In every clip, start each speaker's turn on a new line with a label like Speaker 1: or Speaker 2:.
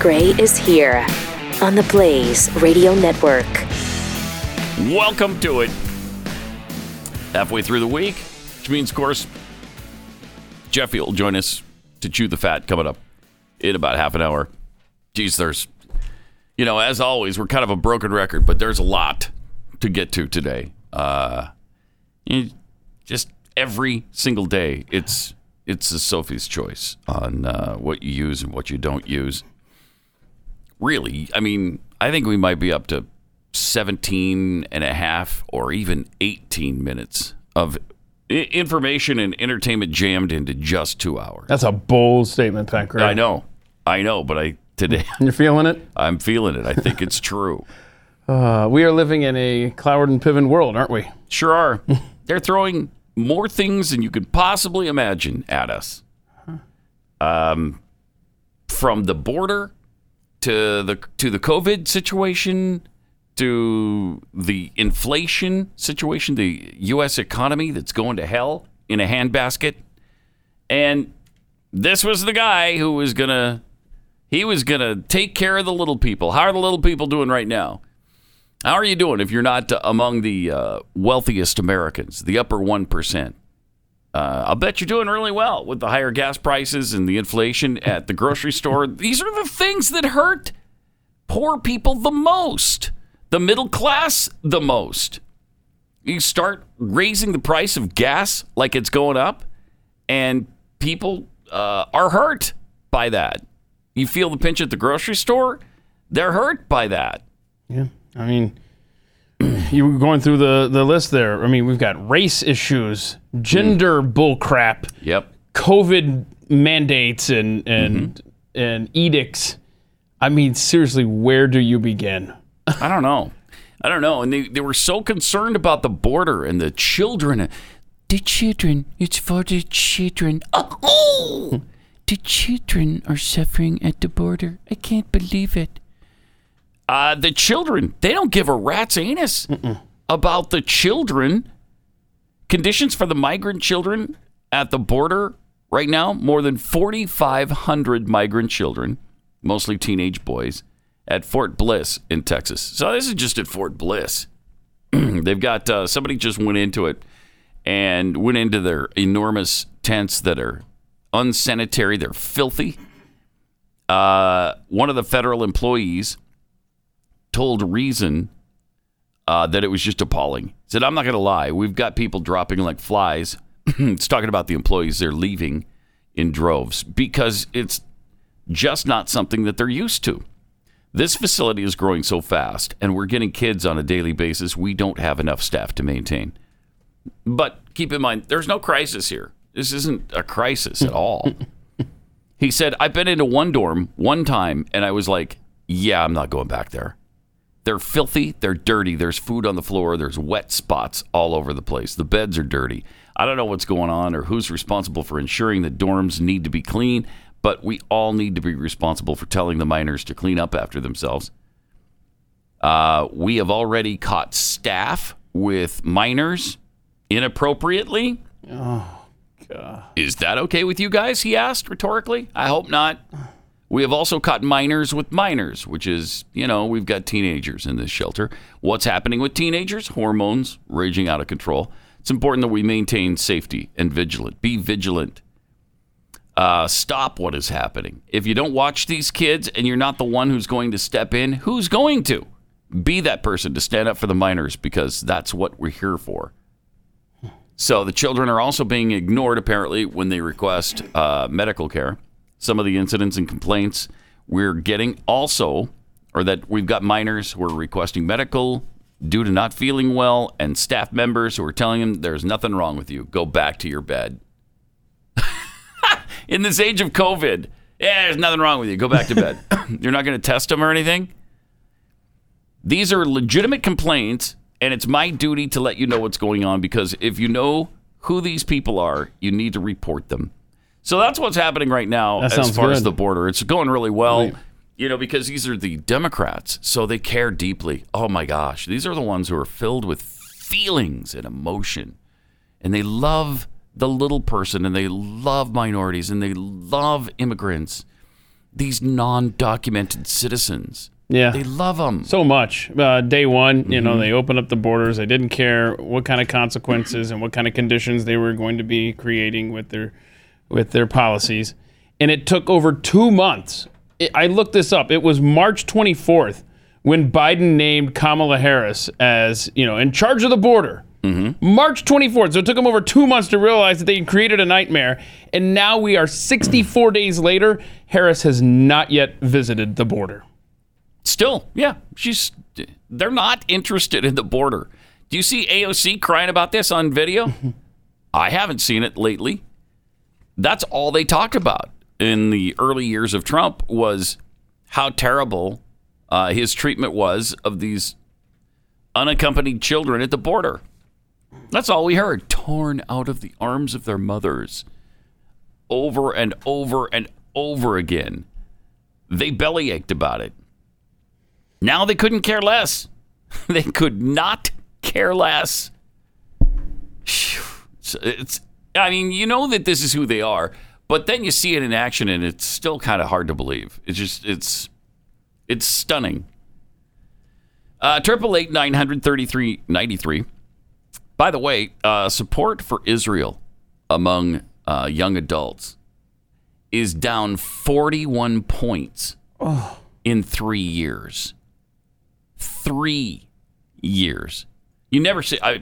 Speaker 1: Gray is here on the Blaze Radio Network.
Speaker 2: Welcome to it. Halfway through the week, which means, of course, Jeffy will join us to chew the fat coming up in about half an hour. Geez, there's, you know, as always, we're kind of a broken record, but there's a lot to get to today. Uh, you- just every single day, it's it's a Sophie's choice on uh, what you use and what you don't use. Really, I mean, I think we might be up to 17 and a half or even 18 minutes of i- information and entertainment jammed into just two hours.
Speaker 3: That's a bold statement, Pat Gray.
Speaker 2: I know, I know, but I today
Speaker 3: And you're feeling it?
Speaker 2: I'm feeling it. I think it's true.
Speaker 3: Uh, we are living in a Cloward and Piven world, aren't we?
Speaker 2: Sure are. They're throwing more things than you could possibly imagine at us. Um, from the border to the to the COVID situation to the inflation situation, the U.S. economy that's going to hell in a handbasket, and this was the guy who was gonna he was gonna take care of the little people. How are the little people doing right now? How are you doing if you're not uh, among the uh, wealthiest Americans, the upper 1%? Uh, I'll bet you're doing really well with the higher gas prices and the inflation at the grocery store. These are the things that hurt poor people the most, the middle class the most. You start raising the price of gas like it's going up, and people uh, are hurt by that. You feel the pinch at the grocery store, they're hurt by that.
Speaker 3: Yeah. I mean, you were going through the, the list there. I mean, we've got race issues,
Speaker 2: Mm.
Speaker 3: gender bullcrap,
Speaker 2: Yep.
Speaker 3: COVID mandates, and and
Speaker 2: Mm-hmm.
Speaker 3: and edicts. I mean, seriously, where do you begin?
Speaker 2: I don't know. I don't know. And they, they were so concerned about the border and the children. The children, it's for the children. Oh, oh! the children are suffering at the border. I can't believe it. Uh, the children, they don't give a rat's anus about the children. Conditions for the migrant children at the border right now more than 4,500 migrant children, mostly teenage boys, at Fort Bliss in Texas. So this is just at Fort Bliss. They've got uh, somebody just went into it and went into their enormous tents that are unsanitary, they're filthy. Uh, one of the federal employees told Reason uh, that it was just appalling. Said, I'm not going to lie. We've got people dropping like flies. it's talking about the employees. They're leaving in droves because it's just not something that they're used to. This facility is growing so fast, and we're getting kids on a daily basis. We don't have enough staff to maintain. But keep in mind, there's no crisis here. This isn't a crisis at all. he said, I've been into one dorm one time, and I was like, yeah, I'm not going back there. They're filthy. They're dirty. There's food on the floor. There's wet spots all over the place. The beds are dirty. I don't know what's going on or who's responsible for ensuring that dorms need to be clean, but we all need to be responsible for telling the minors to clean up after themselves. Uh, we have already caught staff with minors inappropriately. Oh, God. Is that okay with you guys? He asked rhetorically. I hope not. We have also caught minors with minors, which is, you know, we've got teenagers in this shelter. What's happening with teenagers? Hormones raging out of control. It's important that we maintain safety and vigilant. Be vigilant. Uh, stop what is happening. If you don't watch these kids and you're not the one who's going to step in, who's going to? Be that person to stand up for the minors because that's what we're here for. So the children are also being ignored apparently when they request uh, medical care. Some of the incidents and complaints we're getting also are that we've got minors who are requesting medical due to not feeling well, and staff members who are telling them there's nothing wrong with you. Go back to your bed. In this age of COVID, yeah, there's nothing wrong with you. Go back to bed. You're not going to test them or anything. These are legitimate complaints, and it's my duty to let you know what's going on because if you know who these people are, you need to report them. So that's what's happening right now
Speaker 3: That
Speaker 2: as
Speaker 3: sounds
Speaker 2: far as
Speaker 3: good.
Speaker 2: the border. It's going really well,
Speaker 3: Right.
Speaker 2: you know, because these are the Democrats, so they care deeply. Oh my gosh, these are the ones who are filled with feelings and emotion, and they love the little person, and they love minorities, and they love immigrants these non-documented citizens.
Speaker 3: Yeah.
Speaker 2: They love them.
Speaker 3: so much. Uh, day one, you know, they opened up the borders. They didn't care what kind of consequences and what kind of conditions they were going to be creating with their with their policies. And it took over two months. It, I looked this up. It was March 24th when Biden named Kamala Harris as you know in charge of the border. March 24th. So it took them over two months to realize that they had created a nightmare. And now we are 64 days later. Harris has not yet visited the border.
Speaker 2: Still, yeah, she's. They're not interested in the border. Do you see AOC crying about this on video? I haven't seen it lately. That's all they talked about in the early years of Trump was how terrible uh, his treatment was of these unaccompanied children at the border. That's all we heard. Torn out of the arms of their mothers over and over and over again. They bellyached about it. Now they couldn't care less. they could not care less. Phew. So It's, I mean, you know that this is who they are, but then you see it in action, and it's still kind of hard to believe. It's just, it's, it's stunning. Uh, Triple eight nine hundred thirty three ninety three. By the way, uh, support for Israel among uh, young adults is down forty one points in three years. Three years. You never see. I,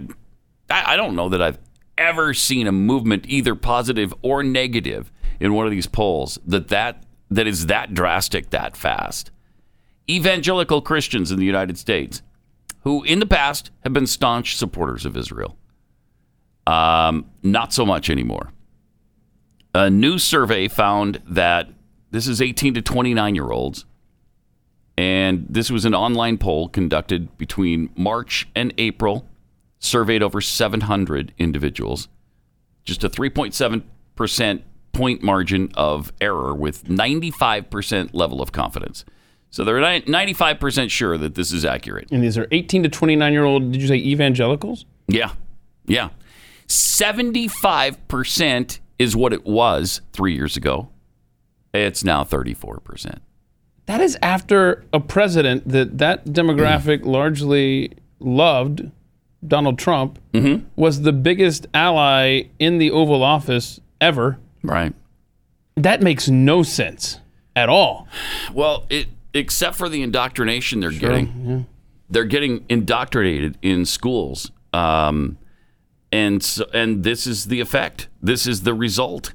Speaker 2: I I don't know that I've ever seen a movement, either positive or negative, in one of these polls that that, that is that drastic that fast. Evangelical Christians in the United States, who in the past have been staunch supporters of Israel, um, not so much anymore. A new survey found that this is 18 to 29 year olds. And this was an online poll conducted between March and April, surveyed over 700 individuals. Just a 3.7% point margin of error with 95% level of confidence. So they're ni- 95% sure that this is accurate.
Speaker 3: And these are 18 to 29 year old, did you say evangelicals?
Speaker 2: Yeah. Yeah. 75% is what it was three years ago. It's now 34%.
Speaker 3: That is after a president that that demographic
Speaker 2: Mm.
Speaker 3: largely loved, Donald Trump,
Speaker 2: Mm-hmm.
Speaker 3: was the biggest ally in the Oval Office ever.
Speaker 2: Right.
Speaker 3: That makes no sense at all.
Speaker 2: Well, it except for the indoctrination they're getting, they're getting indoctrinated in schools, um, and so, and this is the effect. This is the result.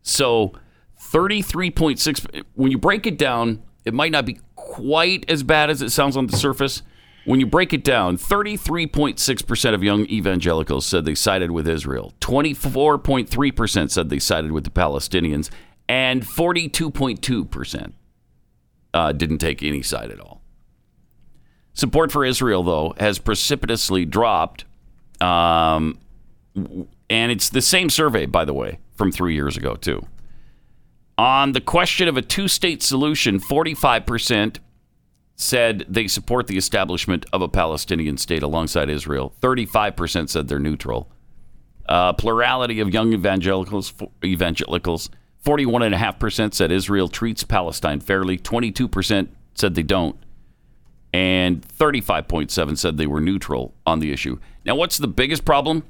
Speaker 2: So, thirty three point six. When you break it down, it might not be quite as bad as it sounds on the surface. When you break it down, 33.6% of young evangelicals said they sided with Israel. 24.3% said they sided with the Palestinians. And 42.2% uh, didn't take any side at all. Support for Israel, though, has precipitously dropped. Um, w- and it's the same survey, by the way, from three years ago, too. On the question of a two state solution, 45% said they support the establishment of a Palestinian state alongside Israel. 35% said they're neutral. Uh, plurality of young evangelicals, f- evangelicals, 41.5% said Israel treats Palestine fairly. 22% said they don't. And 35.7 said they were neutral on the issue. Now, what's the biggest problem?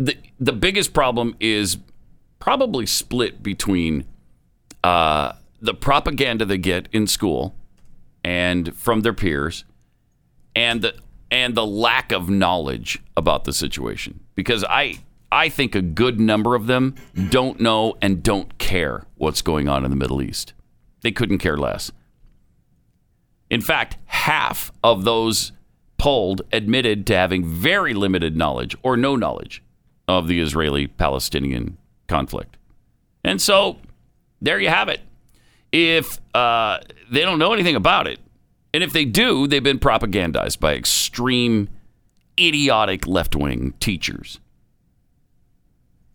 Speaker 2: The, the biggest problem is probably split between uh, the propaganda they get in school and from their peers and the and the lack of knowledge about the situation because i i think a good number of them don't know and don't care what's going on in the middle east they couldn't care less in fact half of those polled admitted to having very limited knowledge or no knowledge of the israeli palestinian conflict and so there you have it if uh, they don't know anything about it. And if they do, they've been propagandized by extreme, idiotic left wing teachers.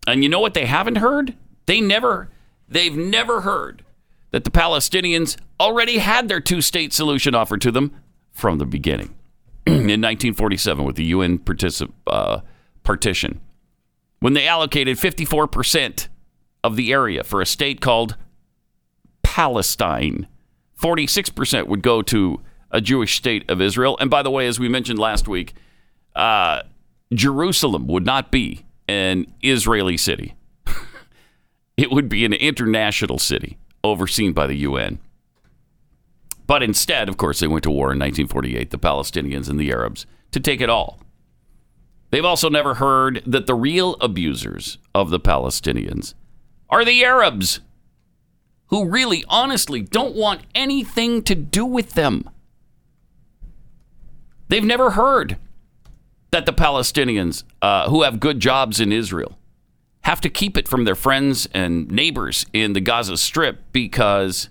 Speaker 2: And you know what they haven't heard? They never, they've never heard that the Palestinians already had their two state solution offered to them from the beginning in 1947 with the UN particip- uh, partition when they allocated 54% of the area for a state called Palestine. 46% would go to a Jewish state of Israel. And by the way, as we mentioned last week, uh, Jerusalem would not be an Israeli city, it would be an international city overseen by the UN. But instead, of course, they went to war in 1948, the Palestinians and the Arabs, to take it all. They've also never heard that the real abusers of the Palestinians are the Arabs, who really, honestly, don't want anything to do with them. They've never heard that the Palestinians uh, who have good jobs in Israel have to keep it from their friends and neighbors in the Gaza Strip because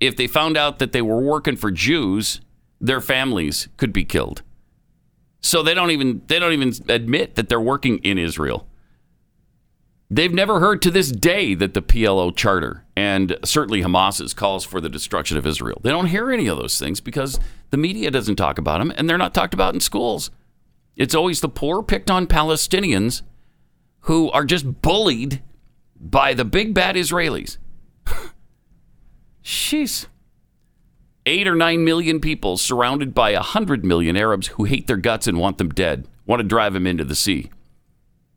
Speaker 2: if they found out that they were working for Jews, their families could be killed. So they don't even they don't even admit that they're working in Israel. They've never heard to this day that the PLO charter and certainly Hamas's calls for the destruction of Israel. They don't hear any of those things because the media doesn't talk about them and they're not talked about in schools. It's always the poor picked on Palestinians who are just bullied by the big bad Israelis. Jeez. Eight or nine million people surrounded by a hundred million Arabs who hate their guts and want them dead, want to drive them into the sea.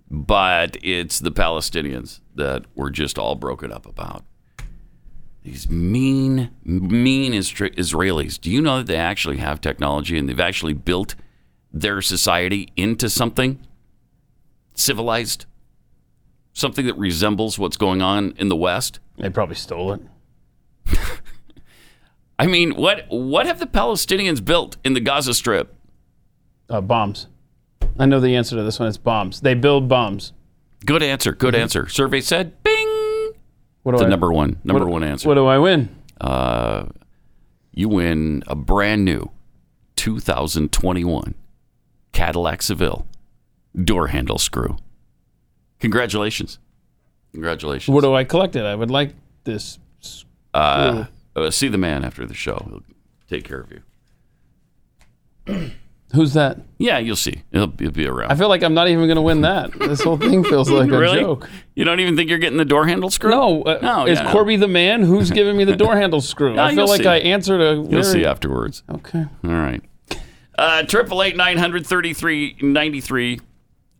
Speaker 2: But it's the Palestinians that we're just all broken up about. These mean, mean Isra- Israelis. Do you know that they actually have technology and they've actually built their society into something civilized? Something that resembles what's going on in the West?
Speaker 3: They probably stole it.
Speaker 2: I mean, what what have the Palestinians built in the Gaza Strip?
Speaker 3: Uh, bombs. I know the answer to this one. It's bombs. They build bombs.
Speaker 2: Good answer. Good answer. Survey said, "Bing."
Speaker 3: What do
Speaker 2: The
Speaker 3: I?
Speaker 2: number one, number
Speaker 3: what-
Speaker 2: one answer.
Speaker 3: What do I win?
Speaker 2: Uh, You win a brand new 2021 Cadillac Seville door handle screw. Congratulations. Congratulations.
Speaker 3: What do I collect it? I would like this.
Speaker 2: uh, uh, see the man after the show. He'll take care of you.
Speaker 3: Who's that?
Speaker 2: Yeah, you'll see. He'll, he'll be around.
Speaker 3: I feel like I'm not even going to win that. This whole thing feels like
Speaker 2: really?
Speaker 3: a joke.
Speaker 2: You don't even think you're getting the door handle screw?
Speaker 3: No, uh,
Speaker 2: No,
Speaker 3: is
Speaker 2: yeah.
Speaker 3: Corby the man? Who's giving me the door handle screw? I
Speaker 2: you'll
Speaker 3: feel like
Speaker 2: see.
Speaker 3: I answered a.
Speaker 2: You'll see afterwards.
Speaker 3: Okay.
Speaker 2: All right. Uh, Triple eight nine hundred thirty three ninety three.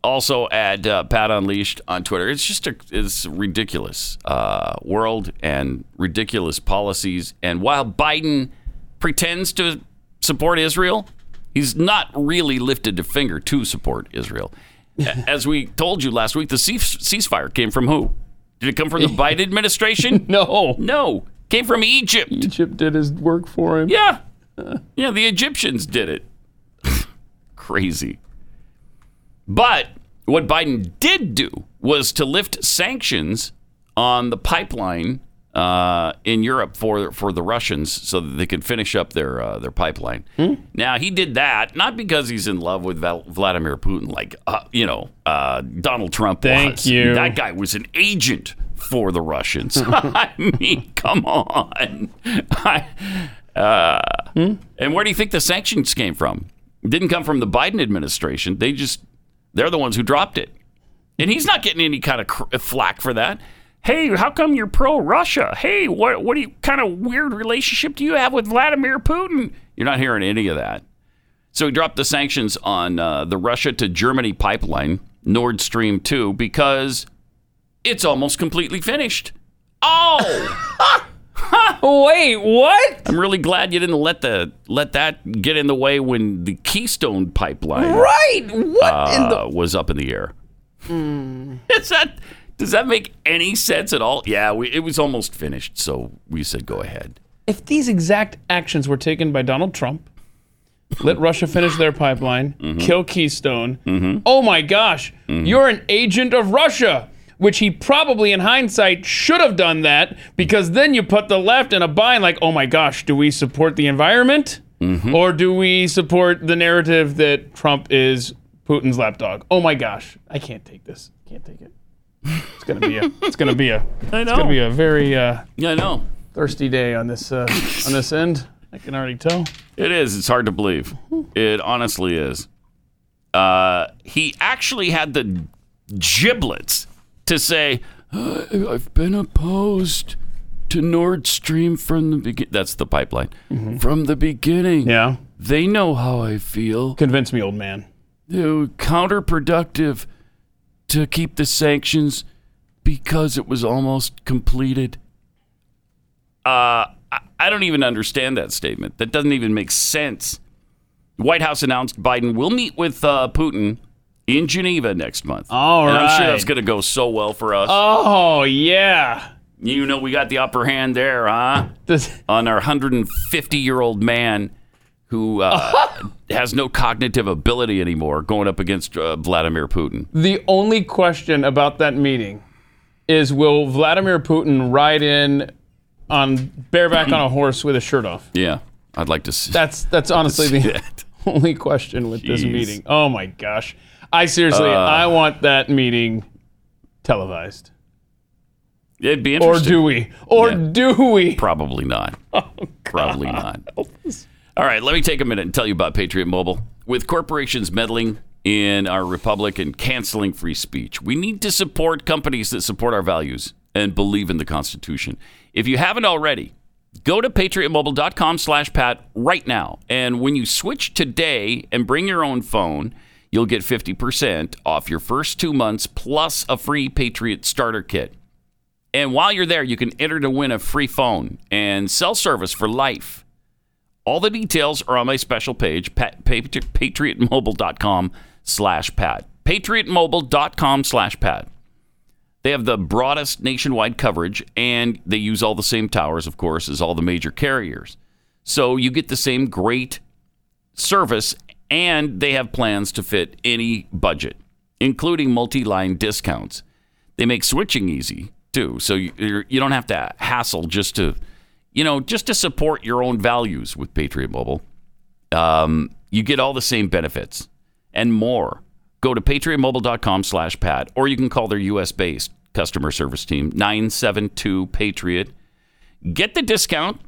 Speaker 2: Also at uh, Pat Unleashed on Twitter. It's just a it's a ridiculous uh, world and ridiculous policies. And while Biden pretends to support Israel, he's not really lifted a finger to support Israel. A- As we told you last week, the cease- ceasefire came from who? Did it come from the Biden administration?
Speaker 3: No.
Speaker 2: No, came from Egypt.
Speaker 3: Egypt did his work for him.
Speaker 2: Yeah. Yeah, the Egyptians did it. Crazy. But what Biden did do was to lift sanctions on the pipeline uh, in Europe for for the Russians so that they could finish up their uh, their pipeline.
Speaker 3: Hmm.
Speaker 2: Now he did that not because he's in love with Val- Vladimir Putin like uh, you know uh, Donald Trump
Speaker 3: Thank
Speaker 2: was.
Speaker 3: you.
Speaker 2: That guy was an agent for the Russians. I mean, come on. I, uh, And where do you think the sanctions came from? It didn't come from the Biden administration. They just they're the ones who dropped it. And he's not getting any kind of cr- uh, flack for that. Hey, how come you're pro Russia? Hey, what what do you, kind of weird relationship do you have with Vladimir Putin? You're not hearing any of that. So he dropped the sanctions on uh, the Russia to Germany pipeline, Nord Stream 2, because it's almost completely finished. Oh,
Speaker 3: Wait, what?
Speaker 2: I'm really glad you didn't let the let that get in the way when the Keystone pipeline
Speaker 3: Right. What in the? Hmm.
Speaker 2: uh, was up in the air. Is that does that make any sense at all? Yeah, we, it was almost finished, so we said go ahead.
Speaker 3: If these exact actions were taken by Donald Trump, let Russia finish their pipeline, kill Keystone. Oh my gosh, you're an agent of Russia, which he probably in hindsight should have done that because then you put the left in a bind like, oh my gosh, do we support the environment or do we support the narrative that Trump is Putin's lapdog? Oh my gosh, I can't take this. Can't take it. It's gonna be a. It's gonna be a. It's
Speaker 2: know.
Speaker 3: gonna be a very. Uh,
Speaker 2: Yeah, I know
Speaker 3: thirsty day on this uh, on this end. I can already tell.
Speaker 2: it is. It's hard to believe. It honestly is. Uh, he actually had the giblets to say, "Uh, "I've been opposed to Nord Stream from the beginning. That's the pipeline. From the beginning.
Speaker 3: Mm-hmm. Yeah.
Speaker 2: They know how I feel.
Speaker 3: Convince me, old man.
Speaker 2: It was uh, counterproductive to keep the sanctions because it was almost completed. Uh, I, I don't even understand that statement. That doesn't even make sense. White House announced Biden will meet with uh, Putin in Geneva next month.
Speaker 3: All
Speaker 2: and I'm sure
Speaker 3: right.
Speaker 2: that's going to go so well for us.
Speaker 3: Oh yeah.
Speaker 2: you know, we got the upper hand there, huh?
Speaker 3: This,
Speaker 2: on our 150 year old man who uh, has no cognitive ability anymore going up against uh, Vladimir Putin.
Speaker 3: the only question about that meeting is: Will Vladimir Putin ride in on bareback on a horse with a shirt off?
Speaker 2: Yeah, I'd like to see
Speaker 3: That's that's honestly the
Speaker 2: that.
Speaker 3: only question with this
Speaker 2: Jeez.
Speaker 3: meeting. Oh my gosh. I seriously, I want that meeting televised.
Speaker 2: It'd be
Speaker 3: Or
Speaker 2: interesting.
Speaker 3: do we? Or
Speaker 2: Yeah.
Speaker 3: do we?
Speaker 2: Probably not. Probably not. All right, let me take a minute and tell you about Patriot Mobile. With corporations meddling in our republic and canceling free speech, we need to support companies that support our values and believe in the Constitution. If you haven't already, go to patriotmobile.com slash pat right now. And when you switch today and bring your own phone, you'll get 50% off your first two months plus a free Patriot starter kit. And while you're there, you can enter to win a free phone and cell service for life. All the details are on my special page, pat, patri- patriotmobile.com slash pat. Patriotmobile.com slash pat. They have the broadest nationwide coverage, and they use all the same towers, of course, as all the major carriers. So you get the same great service, and they have plans to fit any budget, including multi line discounts. They make switching easy too, so you you're- you don't have to hassle just to, you know, just to support your own values with Patriot Mobile. Um, you get all the same benefits and more. Go to patriotmobile.com/pat, or you can call their U.S.-based customer service team nine seven two Patriot. Get the discount,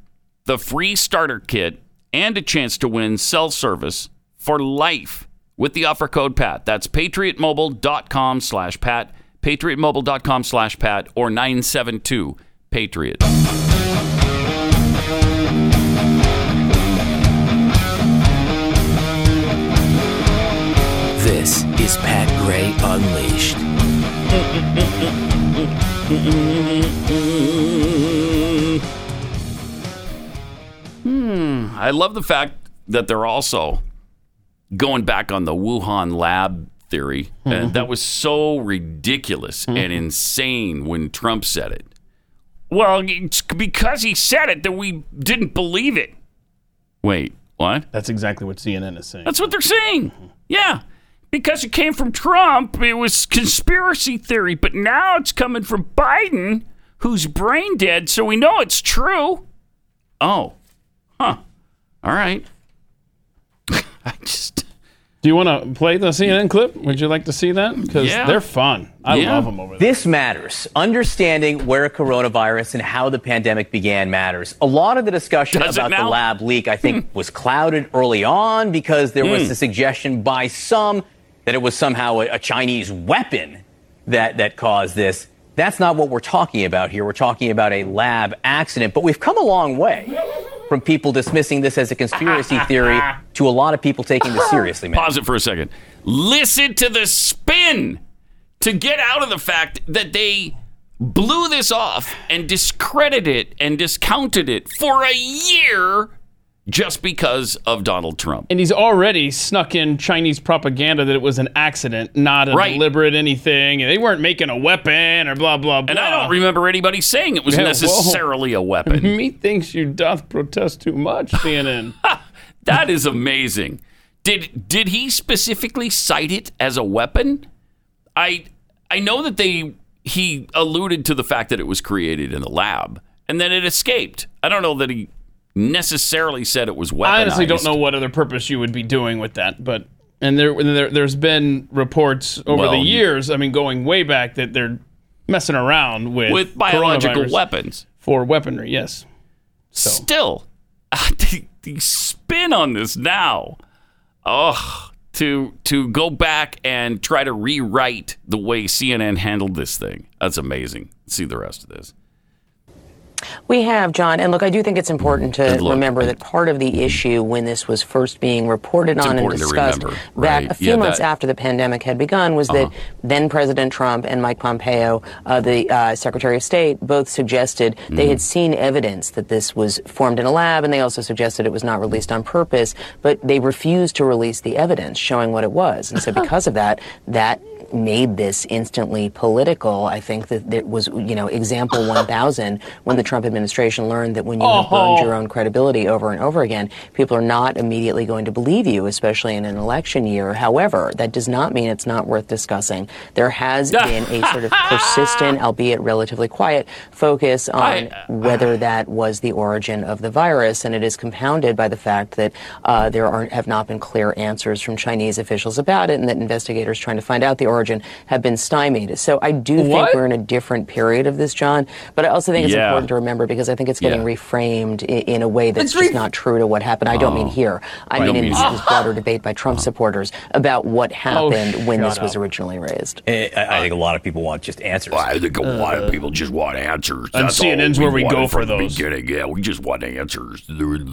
Speaker 2: the free starter kit, and a chance to win cell service for life with the offer code PAT. That's patriotmobile.com slash PAT, patriotmobile.com slash PAT, or 972 Patriot.
Speaker 4: This is Pat Gray Unleashed.
Speaker 2: Hmm, I love the fact that they're also going back on the Wuhan lab theory. And that was so ridiculous and insane when Trump said it. Well, it's because he said it that we didn't believe it. Wait, what?
Speaker 3: That's exactly what CNN is saying.
Speaker 2: That's what they're saying. Yeah. Because it came from Trump, it was conspiracy theory, but now it's coming from Biden, who's brain dead, so we know it's true. Oh. Huh. All right. I just
Speaker 3: Do you want to play the CNN clip? Would you like to see that? Because
Speaker 2: Yeah.
Speaker 3: they're fun. I
Speaker 2: Yeah.
Speaker 3: love them over there.
Speaker 5: This matters. Understanding where coronavirus and how the pandemic began matters. A lot of the discussion
Speaker 2: Does it
Speaker 5: about the
Speaker 2: now? Hmm.
Speaker 5: lab leak, I think, was clouded early on because there was the suggestion by some that it was somehow a, a Chinese weapon that, that caused this. That's not what we're talking about here. We're talking about a lab accident, but we've come a long way from people dismissing this as a conspiracy theory to a lot of people taking this seriously, man.
Speaker 2: pause it for a second. Listen to the spin to get out of the fact that they blew this off and discredited it and discounted it for a year just because of Donald Trump.
Speaker 3: And he's already snuck in Chinese propaganda that it was an accident, not a
Speaker 2: Right.
Speaker 3: deliberate anything, and they weren't making a weapon or blah blah blah.
Speaker 2: And I don't remember anybody saying it was
Speaker 3: Yeah, whoa.
Speaker 2: necessarily a weapon.
Speaker 3: Me thinks you doth protest too much, CNN.
Speaker 2: that is amazing. Did did he specifically cite it as a weapon? I I know that they he alluded to the fact that it was created in the lab and then it escaped. I don't know that he necessarily said it was weaponized.
Speaker 3: I honestly don't know what other purpose you would be doing with that, but and there, there there's been reports over
Speaker 2: Well,
Speaker 3: the
Speaker 2: you-
Speaker 3: years. I mean, going way back that they're messing around with
Speaker 2: with biological
Speaker 3: coronavirus
Speaker 2: weapons.
Speaker 3: for weaponry. Yes,
Speaker 2: Still, the, the spin on this now. Ugh. To, to go back and try to rewrite the way CNN handled this thing. That's amazing. See the rest of this.
Speaker 6: We have, John. And look, I do think it's important to
Speaker 2: Good luck.
Speaker 6: remember that part of the issue when this was first being reported on and
Speaker 2: important to
Speaker 6: discussed
Speaker 2: remember, right.
Speaker 6: back a few
Speaker 2: Yeah,
Speaker 6: months
Speaker 2: that- Uh-huh.
Speaker 6: after the pandemic had begun was that then President Trump and Mike Pompeo, uh, the uh, Secretary of State, both suggested they
Speaker 2: Mm-hmm.
Speaker 6: had seen evidence that this was formed in a lab, and they also suggested it was not released on purpose, but they refused to release the evidence showing what it was. And so, because of that, that made this instantly political. I think that it was, you know, example 1000 when the Trump administration learned that when you have burned your own credibility over and over again, people are not immediately going to believe you, especially in an election year. However, that does not mean it's not worth discussing. There has been a sort of persistent, albeit relatively quiet, focus on
Speaker 2: I-
Speaker 6: whether that was the origin of the virus, and it is compounded by the fact that uh, there are, have not been clear answers from Chinese officials about it, and that investigators trying to find out the origin have been stymied. So I do
Speaker 2: What?
Speaker 6: think we're in a different period of this, John. But I also think it's
Speaker 2: Yeah.
Speaker 6: important to remember because I think it's getting
Speaker 2: Yeah.
Speaker 6: reframed i- in a way that's
Speaker 2: It's
Speaker 6: just
Speaker 2: ref-
Speaker 6: not true to what happened. I don't mean here. I
Speaker 2: Oh. don't
Speaker 6: mean in
Speaker 2: mean
Speaker 6: this
Speaker 2: here. Oh.
Speaker 6: this broader debate by Trump supporters about what happened when this was originally raised.
Speaker 5: I, I think a lot of people want just answers.
Speaker 2: I think a lot of people just want answers.
Speaker 3: Uh, and
Speaker 2: That's
Speaker 3: CNN's
Speaker 2: all
Speaker 3: where we go
Speaker 2: wanted
Speaker 3: for
Speaker 2: from the
Speaker 3: those.
Speaker 2: Beginning. Yeah, we just want answers. They're-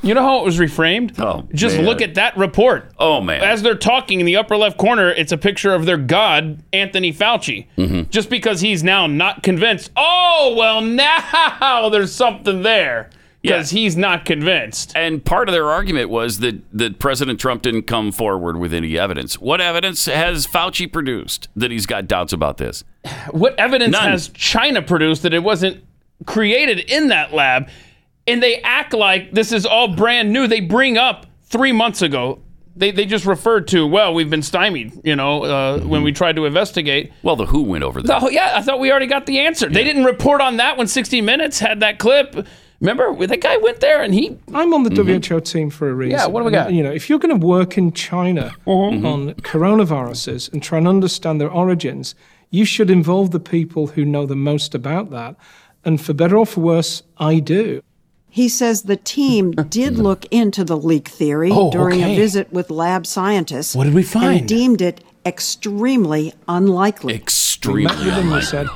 Speaker 3: You know how it was reframed?
Speaker 2: Oh,
Speaker 3: Just
Speaker 2: man.
Speaker 3: look at that report.
Speaker 2: Oh man,
Speaker 3: As they're talking in the upper left corner, it's a picture of their god, Anthony Fauci.
Speaker 2: Mm-hmm.
Speaker 3: Just because he's now not convinced, oh, well, now there's something there. Because he's not convinced.
Speaker 2: and part of their argument was that that President Trump didn't come forward with any evidence. What evidence has Fauci produced that he's got doubts about this?
Speaker 3: What evidence
Speaker 2: None.
Speaker 3: has China produced that it wasn't created in that lab? And they act like this is all brand new. They bring up three months ago. They, they just referred to, well, we've been stymied, you know, uh,
Speaker 2: Mm-hmm.
Speaker 3: when we tried to investigate.
Speaker 2: Well, the WHO went over that.
Speaker 3: Oh yeah, I thought we already got the answer. They didn't report on that when 60 Minutes had that clip. Remember, that guy went there and he. oh,
Speaker 7: I'm on the
Speaker 2: Mm-hmm.
Speaker 7: WHO team for a reason.
Speaker 3: what do we
Speaker 7: And,
Speaker 3: got?
Speaker 7: You know, if you're going to work in China
Speaker 2: Mm-hmm.
Speaker 7: on coronaviruses and try and understand their origins, you should involve the people who know the most about that. And for better or for worse, I do.
Speaker 8: He says the team did look into the leak theory
Speaker 3: Oh,
Speaker 8: during
Speaker 3: okay.
Speaker 8: a visit with lab scientists.
Speaker 3: What did we find?
Speaker 8: And deemed it extremely unlikely.
Speaker 2: Extremely
Speaker 7: met with them. We
Speaker 2: unlikely.
Speaker 7: said,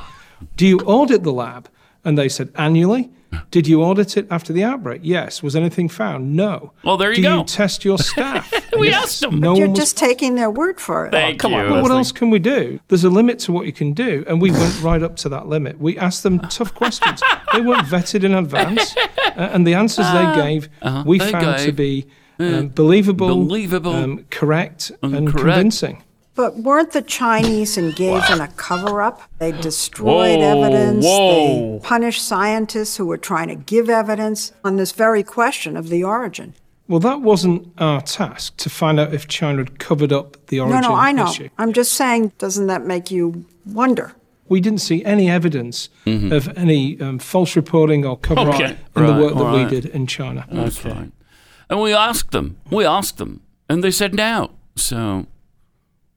Speaker 7: "Do you audit the lab?" And they said, "Annually." Did you audit it after the outbreak? Yes. Was anything found? No.
Speaker 2: Well, there you
Speaker 7: Do
Speaker 2: go.
Speaker 7: you test your staff?
Speaker 2: We
Speaker 7: Yes.
Speaker 2: asked them.
Speaker 7: No
Speaker 8: You're
Speaker 7: one was
Speaker 8: just taking their word for it.
Speaker 2: Thank
Speaker 3: come
Speaker 2: you.
Speaker 3: on.
Speaker 7: Well, what
Speaker 3: Leslie.
Speaker 7: else can we do? There's a limit to what you can do, and we went right up to that limit. We asked them tough questions. they weren't vetted in advance, uh, and the answers they gave we
Speaker 2: Uh-huh. they
Speaker 7: found to
Speaker 2: gave, uh,
Speaker 7: be um, believable,
Speaker 2: believable,
Speaker 7: um, correct, and,
Speaker 2: correct.
Speaker 7: convincing.
Speaker 8: But weren't the Chinese engaged in a cover up? They destroyed
Speaker 3: Whoa,
Speaker 8: evidence.
Speaker 3: whoa.
Speaker 8: They punished scientists who were trying to give evidence on this very question of the origin.
Speaker 7: Well, that wasn't our task to find out if China had covered up the origin
Speaker 8: no, no, I know.
Speaker 7: issue.
Speaker 8: I'm just saying, doesn't that make you wonder?
Speaker 7: We didn't see any evidence of any um, false reporting or cover up
Speaker 3: Okay.
Speaker 7: in the
Speaker 2: Mm-hmm. Right,
Speaker 7: work that
Speaker 2: alright.
Speaker 7: we did in China.
Speaker 2: That's fine. And we asked them. We asked them, and they said no. So,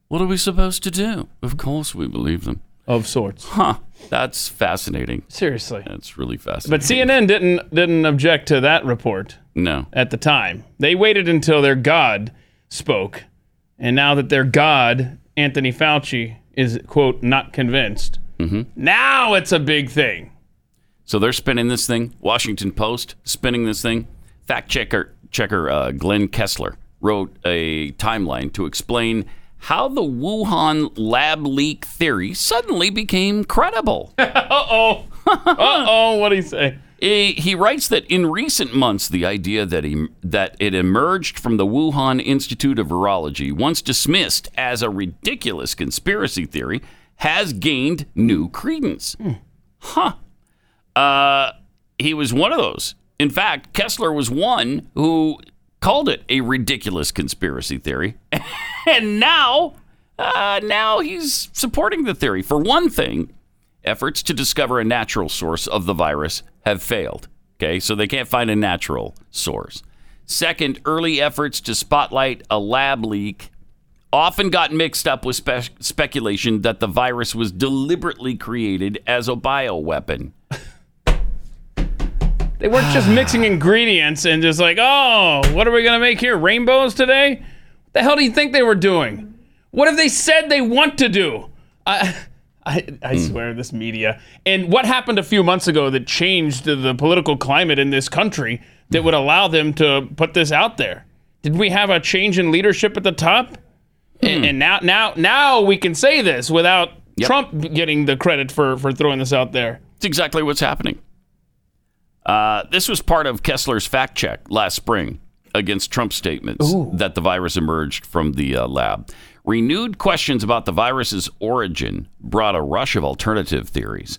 Speaker 2: what are we supposed to do? Of course, we believe them.
Speaker 3: Of sorts.
Speaker 2: Huh? That's fascinating.
Speaker 3: Seriously.
Speaker 2: That's really fascinating.
Speaker 3: But CNN didn't didn't object to that report
Speaker 2: no.
Speaker 3: at the time. They waited until their god spoke, and now that their god Anthony Fauci is quote not convinced, now it's a big thing.
Speaker 2: So they're spinning this thing. Washington Post spinning this thing. Fact checker checker uh, Glenn Kessler wrote a timeline to explain how the Wuhan lab leak theory suddenly became credible.
Speaker 3: Oh, what do you say?
Speaker 2: Eh, he writes that in recent months, the idea that he, that it emerged from the Wuhan Institute of Virology, once dismissed as a ridiculous conspiracy theory, has gained new credence. Huh. Uh, he was one of those. In fact, Kessler was one who called it a ridiculous conspiracy theory, and now, uh, now he's supporting the theory. For one thing, efforts to discover a natural source of the virus have failed. Okay, so they can't find a natural source. Second, early efforts to spotlight a lab leak often got mixed up with spe- speculation that the virus was deliberately created as a bioweapon.
Speaker 3: They weren't just mixing ingredients and just like, oh, what are we gonna make here? Rainbows today? What the hell do you think they were doing? What have they said they want to do? I I, I swear, this media. And what happened a few months ago that changed the, the political climate in this country that would allow them to put this out there? Did we have a change in leadership at the top? And, and now, now, now we can say this without Trump getting the credit for for throwing this out there.
Speaker 2: It's exactly what's happening. Uh, this was part of Kessler's fact check last spring against Trump's statements that the virus emerged from the uh, lab. Renewed questions about the virus's origin brought a rush of alternative theories.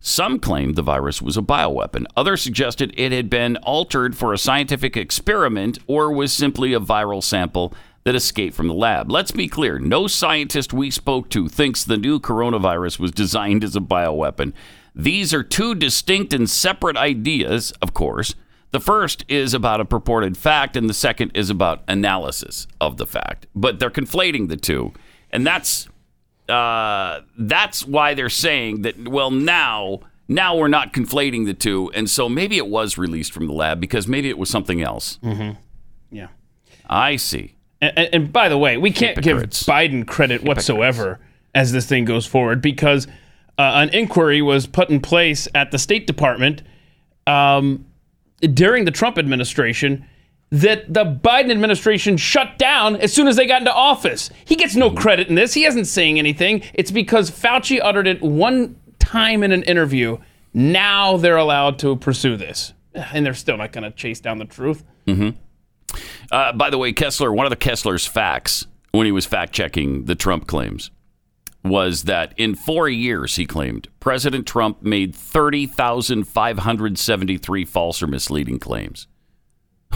Speaker 2: Some claimed the virus was a bioweapon. Others suggested it had been altered for a scientific experiment or was simply a viral sample that escaped from the lab. Let's be clear no scientist we spoke to thinks the new coronavirus was designed as a bioweapon. These are two distinct and separate ideas, of course. The first is about a purported fact, and the second is about analysis of the fact. But they're conflating the two. And that's uh, that's why they're saying that. Well, now now we're not conflating the two, and so maybe it was released from the lab because maybe it was something else.
Speaker 3: Yeah.
Speaker 2: I see.
Speaker 3: And, and, and by the way, we can't
Speaker 2: Hypocrites.
Speaker 3: give Biden credit whatsoever as this thing goes forward because uh, an inquiry was put in place at the State Department um, during the Trump administration that the Biden administration shut down as soon as they got into office. He gets no credit in this. He isn't saying anything. It's because Fauci uttered it one time in an interview. Now they're allowed to pursue this, and they're still not going to chase down the truth.
Speaker 2: Uh, by the way, Kessler, one of the Kessler's facts when he was fact checking the Trump claims was that in four years, he claimed, President Trump made 30,573 false or misleading claims.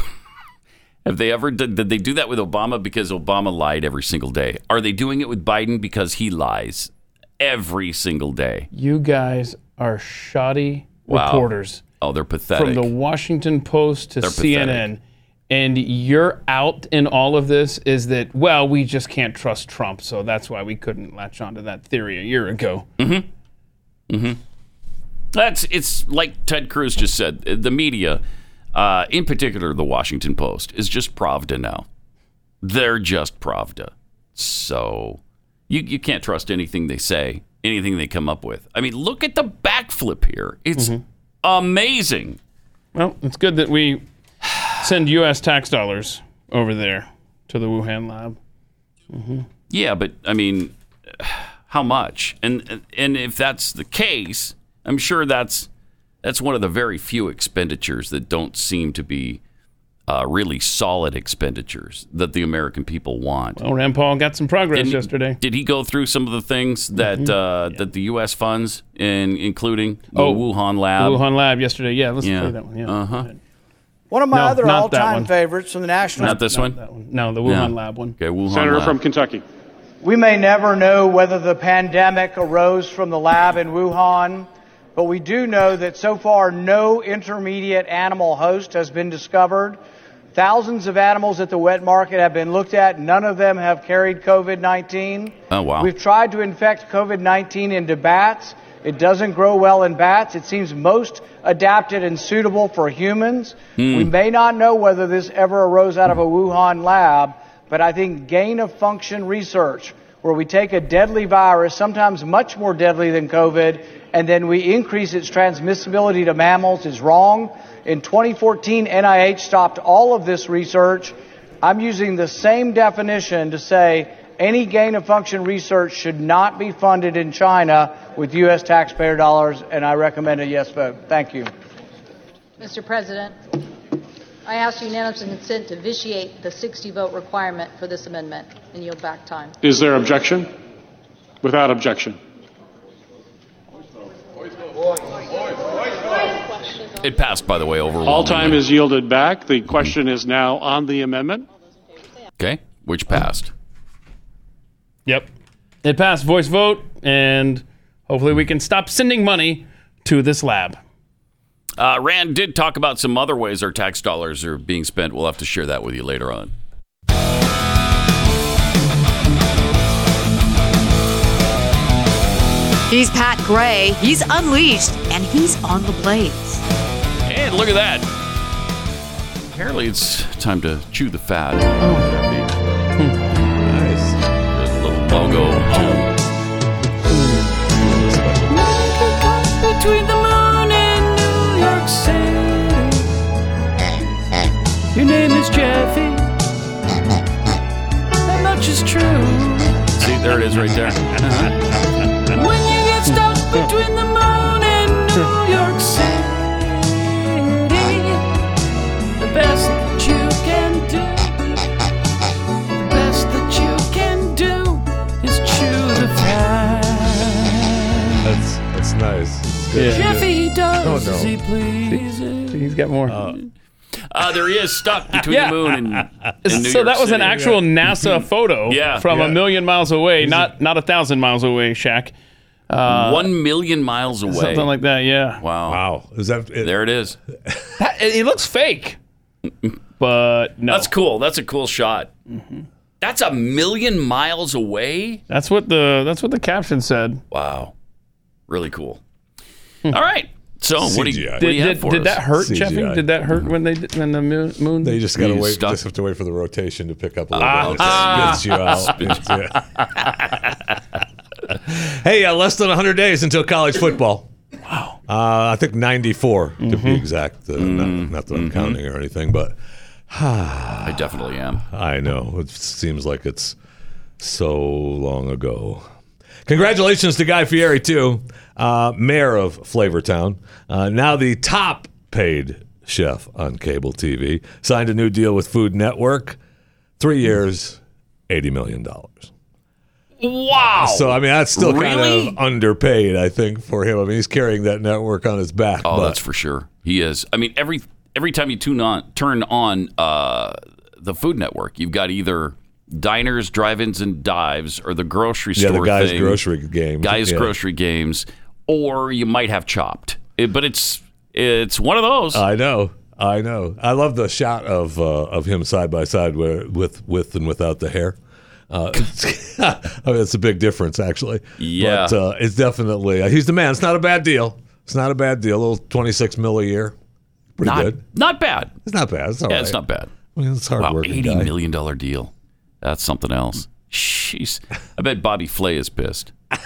Speaker 2: Have they ever did, did they do that with Obama because Obama lied every single day? Are they doing it with Biden because he lies every single day?
Speaker 3: You guys are shoddy reporters
Speaker 2: Oh, they're pathetic.
Speaker 3: from the Washington Post to
Speaker 2: pathetic.
Speaker 3: CNN. And your out in all of this is that, well, we just can't trust Trump. So that's why we couldn't latch onto that theory a year ago.
Speaker 2: That's it's like Ted Cruz just said. The media, uh, in particular the Washington Post, is just Pravda now. They're just Pravda. So you you can't trust anything they say, anything they come up with. I mean, look at the backflip here. It's amazing.
Speaker 3: Well, it's good that we send U.S. tax dollars over there to the Wuhan lab.
Speaker 2: Yeah, but I mean, how much? And and if that's the case, I'm sure that's that's one of the very few expenditures that don't seem to be uh, really solid expenditures that the American people want.
Speaker 3: Oh, Rand Paul got some progress
Speaker 2: Didn't-
Speaker 3: yesterday. Mm-hmm.
Speaker 2: Did he go through some of the things that uh, that the U.S. funds, in, including the
Speaker 3: Oh,
Speaker 2: Wuhan
Speaker 3: The
Speaker 2: lab?
Speaker 3: Wuhan lab yesterday. Yeah, let's
Speaker 2: Yeah.
Speaker 3: play that one. Yeah.
Speaker 2: Uh-huh.
Speaker 9: One of my
Speaker 3: No,
Speaker 9: other
Speaker 3: not
Speaker 9: all
Speaker 3: that one.
Speaker 9: time favorites from the National.
Speaker 2: Not this one.
Speaker 3: That one. No, the Wuhan
Speaker 2: Yeah.
Speaker 3: lab one.
Speaker 2: Okay, Wuhan
Speaker 10: Senator
Speaker 2: lab.
Speaker 10: from Kentucky.
Speaker 9: we may never know whether the pandemic arose from the lab in Wuhan, but we do know that so far no intermediate animal host has been discovered. Thousands of animals at the wet market have been looked at. None of them have carried COVID 19.
Speaker 2: Oh, wow.
Speaker 9: We've tried to infect COVID 19 into bats. It doesn't grow well in bats. It seems most adapted and suitable for humans. We may not know whether this ever arose out of a Wuhan lab, but I think gain of function research, where we take a deadly virus, sometimes much more deadly than COVID, and then we increase its transmissibility to mammals, is wrong. In 2014, NIH stopped all of this research. I'm using the same definition to say any gain of function research should not be funded in China with U.S. taxpayer dollars, and I recommend a yes vote. Thank you.
Speaker 11: Mr. President, I ask unanimous consent to vitiate the 60-vote requirement for this amendment and yield back time.
Speaker 10: Is there objection? Without objection.
Speaker 2: It passed, by the way, overwhelmingly.
Speaker 10: All time is yielded back. The question is now on the amendment.
Speaker 2: okay, which passed.
Speaker 3: Yep. It passed voice vote, and hopefully we can stop sending money to this lab.
Speaker 2: Uh, Rand did talk about some other ways our tax dollars are being spent. We'll have to share that with you later on.
Speaker 12: He's Pat Gray. He's unleashed, and he's on the blades.
Speaker 2: And look at that. Apparently, it's time to chew the fat. Oh, nice. Little logo. much is true. See, there it is right there. Uh-huh.
Speaker 13: When you get stuck between the moon and New York City, the best that you can do, the best that you can do is chew the fat.
Speaker 14: That's that's nice.
Speaker 13: Yeah. Jeffy does
Speaker 14: Oh, no.
Speaker 13: as he pleases.
Speaker 3: He's got more.
Speaker 2: Uh, there he is, stuck between
Speaker 3: Yeah.
Speaker 2: the moon and, and New
Speaker 3: so
Speaker 2: York
Speaker 3: that was an
Speaker 2: City. Mm-hmm.
Speaker 3: actual NASA photo
Speaker 2: Yeah.
Speaker 3: from
Speaker 2: Yeah.
Speaker 3: a million miles away, not not a thousand miles away, Shaq. Uh,
Speaker 2: One million miles away.
Speaker 3: something like that. Yeah,
Speaker 2: Wow.
Speaker 14: Wow. Oh, Is that
Speaker 2: there? It is.
Speaker 3: That- it it looks fake. But no,
Speaker 2: Mm-hmm. that's cool. That's a cool shot.
Speaker 3: Mm-hmm.
Speaker 2: That's a million miles away.
Speaker 3: That's what the that's what the caption said.
Speaker 2: Wow, really cool. All right. So what do you,
Speaker 14: CGI.
Speaker 2: what
Speaker 3: Hmm.
Speaker 2: do
Speaker 3: Did,
Speaker 2: you have
Speaker 3: did-
Speaker 2: for
Speaker 3: did
Speaker 2: us?
Speaker 3: that hurt,
Speaker 14: CGI.
Speaker 3: Jeffy? Did that hurt when they did- when the mo- moon?
Speaker 14: Mm-hmm. They just gotta
Speaker 2: You
Speaker 14: wait.
Speaker 2: stuck.
Speaker 14: Just have to wait for the rotation to pick up a little
Speaker 3: Ah,
Speaker 14: bit. It
Speaker 3: ah.
Speaker 14: spits you out. Yeah. hey, uh, less than 100 days until college football. Wow. Uh, I think 94 to be exact. Uh, not, not that I'm counting or anything, but
Speaker 2: I definitely am.
Speaker 14: I know it seems like it's so long ago. Congratulations to Guy Fieri too, uh, mayor of Flavortown, uh, now the top paid chef on cable TV. Signed a new deal with Food Network, three years, eighty million dollars.
Speaker 2: Wow.
Speaker 14: So I mean, that's still
Speaker 2: Really?
Speaker 14: kind of underpaid, I think, for him. I mean, he's carrying that network on his back.
Speaker 2: Oh,
Speaker 14: but
Speaker 2: that's for sure. He is. I mean, every every time you tune on, turn on uh, the Food Network, you've got either diners, drive-ins, and dives, or the grocery
Speaker 14: yeah,
Speaker 2: store.
Speaker 14: the guy's
Speaker 2: thing,
Speaker 14: grocery game.
Speaker 2: guys'
Speaker 14: yeah.
Speaker 2: grocery games, or you might have Chopped. It- but it's it's one of those.
Speaker 14: I know. I know. I love the shot of uh, of him side by side where, with with and without the hair. Uh, I mean, it's a big difference, actually.
Speaker 2: Yeah.
Speaker 14: But uh, it's definitely uh, he's the man. It's not a bad deal. It's not a bad deal. A little twenty six mil a year, pretty
Speaker 2: not,
Speaker 14: good.
Speaker 2: Not bad.
Speaker 14: It's not bad. It's all
Speaker 2: yeah,
Speaker 14: right.
Speaker 2: it's not bad.
Speaker 14: I mean, it's hard
Speaker 2: wow,
Speaker 14: working.
Speaker 2: eighty
Speaker 14: guy.
Speaker 2: million dollar deal. That's something else. Jeez, I bet Bobby Flay is pissed.
Speaker 14: I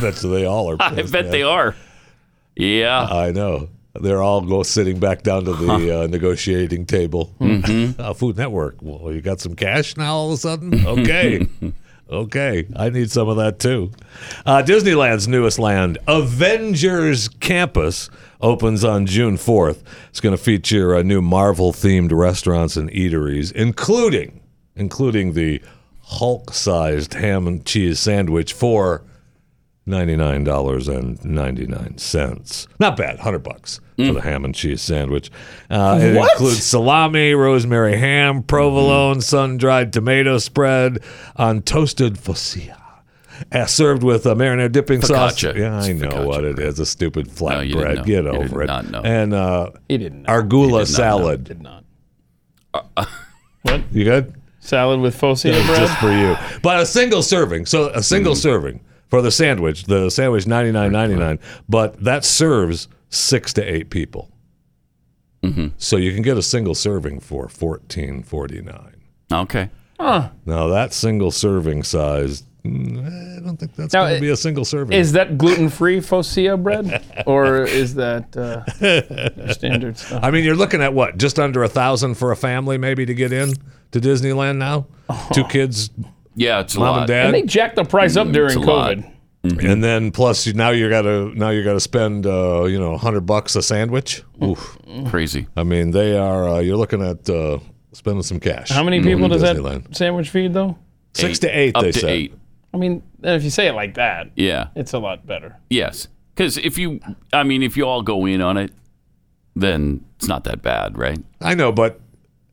Speaker 14: bet you they all are.
Speaker 2: I
Speaker 14: pissed, Uh,
Speaker 2: bet
Speaker 14: man.
Speaker 2: they are. Yeah.
Speaker 14: I know. They're all go sitting back down to the uh, negotiating table. uh, Food Network. Well, you got some cash now all of a sudden? Okay. okay. I need some of that too. Uh, Disneyland's newest land, Avengers Campus, opens on June 4th. It's going to feature uh, new Marvel themed restaurants and eateries, including including the Hulk sized ham and cheese sandwich for $99.99. Not bad, 100 bucks for
Speaker 2: Mm.
Speaker 14: the ham and cheese sandwich. Uh, it
Speaker 3: What?
Speaker 14: includes salami, rosemary ham, provolone,
Speaker 2: Mm.
Speaker 14: sun-dried tomato spread on toasted focaccia. Uh, served with a marinara dipping sauce.
Speaker 2: Focaccia.
Speaker 14: Yeah, I
Speaker 2: It's
Speaker 14: know
Speaker 2: focaccia,
Speaker 14: what it is. A stupid
Speaker 2: you didn't know.
Speaker 14: flatbread. Get
Speaker 2: You did
Speaker 14: over it.
Speaker 2: not know.
Speaker 14: And uh,
Speaker 3: He didn't. Know.
Speaker 14: arugula
Speaker 2: know.
Speaker 14: salad.
Speaker 3: Did not.
Speaker 14: You good?
Speaker 3: Salad with focaccia bread.
Speaker 14: just for you. But a single serving. So a single
Speaker 2: Mm.
Speaker 14: serving for the sandwich. The sandwich ninety nine ninety nine. But that serves six to eight people. So you can get a single serving for fourteen forty nine.
Speaker 2: Okay.
Speaker 14: Now that single serving size, mm, I don't think that's
Speaker 3: Now,
Speaker 14: going
Speaker 3: i-
Speaker 14: to be a single serving.
Speaker 3: Is that gluten free focaccia bread, or is that uh, standard stuff?
Speaker 14: I mean, you're looking at what? Just under a thousand for a family, maybe to get in to Disneyland now.
Speaker 2: Oh.
Speaker 14: Two kids,
Speaker 2: Yeah, it's a
Speaker 14: mom
Speaker 2: lot.
Speaker 14: and dad.
Speaker 3: And they jacked the price up during
Speaker 2: Mm, a lot.
Speaker 3: COVID.
Speaker 2: Mm-hmm.
Speaker 14: and then plus you, now you gotta now you gotta spend uh, you know hundred bucks a sandwich. Oof.
Speaker 2: Crazy.
Speaker 14: I mean they are uh, you're looking at uh, spending some cash.
Speaker 3: How many
Speaker 14: Mm,
Speaker 3: people does
Speaker 14: Disneyland.
Speaker 3: that sandwich feed though?
Speaker 14: Six to eight.
Speaker 2: Up
Speaker 14: they
Speaker 2: to
Speaker 14: said.
Speaker 2: eight.
Speaker 3: I mean, if you say it like that,
Speaker 2: Yeah.
Speaker 3: it's a lot better.
Speaker 2: Yes. Because if you, I mean, if you all go in on it, then it's not that bad, right?
Speaker 14: I know, but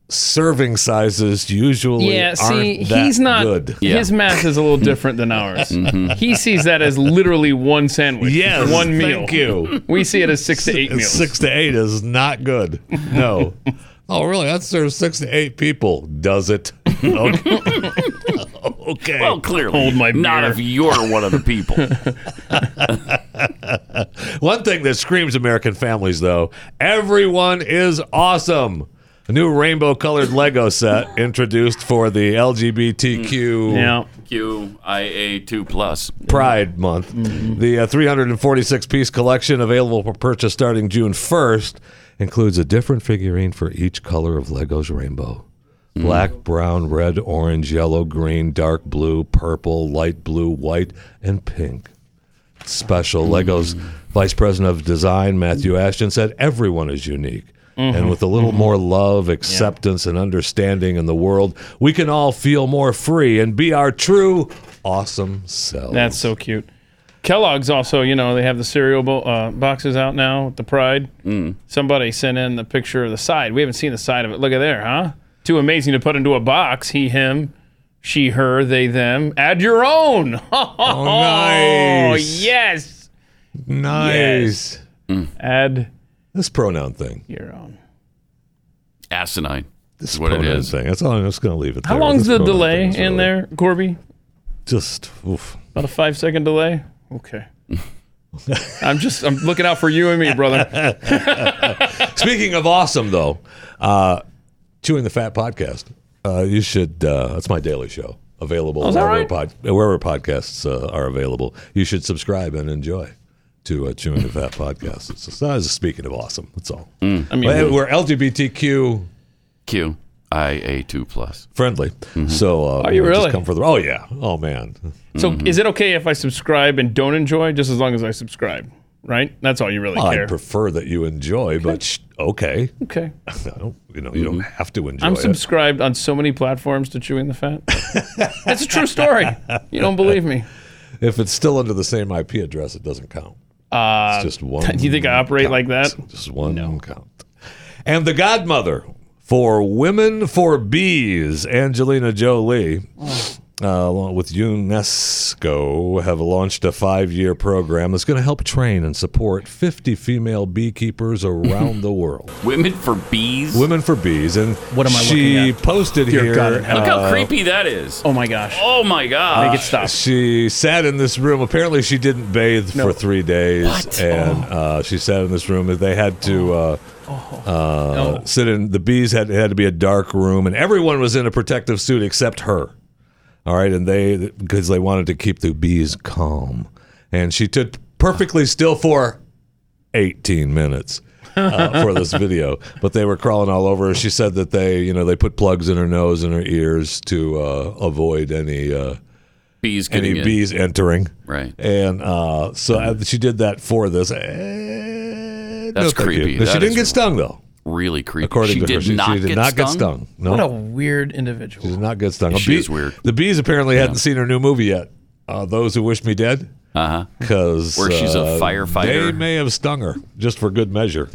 Speaker 14: serving sizes usually
Speaker 3: Yeah, see,
Speaker 14: aren't that
Speaker 3: he's not.
Speaker 14: good. Mm-hmm.
Speaker 2: Yeah.
Speaker 3: His math is a little different than ours. He sees that as literally one sandwich,
Speaker 14: Yes,
Speaker 3: one meal.
Speaker 14: Thank you.
Speaker 3: We see it as six to eight meals.
Speaker 14: six to eight is not good. No. oh, really? That serves six to eight people. Does it? Okay. okay.
Speaker 2: Well, clearly,
Speaker 3: Hold my
Speaker 2: not
Speaker 3: beer.
Speaker 2: if you're one of the people.
Speaker 14: One thing that screams American families, though, everyone is awesome. A new rainbow colored Lego set introduced for the LGBTQ
Speaker 3: Yeah.
Speaker 2: QIA two plus.
Speaker 14: Pride Month. The uh, 346 piece collection available for purchase starting June 1st includes a different figurine for each color of Lego's rainbow. Black, brown, red, orange, yellow, green, dark blue, purple, light blue, white, and pink. Special. Lego's vice president of design, Matthew Ashton, said everyone is unique.
Speaker 15: Mhm.
Speaker 14: And with a little more love, acceptance, and understanding in the world, we can all feel more free and be our true, awesome selves.
Speaker 3: That's so cute. Kellogg's also, you know, they have the cereal bo- uh, boxes out now with the Pride.
Speaker 14: Mm.
Speaker 3: Somebody sent in the picture of the side. We haven't seen the side of it. Look at there, huh? Too amazing to put into a box. He, him, she, her, they, them. Add your own. Oh,
Speaker 14: nice.
Speaker 3: yes.
Speaker 14: Nice.
Speaker 3: Add
Speaker 14: this pronoun thing.
Speaker 3: your own.
Speaker 2: Asinine. This is what it
Speaker 14: pronoun
Speaker 2: is.
Speaker 14: Thing. That's all. I'm just going to leave it.
Speaker 3: How
Speaker 14: there.
Speaker 3: long's
Speaker 14: This
Speaker 3: the
Speaker 14: pronoun
Speaker 3: delay
Speaker 14: thing's
Speaker 3: in
Speaker 14: really-
Speaker 3: there, Corby?
Speaker 14: Just oof.
Speaker 3: About a five second delay? Okay. I'm just, I'm looking out for you and me, brother.
Speaker 14: Speaking of awesome, though, uh, Chewing the Fat podcast. Uh, you should. Uh, that's my daily show. Available
Speaker 3: Oh, is that
Speaker 14: wherever, pod, wherever podcasts uh, are available. You should subscribe and enjoy to uh, Chewing the Fat podcast. It's just, uh, speaking of awesome. That's all.
Speaker 2: I mean,
Speaker 14: Well, we're LGBTQ
Speaker 2: Q I A two plus
Speaker 14: friendly. So uh,
Speaker 3: Are you
Speaker 14: know, just
Speaker 3: really?
Speaker 14: Come for the. Oh yeah. Oh man.
Speaker 3: So is it okay if I subscribe and don't enjoy just as long as I subscribe? Right? That's all you really
Speaker 14: Well,
Speaker 3: care.
Speaker 14: I prefer that you enjoy, but sh- okay.
Speaker 3: okay.
Speaker 14: I don't, you know, you don't have to enjoy
Speaker 3: I'm
Speaker 14: it.
Speaker 3: subscribed on so many platforms to Chewing the Fat. That's a true story. You don't believe me.
Speaker 14: If it's still under the same IP address, it doesn't count.
Speaker 3: Uh,
Speaker 14: It's just one
Speaker 3: Do you think I operate like that?
Speaker 14: Just one count. And the godmother for Women for Bees, Angelina Jolie, uh, along with UNESCO, have launched a five year program that's going to help train and support 50 female beekeepers around the world.
Speaker 2: Women for bees.
Speaker 14: Women for Bees. And what
Speaker 2: am I
Speaker 14: she posted
Speaker 2: Dear
Speaker 14: here.
Speaker 2: God in heaven. Look how
Speaker 14: uh,
Speaker 2: creepy that is.
Speaker 3: Oh my gosh.
Speaker 2: Oh my god.
Speaker 14: uh, She sat in this room. Apparently, she didn't bathe for three days,
Speaker 2: What?
Speaker 14: and uh, she sat in this room. and They had to uh,
Speaker 3: Oh.
Speaker 14: uh, sit in. The bees had it had to be a dark room, and everyone was in a protective suit except her. All right, and they because they wanted to keep the bees calm, and she took perfectly still for 18 minutes uh, for this video. But they were crawling all over her. She said that they, you know, they put plugs in her nose and her ears to uh, avoid any uh,
Speaker 2: bees
Speaker 14: any
Speaker 2: getting in.
Speaker 14: bees entering.
Speaker 2: Right.
Speaker 14: And uh, so uh, she did that for this. Eh, no,
Speaker 2: That's
Speaker 14: thank you.
Speaker 2: creepy.
Speaker 14: No, she
Speaker 2: That
Speaker 14: didn't
Speaker 2: is
Speaker 14: get stung though.
Speaker 2: Really creepy.
Speaker 14: According
Speaker 2: she
Speaker 14: to her,
Speaker 2: did
Speaker 14: she,
Speaker 2: not,
Speaker 14: she did
Speaker 2: get,
Speaker 14: not
Speaker 2: stung?
Speaker 14: get stung. No,
Speaker 3: What a weird individual.
Speaker 14: she did not get stung. A
Speaker 2: She's weird.
Speaker 14: The bees apparently hadn't seen her new movie yet. Uh, Those who wish me dead.
Speaker 2: Uh huh.
Speaker 14: Because
Speaker 2: Where she's a firefighter.
Speaker 14: uh, They may have stung her just for good measure.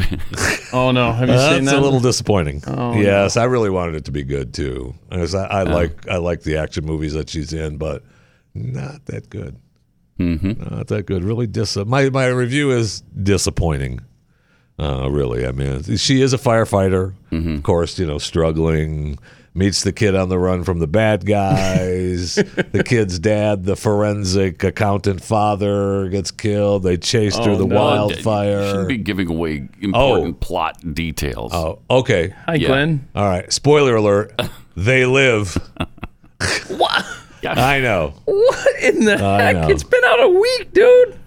Speaker 3: Oh no. Have you
Speaker 14: That's
Speaker 3: seen that?
Speaker 14: a little disappointing.
Speaker 3: Oh, no.
Speaker 14: yes, I really wanted it to be good too. 'Cause I, I like I like the action movies that she's in, but not that good. Mm-hmm. Not that good. Really dis. My my review is disappointing. Uh, really, I mean, she is a firefighter,
Speaker 2: Mm-hmm.
Speaker 14: of course. You know, struggling. Meets the kid on the run from the bad guys. the kid's dad, the forensic accountant father, gets killed. They chase
Speaker 2: Oh,
Speaker 14: through the
Speaker 2: no.
Speaker 14: wildfire.
Speaker 2: Shouldn't be giving away important plot details.
Speaker 14: Oh, okay.
Speaker 3: Hi, Glenn.
Speaker 14: All right. Spoiler alert. They live. what? I know.
Speaker 3: What in the
Speaker 14: I know.
Speaker 3: heck? It's been out a week, dude.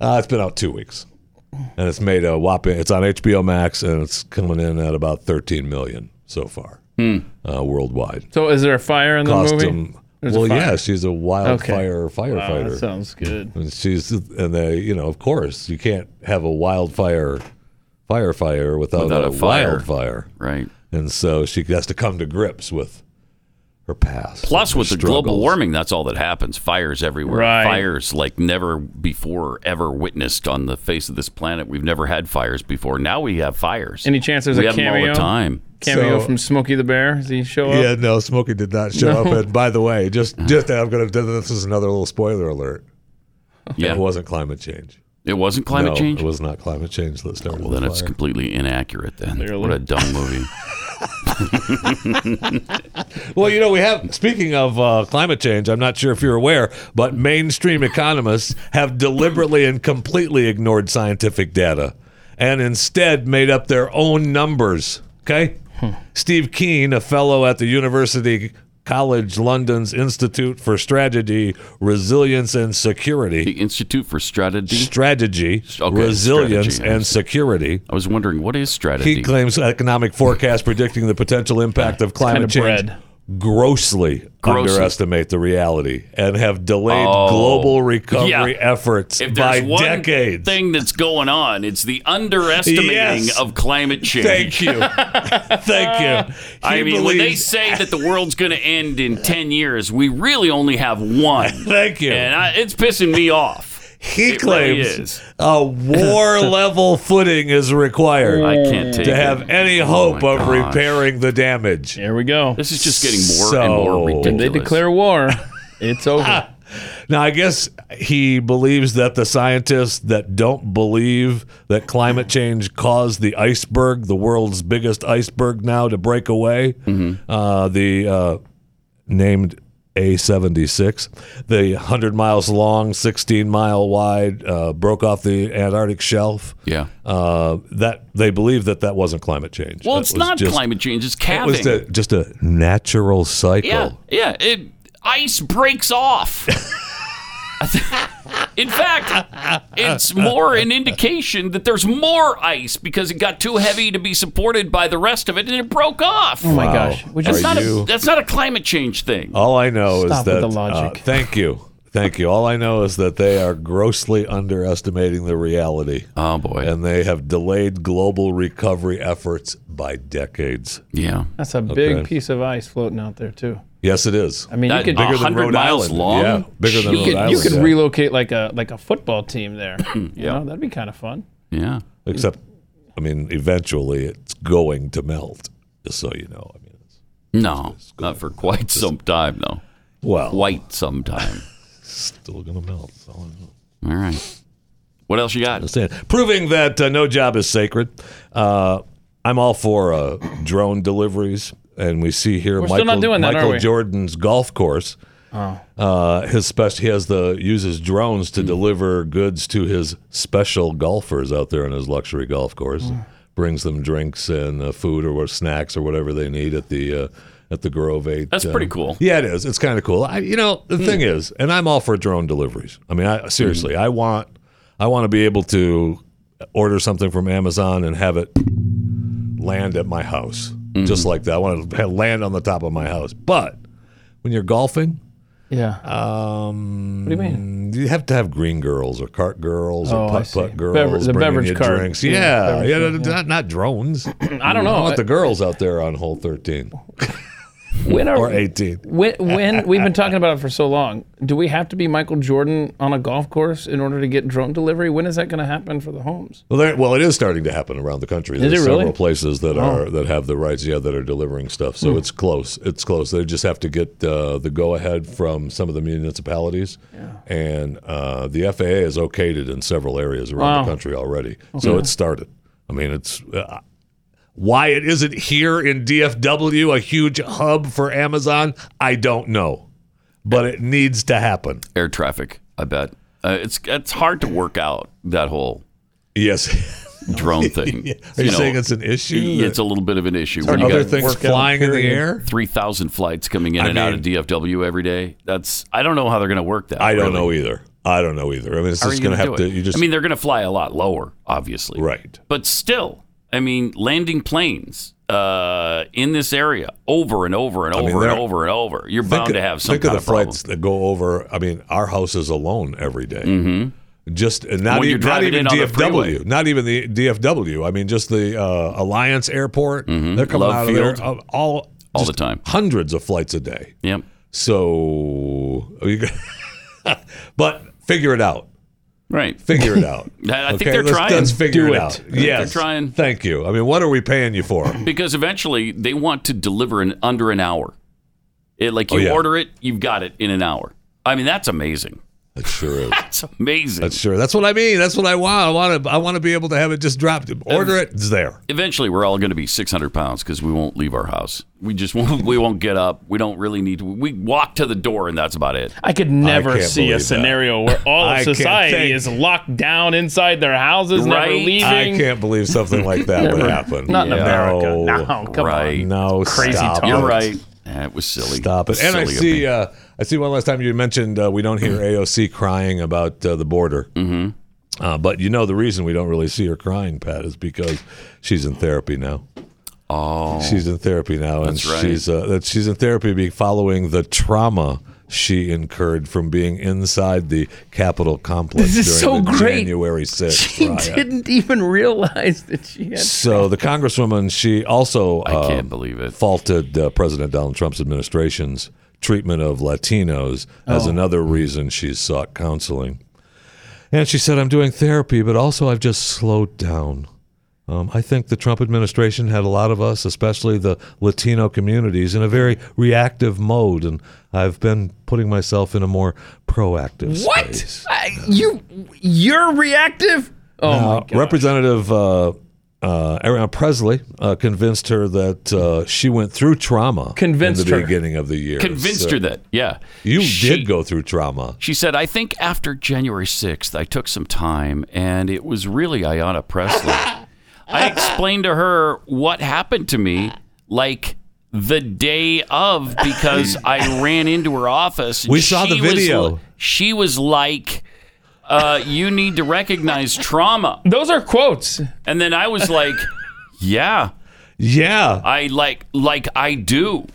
Speaker 14: Uh, it's been out two weeks, and it's made a whopping. It's on HBO Max, and it's coming in at about 13 million so far uh, worldwide.
Speaker 3: So is there a fire in Hmm. the
Speaker 14: Cost
Speaker 3: movie?
Speaker 14: him-
Speaker 3: There's a
Speaker 14: well,
Speaker 3: fire.
Speaker 14: yeah, she's a wildfire
Speaker 3: Wow, that
Speaker 14: firefighter.
Speaker 3: sounds good.
Speaker 14: And she's and they, you know, of course, you can't have a wildfire firefighter without,
Speaker 2: Without
Speaker 14: a,
Speaker 2: a fire.
Speaker 14: wildfire,
Speaker 2: right?
Speaker 14: And so she has to come to grips with her past.
Speaker 2: Plus,
Speaker 14: her
Speaker 2: with the global
Speaker 14: struggles.
Speaker 2: warming, that's all that happens. Fires everywhere.
Speaker 3: Right.
Speaker 2: Fires like never before ever witnessed on the face of this planet. We've never had fires before. Now we have fires.
Speaker 3: Any chance there's
Speaker 2: we
Speaker 3: a
Speaker 2: have them
Speaker 3: cameo?
Speaker 2: all the time.
Speaker 3: Cameo
Speaker 14: So-
Speaker 3: from Smokey the Bear? Does he show up?
Speaker 14: Yeah, no, Smokey did not show
Speaker 3: No.
Speaker 14: up. And by the way, just just I'm gonna this is another little spoiler alert.
Speaker 2: Yeah.
Speaker 14: It wasn't climate change.
Speaker 2: It wasn't climate
Speaker 14: No,
Speaker 2: change.
Speaker 14: It was not climate change that started.
Speaker 2: well,
Speaker 14: the
Speaker 2: then it's
Speaker 14: fire.
Speaker 2: completely inaccurate. Then
Speaker 3: Clearly.
Speaker 2: what a dumb movie.
Speaker 14: Well, you know, we have. Speaking of uh, climate change, I'm not sure if you're aware, but mainstream economists have deliberately and completely ignored scientific data, and instead made up their own numbers. Okay, Steve Keen, a fellow at the University College London's Institute for Strategy, Resilience and Security. The
Speaker 2: Institute for Strategy?
Speaker 14: Strategy,
Speaker 2: Okay,
Speaker 14: Resilience
Speaker 2: strategy, I
Speaker 14: and Security.
Speaker 2: I was wondering, what is strategy?
Speaker 14: He claims economic forecast predicting the potential impact of climate
Speaker 2: kind of
Speaker 14: change grossly,
Speaker 2: Grossly.
Speaker 14: underestimate the reality and have delayed
Speaker 2: Oh.
Speaker 14: global recovery
Speaker 2: Yeah.
Speaker 14: efforts
Speaker 2: If
Speaker 14: by
Speaker 2: there's one
Speaker 14: decades.
Speaker 2: thing that's going on, it's the underestimating
Speaker 14: Yes.
Speaker 2: of climate change.
Speaker 14: Thank you. Thank you.
Speaker 2: I
Speaker 14: He
Speaker 2: mean, when they
Speaker 14: believes-
Speaker 2: say that the world's going to end in 10 years, we really only have one.
Speaker 14: Thank you.
Speaker 2: And I, it's pissing me off.
Speaker 14: He
Speaker 2: It really
Speaker 14: claims
Speaker 2: is.
Speaker 14: a war level footing is required
Speaker 2: I can't take
Speaker 14: to
Speaker 2: it.
Speaker 14: have any
Speaker 2: Oh
Speaker 14: hope
Speaker 2: my
Speaker 14: of
Speaker 2: gosh.
Speaker 14: repairing the damage.
Speaker 3: There we go.
Speaker 2: This is just getting more and more
Speaker 3: When they
Speaker 2: ridiculous.
Speaker 3: declare war, Ah, it's over.
Speaker 14: Now, I guess he believes that the scientists that don't believe that climate change caused the iceberg, the world's biggest iceberg now, to break away,
Speaker 2: Mm-hmm.
Speaker 14: uh, the uh, named A76, the 100 miles long, 16 mile wide, uh, broke off the Antarctic shelf.
Speaker 2: Yeah.
Speaker 14: Uh, that they believe that that wasn't climate change.
Speaker 2: Well,
Speaker 14: That
Speaker 2: it's
Speaker 14: was
Speaker 2: not
Speaker 14: just-
Speaker 2: climate change, it's
Speaker 14: It
Speaker 2: calving.
Speaker 14: was a- just a natural cycle.
Speaker 2: yeah, yeah. It, ice breaks off. In fact, it's more an indication that there's more ice because it got too heavy to be supported by the rest of it, and it broke off.
Speaker 14: Oh my Wow. gosh. Would you-
Speaker 2: that's, not a,
Speaker 14: Are you- Oh.
Speaker 2: that's not a climate change thing.
Speaker 14: All I know
Speaker 2: Stop
Speaker 14: is
Speaker 2: with
Speaker 14: that.
Speaker 2: the logic.
Speaker 14: uh, thank you, thank you. All I know is that they are grossly underestimating the reality.
Speaker 2: Oh boy!
Speaker 14: And they have delayed global recovery efforts by decades.
Speaker 2: Yeah,
Speaker 3: That's a big
Speaker 14: Okay.
Speaker 3: piece of ice floating out there too.
Speaker 14: Yes, it is.
Speaker 3: I mean, you could
Speaker 14: bigger than Rhode Island. Yeah, bigger than
Speaker 3: you
Speaker 14: Rhode
Speaker 3: could,
Speaker 14: Island.
Speaker 3: You could
Speaker 14: yeah.
Speaker 3: relocate like a like a football team there. yeah, that'd be kind of fun.
Speaker 2: Yeah.
Speaker 14: Except, I mean, eventually it's going to melt. Just so you know. I mean,
Speaker 2: No, not for quite some time, though.
Speaker 14: Well,
Speaker 2: quite some time.
Speaker 14: still gonna melt. so-
Speaker 2: All right. What else you got?
Speaker 14: Understand. Proving that uh, no job is sacred. Uh, I'm all for uh, drone deliveries, and we see here
Speaker 3: We're still
Speaker 14: Michael,
Speaker 3: not doing that, are
Speaker 14: Michael
Speaker 3: we?
Speaker 14: Jordan's golf course.
Speaker 3: Oh.
Speaker 14: Uh, his special, he has the uses drones to deliver goods to his special golfers out there on his luxury golf course. Brings them drinks and uh, food or what- snacks or whatever they need at the uh, at the Grove Eight.
Speaker 2: That's
Speaker 14: uh,
Speaker 2: pretty cool.
Speaker 14: Yeah, it is. It's kind of cool. I, you know, the
Speaker 2: Hmm.
Speaker 14: thing is, and I'm all for drone deliveries. I mean, I seriously, I want I want to be able to order something from Amazon and have it land at my house
Speaker 2: Mm-hmm.
Speaker 14: just like that. I want to land on the top of my house. But when you're golfing,
Speaker 3: Yeah.
Speaker 14: um,
Speaker 3: What do you mean?
Speaker 14: You have to have green girls or cart girls
Speaker 3: Oh,
Speaker 14: or
Speaker 3: I
Speaker 14: putt
Speaker 3: see.
Speaker 14: putt girls.
Speaker 3: Bever- the
Speaker 14: bringing
Speaker 3: beverage
Speaker 14: you
Speaker 3: cart.
Speaker 14: Drinks.
Speaker 3: Yeah,
Speaker 14: Yeah,
Speaker 3: beverage
Speaker 14: yeah,
Speaker 3: cart,
Speaker 14: not,
Speaker 3: yeah.
Speaker 14: Not, drones.
Speaker 3: I don't know.
Speaker 14: I want the girls out there on hole 13
Speaker 3: Uh, When are-
Speaker 14: or 18.
Speaker 3: When, when we've been talking about it for so long, do we have to be Michael Jordan on a golf course in order to get drone delivery? When is that going to happen for the homes?
Speaker 14: Well, there, well, it is starting to happen around the country.
Speaker 3: Is
Speaker 14: There's
Speaker 3: it really?
Speaker 14: several places that
Speaker 3: Oh.
Speaker 14: are that have the rights, yeah, that are delivering stuff. So
Speaker 3: Hmm.
Speaker 14: it's close. It's close. They just have to get uh, the go ahead from some of the municipalities, and uh, the FAA has okayed it in several areas around
Speaker 3: Wow.
Speaker 14: the country already.
Speaker 3: Okay.
Speaker 14: So it's started. I mean, it's. Uh, why it isn't here in DFW, a huge hub for Amazon, I don't know. But it needs to happen.
Speaker 2: Air traffic, I bet. Uh, it's it's hard to work out that whole
Speaker 14: yes
Speaker 2: drone thing.
Speaker 14: Are you saying it's an issue
Speaker 2: Yeah,
Speaker 14: that-
Speaker 2: It's a little bit of an issue.
Speaker 14: Are other things Work out, flying in the period. air?
Speaker 2: Three thousand flights coming in
Speaker 14: I
Speaker 2: and out of DFW every day. That's I don't know how they're going to work that.
Speaker 14: I
Speaker 2: really.
Speaker 14: don't know either. I don't know either. I mean, it's
Speaker 2: How are
Speaker 14: just
Speaker 2: you
Speaker 14: going to
Speaker 2: gonna
Speaker 14: have
Speaker 2: do
Speaker 14: to.
Speaker 2: it?
Speaker 14: You just.
Speaker 2: I mean, they're going to fly a lot lower, obviously.
Speaker 14: Right.
Speaker 2: But still, I mean, landing planes uh, in this area over and over and
Speaker 14: I
Speaker 2: over
Speaker 14: mean,
Speaker 2: and
Speaker 14: they're-
Speaker 2: over and over. You're
Speaker 14: think
Speaker 2: bound
Speaker 14: of-
Speaker 2: to have some
Speaker 14: Think
Speaker 2: kind
Speaker 14: of the
Speaker 2: problem.
Speaker 14: flights that go over. I mean, our houses alone every day. Just and
Speaker 2: Mm-hmm.
Speaker 14: not,
Speaker 2: When you're
Speaker 14: even, not
Speaker 2: driving
Speaker 14: even
Speaker 2: in on the freeway.
Speaker 14: DFW, not even the DFW. I mean, just the uh, Alliance Airport. They're coming
Speaker 2: Mm-hmm. Love
Speaker 14: out of there
Speaker 2: Field.
Speaker 14: uh, all all the
Speaker 2: time,
Speaker 14: hundreds of flights a day.
Speaker 2: Yep.
Speaker 14: So, are you gonna- but figure it out.
Speaker 2: Right.
Speaker 14: Figure it out.
Speaker 2: I- I think they're
Speaker 14: let's,
Speaker 2: trying.
Speaker 14: Let's figure
Speaker 2: Do
Speaker 14: it
Speaker 2: it.
Speaker 14: out.
Speaker 2: I think they're
Speaker 14: Yes.
Speaker 2: trying.
Speaker 14: Thank you. I mean, what are we paying you for?
Speaker 2: because eventually they want to deliver in under an hour. It, like
Speaker 14: Oh,
Speaker 2: you
Speaker 14: yeah.
Speaker 2: order it, you've got it in an hour. I mean, that's amazing.
Speaker 14: That sure is.
Speaker 2: That's amazing.
Speaker 14: That's sure. That's what I mean. That's what I want. I want to. I want to be able to have it just dropped. Order it. It's there.
Speaker 2: Eventually, we're all going to be 600 pounds because we won't leave our house. We just won't. We won't get up. We don't really need to. We walk to the door, and that's about it.
Speaker 3: I could never see a scenario where all
Speaker 2: I
Speaker 3: of
Speaker 2: can't
Speaker 3: society
Speaker 2: think.
Speaker 3: is locked down inside their houses, never
Speaker 2: Right?
Speaker 3: leaving.
Speaker 14: I can't believe something like that would
Speaker 3: Never.
Speaker 14: happen.
Speaker 3: Not in America. No, come on.
Speaker 2: right.
Speaker 14: No,
Speaker 3: Crazy
Speaker 14: stop
Speaker 3: talk.
Speaker 14: it.
Speaker 2: You're right. That was silly.
Speaker 14: Stop it. And I
Speaker 2: Silly of
Speaker 14: see,
Speaker 2: me.
Speaker 14: uh, I see. One last time you mentioned uh, we don't hear AOC crying about uh, the border. Mm-hmm. Uh, but you know the reason we don't really see her crying, Pat, is because she's in therapy now.
Speaker 2: Oh,
Speaker 14: she's in therapy now, and
Speaker 2: That's right.
Speaker 14: she's uh, that she's in therapy be following the trauma she incurred from being inside the Capitol complex
Speaker 3: This is
Speaker 14: during
Speaker 3: so
Speaker 14: the
Speaker 3: great.
Speaker 14: January 6th
Speaker 3: She
Speaker 14: riot.
Speaker 3: didn't even realize that she had.
Speaker 14: So the congresswoman, she also uh, I can't believe it faulted uh, President Donald Trump's administration's treatment of Latinos as
Speaker 15: Oh.
Speaker 14: another reason she sought counseling. And she said, "I'm doing therapy, but also I've just slowed down." Um, I think the Trump administration had a lot of us, especially the Latino communities, in a very reactive mode, and I've been putting myself in a more proactive. space."
Speaker 3: What? I, you you're reactive? Oh
Speaker 14: Now,
Speaker 3: my god.
Speaker 14: Representative uh, uh, Ariana Presley uh, convinced her that uh, she went through trauma
Speaker 2: Convinced
Speaker 14: in the
Speaker 2: her.
Speaker 14: beginning of the year.
Speaker 2: Convinced her that, yeah.
Speaker 14: You
Speaker 2: She-
Speaker 14: did go through trauma.
Speaker 2: She said, I think after January 6th, I took some time, and it was really Ayanna Presley. I explained to her what happened to me, like the day of, because I ran into her office. and
Speaker 14: We saw the
Speaker 2: she was
Speaker 14: video.
Speaker 2: li- she was like, uh, You need to recognize trauma.
Speaker 3: Those are quotes.
Speaker 2: And then I was like, Yeah.
Speaker 14: Yeah.
Speaker 2: I like, like, I do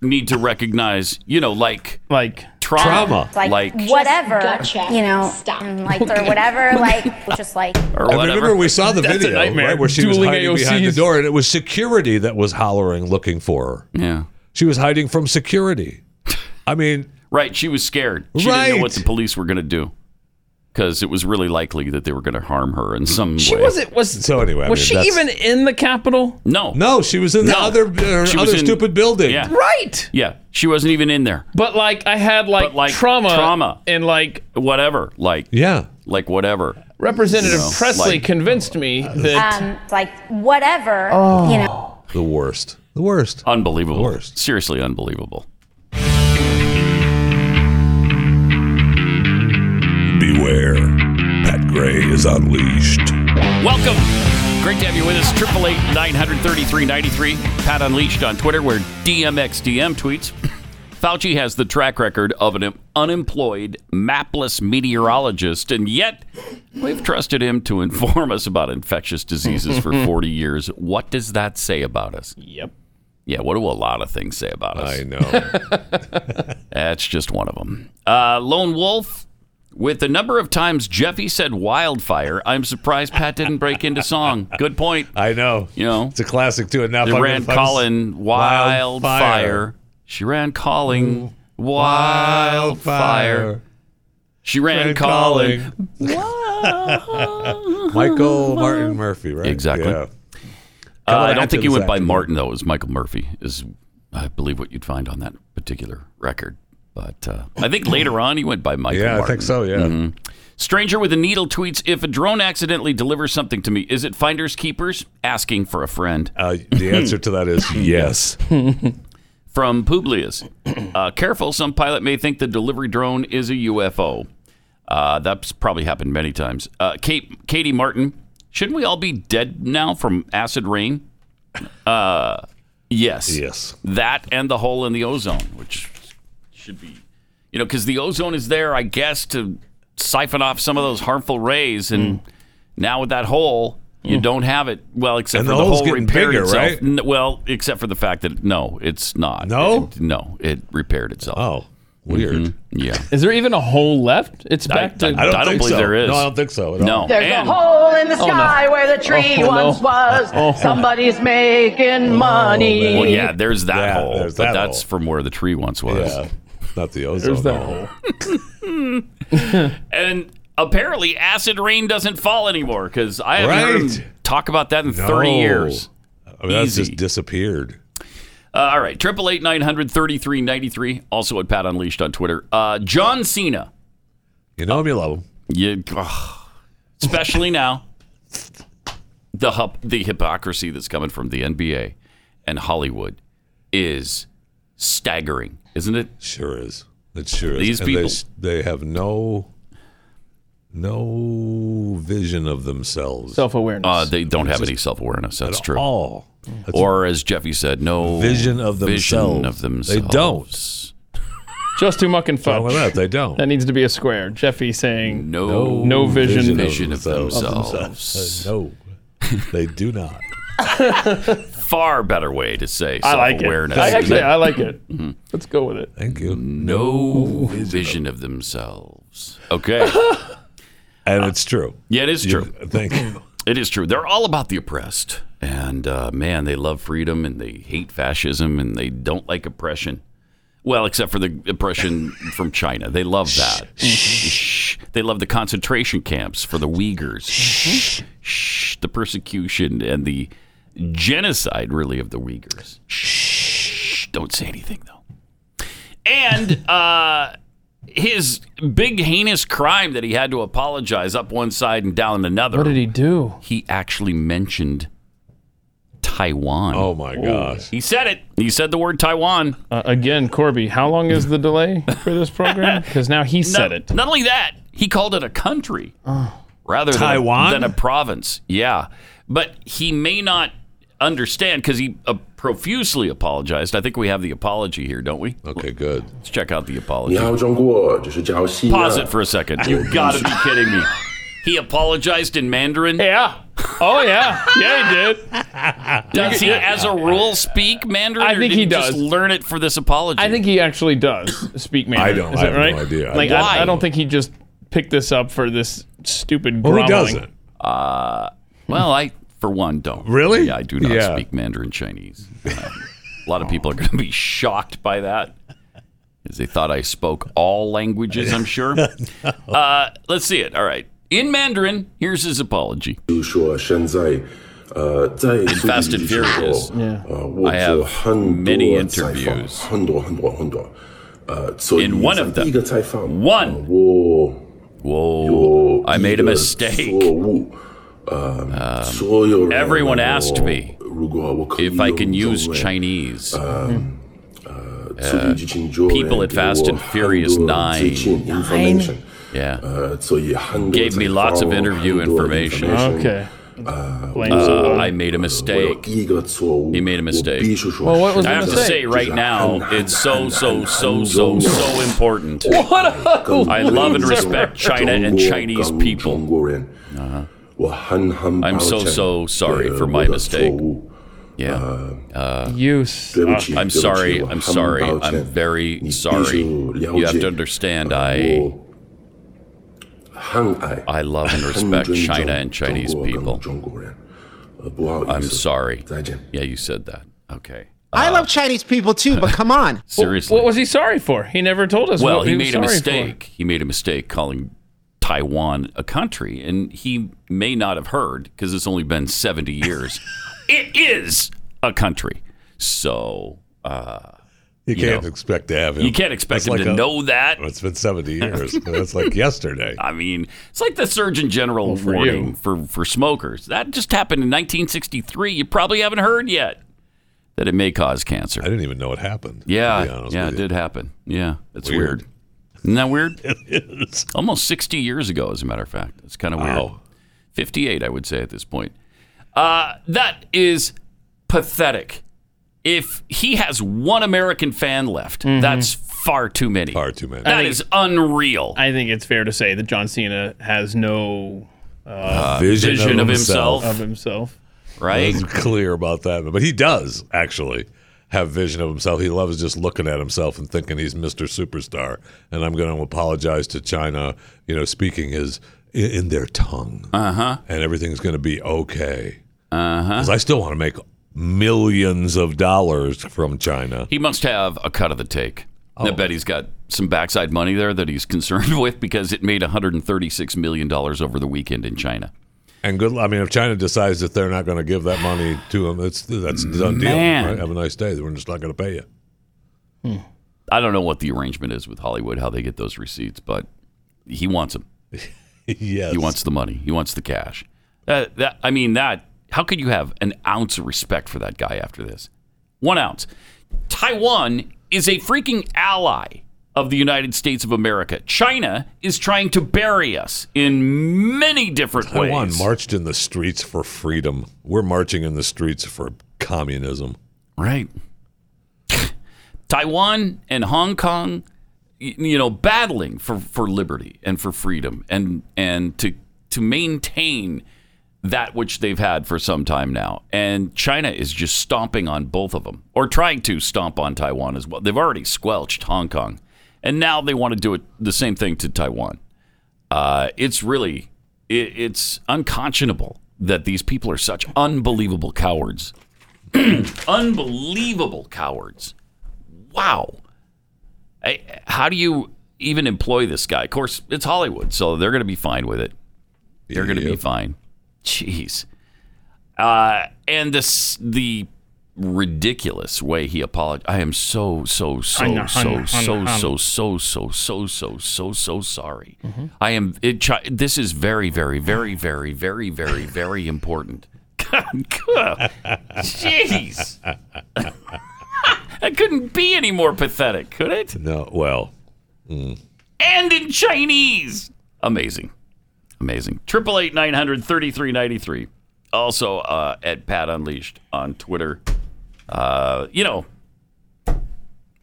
Speaker 2: need to recognize, you know, like,
Speaker 3: like
Speaker 2: trauma. Like,
Speaker 16: whatever, you know, and like or whatever, like just like
Speaker 2: or
Speaker 14: I remember we saw the
Speaker 3: That's a
Speaker 14: video
Speaker 3: nightmare.
Speaker 14: right, where she was
Speaker 3: Dueling
Speaker 14: hiding behind the
Speaker 3: AOCs.
Speaker 14: door, and it was security that was hollering, looking for her.
Speaker 2: Yeah,
Speaker 14: she was hiding from security. I mean,
Speaker 2: Right. She was scared. She didn't know what the police were going to do because it was really likely that they were going to harm her in some
Speaker 3: She
Speaker 2: way.
Speaker 3: wasn't was
Speaker 14: so anyway.
Speaker 3: was she even in the Capitol?
Speaker 2: No.
Speaker 14: No, oh, she was in the
Speaker 2: No.
Speaker 14: other uh,
Speaker 2: She was
Speaker 14: other
Speaker 2: in-
Speaker 14: stupid building.
Speaker 2: Yeah.
Speaker 3: Right.
Speaker 2: Yeah. She wasn't even in there.
Speaker 3: But like I had like,
Speaker 2: Like
Speaker 3: trauma
Speaker 2: Trauma.
Speaker 3: and like
Speaker 2: Whatever. Like.
Speaker 14: Yeah.
Speaker 2: Like whatever.
Speaker 3: Representative
Speaker 2: You know,
Speaker 3: Presley
Speaker 2: like-
Speaker 3: convinced me that
Speaker 16: um, like whatever, you know.
Speaker 14: The worst. The worst.
Speaker 2: Unbelievable.
Speaker 14: The worst.
Speaker 2: Seriously unbelievable.
Speaker 15: Beware. Pat Gray is unleashed.
Speaker 2: Welcome. Great to have you with us. 888 Pat Unleashed on Twitter, where DMXDM tweets. Fauci has the track record of an unemployed, mapless meteorologist, and yet we've trusted him to inform us about infectious diseases for 40 years. What does that say about us?
Speaker 3: Yep.
Speaker 2: Yeah, what do a lot of things say about us?
Speaker 14: I know.
Speaker 2: That's just one of them. Uh, Lone Wolf, with the number of times Jeffy said wildfire, I'm surprised Pat didn't break into song. Good point.
Speaker 14: I know.
Speaker 2: You know,
Speaker 14: It's a classic too. And now
Speaker 2: they
Speaker 14: if I'm
Speaker 2: ran
Speaker 14: gonna- if I'm-
Speaker 2: calling wildfire. She ran calling wildfire.
Speaker 14: Wildfire.
Speaker 2: She ran,
Speaker 14: Ran
Speaker 2: calling.
Speaker 14: Michael Martin Murphy, right?
Speaker 2: Exactly.
Speaker 14: Yeah.
Speaker 2: Uh,
Speaker 14: Coming
Speaker 2: I
Speaker 14: after
Speaker 2: don't think he
Speaker 14: this
Speaker 2: went by
Speaker 14: afternoon.
Speaker 2: Martin though. It was Michael Murphy. Is I believe what you'd find on that particular record. But uh, I think later on he went by Michael.
Speaker 14: Yeah, I
Speaker 2: Martin.
Speaker 14: think so, yeah.
Speaker 2: Mhm. Stranger with a needle tweets: If a drone accidentally delivers something to me, is it finders keepers? Asking for a friend.
Speaker 14: Uh, the answer to that is yes.
Speaker 2: From Publius. Uh, careful, some pilot may think the delivery drone is a UFO. Uh, that's probably happened many times. Uh, Kate, Katie Martin, shouldn't we all be dead now from acid rain? Uh, yes.
Speaker 14: Yes.
Speaker 2: That and the hole in the ozone, which should be, you know, because the ozone is there, I guess, to siphon off some of those harmful rays.
Speaker 14: Mm.
Speaker 2: And now with that hole, you don't have it. Well, except
Speaker 14: And
Speaker 2: for
Speaker 14: the
Speaker 2: the,
Speaker 14: hole's
Speaker 2: hole
Speaker 14: getting
Speaker 2: repaired
Speaker 14: bigger,
Speaker 2: itself.
Speaker 14: right?
Speaker 2: N- well, except for the fact that no, it's not.
Speaker 3: No?
Speaker 2: It- no, it repaired itself.
Speaker 14: Oh, weird.
Speaker 2: Yeah.
Speaker 3: is there even a hole left? It's
Speaker 2: I-
Speaker 3: back to
Speaker 2: Mm-hmm. I- I don't I don't think believe so. there is. No, I don't
Speaker 14: think so
Speaker 2: at all. No.
Speaker 17: There's
Speaker 2: And-
Speaker 17: a hole in the
Speaker 2: Oh, no.
Speaker 17: sky where the tree
Speaker 2: Oh, no.
Speaker 17: once was.
Speaker 2: Oh.
Speaker 17: Somebody's making money.
Speaker 2: Well, yeah, there's that hole,
Speaker 14: there's
Speaker 2: but
Speaker 14: that
Speaker 2: that's
Speaker 14: hole.
Speaker 2: from where the tree once was.
Speaker 14: Yeah. Not the ozone.
Speaker 2: There's that
Speaker 14: hole.
Speaker 2: And apparently, acid rain doesn't fall anymore because I haven't heard
Speaker 14: Right.
Speaker 2: him talk about that in 30
Speaker 14: No.
Speaker 2: years.
Speaker 14: I mean, that's
Speaker 2: Easy.
Speaker 14: just disappeared.
Speaker 2: Uh, all right, triple eight nine hundred thirty three ninety three. Also at Pat Unleashed on Twitter. Uh, John Cena.
Speaker 14: You know him, you love him.
Speaker 2: You, ugh. especially now, the hup, the hypocrisy that's coming from the NBA and Hollywood is staggering, isn't it?
Speaker 14: Sure is. It sure is.
Speaker 2: These
Speaker 14: And they
Speaker 2: people-
Speaker 14: s- they, have no no vision of themselves.
Speaker 3: self awareness.
Speaker 2: Uh, they don't have any self awareness. That's
Speaker 14: at
Speaker 2: true.
Speaker 14: all.
Speaker 2: or as Jeffy said, no
Speaker 14: Vision of
Speaker 2: vision
Speaker 14: themselves.
Speaker 2: of
Speaker 14: They
Speaker 2: themselves.
Speaker 14: don't.
Speaker 3: Just too muck and fudge.
Speaker 14: wrong with that? They don't.
Speaker 3: That needs to be a square. Jeffy saying
Speaker 2: no,
Speaker 3: no vision,
Speaker 2: vision of themselves.
Speaker 14: Uh, no, they do not.
Speaker 2: Far better way to say
Speaker 3: I like it.
Speaker 2: self-awareness. Mm-hmm.
Speaker 3: I
Speaker 2: isn't
Speaker 3: actually,
Speaker 2: it?
Speaker 3: I like it. Let's go with it.
Speaker 14: Thank you.
Speaker 2: No vision of themselves. Okay.
Speaker 14: And it's true.
Speaker 2: Yeah, it is true.
Speaker 14: Thank you.
Speaker 2: It is true. They're all about the oppressed. And uh, man, they love freedom and they hate fascism and they don't like oppression. Well, except for the oppression from China. They love that. Shh. They love the concentration camps for the Uyghurs. Shh. Shh. The persecution and the genocide, really, of the Uyghurs. Shh. Don't say anything, though. And uh, his big heinous crime that he had to apologize up one side and down another. What did he
Speaker 3: do?
Speaker 2: He actually mentioned Taiwan.
Speaker 14: Oh my gosh.
Speaker 2: He said it. He said the word Taiwan.
Speaker 3: Uh, again, Corby, how long is the delay for this program? Because now he said it.
Speaker 2: Not only that, he called it a country
Speaker 14: Oh.
Speaker 2: rather than a-
Speaker 3: Taiwan?
Speaker 2: than a province. Yeah, but he may not understand because he uh, profusely apologized. I think we have the apology here, don't we?
Speaker 14: Okay, good.
Speaker 2: Let's check out the apology.
Speaker 18: 你好，中国，这是叫西安。
Speaker 2: Pause it for a second. You gotta be kidding me. He apologized in Mandarin.
Speaker 3: Yeah. Oh yeah. Yeah, he did.
Speaker 2: Does he, as a rule, speak Mandarin?
Speaker 3: I
Speaker 2: or
Speaker 3: think
Speaker 2: did
Speaker 3: he does.
Speaker 2: Just learn it for this apology.
Speaker 3: I think he actually does speak Mandarin.
Speaker 14: don't-
Speaker 3: Is
Speaker 14: I
Speaker 3: that
Speaker 14: have no
Speaker 3: right?
Speaker 14: idea.
Speaker 3: Like
Speaker 14: Why?
Speaker 3: I, I don't think he just picked this up for this stupid.
Speaker 14: Well, who
Speaker 3: groveling.
Speaker 14: doesn't?
Speaker 2: Uh, well, I for one don't.
Speaker 14: Really?
Speaker 2: Yeah, I do not
Speaker 14: Yeah.
Speaker 2: speak Mandarin Chinese. Um, a lot of people are going to be shocked by that, as they thought I spoke all languages. I'm sure. uh, let's see it. All right, in Mandarin. Here's his apology.
Speaker 18: 就是说现在，呃，在
Speaker 2: Fast
Speaker 18: 苏
Speaker 2: and
Speaker 18: 黎世时
Speaker 2: Furious.
Speaker 18: 候，呃，我做很
Speaker 2: many
Speaker 18: 多采访，很多很多很多，呃，所以
Speaker 2: In one of
Speaker 18: 在
Speaker 2: them.
Speaker 18: 第一个采访，
Speaker 2: One.
Speaker 18: Whoa.
Speaker 2: Whoa. I made a mistake.
Speaker 18: Um,
Speaker 2: everyone asked me
Speaker 18: if
Speaker 2: I can use Chinese. Uh, people at Fast and Furious 9 Yeah. gave me lots of interview information.
Speaker 3: Okay. Blame
Speaker 2: Uh,
Speaker 3: someone.
Speaker 2: I made a mistake. He made a mistake.
Speaker 3: Well, what was the
Speaker 2: I have to
Speaker 3: mistake?
Speaker 2: say right now, it's so, so, so, so, so important. I love and respect China and Chinese people. I'm
Speaker 18: I'm
Speaker 2: so, so sorry for my mistake. Yeah. Uh,
Speaker 3: you.
Speaker 2: I'm sorry. I'm sorry. I'm very sorry. You have to understand. I I love and respect China and Chinese people. I'm sorry. Yeah, you said that. Okay.
Speaker 19: I love Chinese people too, but come on.
Speaker 2: Seriously.
Speaker 3: What was he sorry for? He never told us.
Speaker 2: Well,
Speaker 3: what
Speaker 2: he
Speaker 3: was
Speaker 2: made a
Speaker 3: sorry for.
Speaker 2: mistake. He made a mistake calling Taiwan a country, and he may not have heard because it's only been 70 years. it is a country. So, uh,
Speaker 14: You can't
Speaker 2: know,
Speaker 14: expect to have him.
Speaker 2: You can't expect
Speaker 14: That's
Speaker 2: him
Speaker 14: like
Speaker 2: to
Speaker 14: a-
Speaker 2: know that.
Speaker 14: It's been 70 years. That's like yesterday.
Speaker 2: I mean, it's like the Surgeon General
Speaker 14: for
Speaker 2: warning
Speaker 14: you.
Speaker 2: for, for smokers. That just happened in 1963. You probably haven't heard yet that it may cause cancer. I
Speaker 14: didn't even know it happened. to be
Speaker 2: Yeah,
Speaker 14: honest
Speaker 2: yeah,
Speaker 14: with
Speaker 2: it
Speaker 14: you.
Speaker 2: did happen. Yeah, it's weird.
Speaker 14: Weird.
Speaker 2: Isn't that weird? it is. Almost 60 years ago, as a matter of fact. It's kind of weird. 58, I would say at this point. Uh, that is pathetic. If he has one American fan left,
Speaker 14: Mm-hmm.
Speaker 2: that's far too many. Far
Speaker 14: too many.
Speaker 2: That is unreal.
Speaker 3: I think it's fair to say that John Cena has no uh,
Speaker 14: vision of Vision of himself. himself.
Speaker 3: Of himself.
Speaker 2: right?
Speaker 14: He's clear about that. But he does actually have vision of himself. He loves just looking at himself and thinking he's Mr. Superstar. And I'm going to apologize to China, you know, speaking his i- in their tongue. Uh huh. And everything's going to be okay.
Speaker 2: Uh huh.
Speaker 14: I still want to make millions of dollars from China.
Speaker 2: He must have a cut of the take.
Speaker 14: Oh.
Speaker 2: I bet he's got some backside money there that he's concerned with because it made $136 million over the weekend in China.
Speaker 14: And good. I mean, if China decides that they're not going to give that money to him, it's that's a done deal.
Speaker 2: Man.
Speaker 14: right? Have a nice day. We're just not going to pay you.
Speaker 2: I don't know what the arrangement is with Hollywood, how they get those receipts, but he wants them.
Speaker 14: yes.
Speaker 2: He wants the money. He wants the cash. Uh, that, I mean, that. How could you have an ounce of respect for that guy after this? One ounce. Taiwan is a freaking ally of the United States of America. China is trying to bury us in many different
Speaker 14: Taiwan
Speaker 2: ways.
Speaker 14: marched in the streets for freedom. We're marching in the streets for Communism.
Speaker 2: Right. Taiwan and Hong Kong, y- you know, battling for, for liberty and for freedom and and to to maintain that which they've had for some time now. And China is just stomping on both of them or trying to stomp on Taiwan as well. They've already squelched Hong Kong. And now they want to do it the same thing to Taiwan. Uh, it's really it, it's unconscionable that these people are such unbelievable cowards. unbelievable cowards wow. I, how do you even employ this guy? Of course, it's Hollywood, so they're going to be fine with it. They're going to be fine. Jeez. Uh, and this the ridiculous way he apologized. I am so so
Speaker 13: I
Speaker 2: so
Speaker 13: know, I know, I
Speaker 2: so so
Speaker 13: know.
Speaker 2: so so so so so so so sorry. I am. It, chi- this is very very very very very very very important. God, jeez. That couldn't be any more pathetic, could it?
Speaker 14: No, well, mm,
Speaker 2: and in Chinese. Amazing. Amazing. Triple eight nine hundred thirty three ninety three. Also uh, at Pat Unleashed on Twitter. Uh, you know,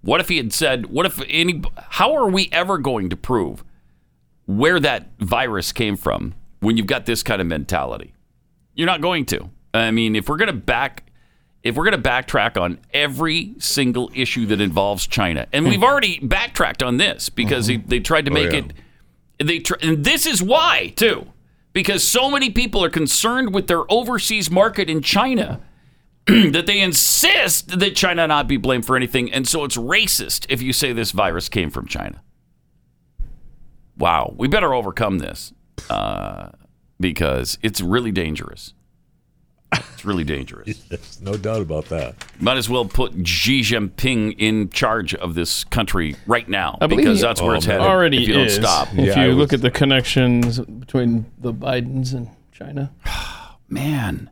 Speaker 2: what if he had said, what if any, how are we ever going to prove where that virus came from when you've got this kind of mentality? You're not going to. I mean, if we're going to back, if we're going to backtrack on every single issue that involves China, and we've already backtracked on this because they, they tried to
Speaker 13: Oh,
Speaker 2: make
Speaker 13: yeah.
Speaker 2: it, they tr- and this is why too, because so many people are concerned with their overseas market in China that they insist that China not be blamed for anything, and so it's racist if you say this virus came from China. Wow, we better overcome this uh, because it's really dangerous. It's really dangerous.
Speaker 14: there's no doubt about that.
Speaker 2: Might as well put Xi Jinping in charge of this country right now
Speaker 3: I believe
Speaker 2: because
Speaker 3: he-
Speaker 2: that's where it's
Speaker 3: Oh, man.
Speaker 2: headed.
Speaker 3: Already
Speaker 2: if you
Speaker 3: is,
Speaker 2: don't stop,
Speaker 3: If you look at the connections between the Bidens and China,
Speaker 2: man,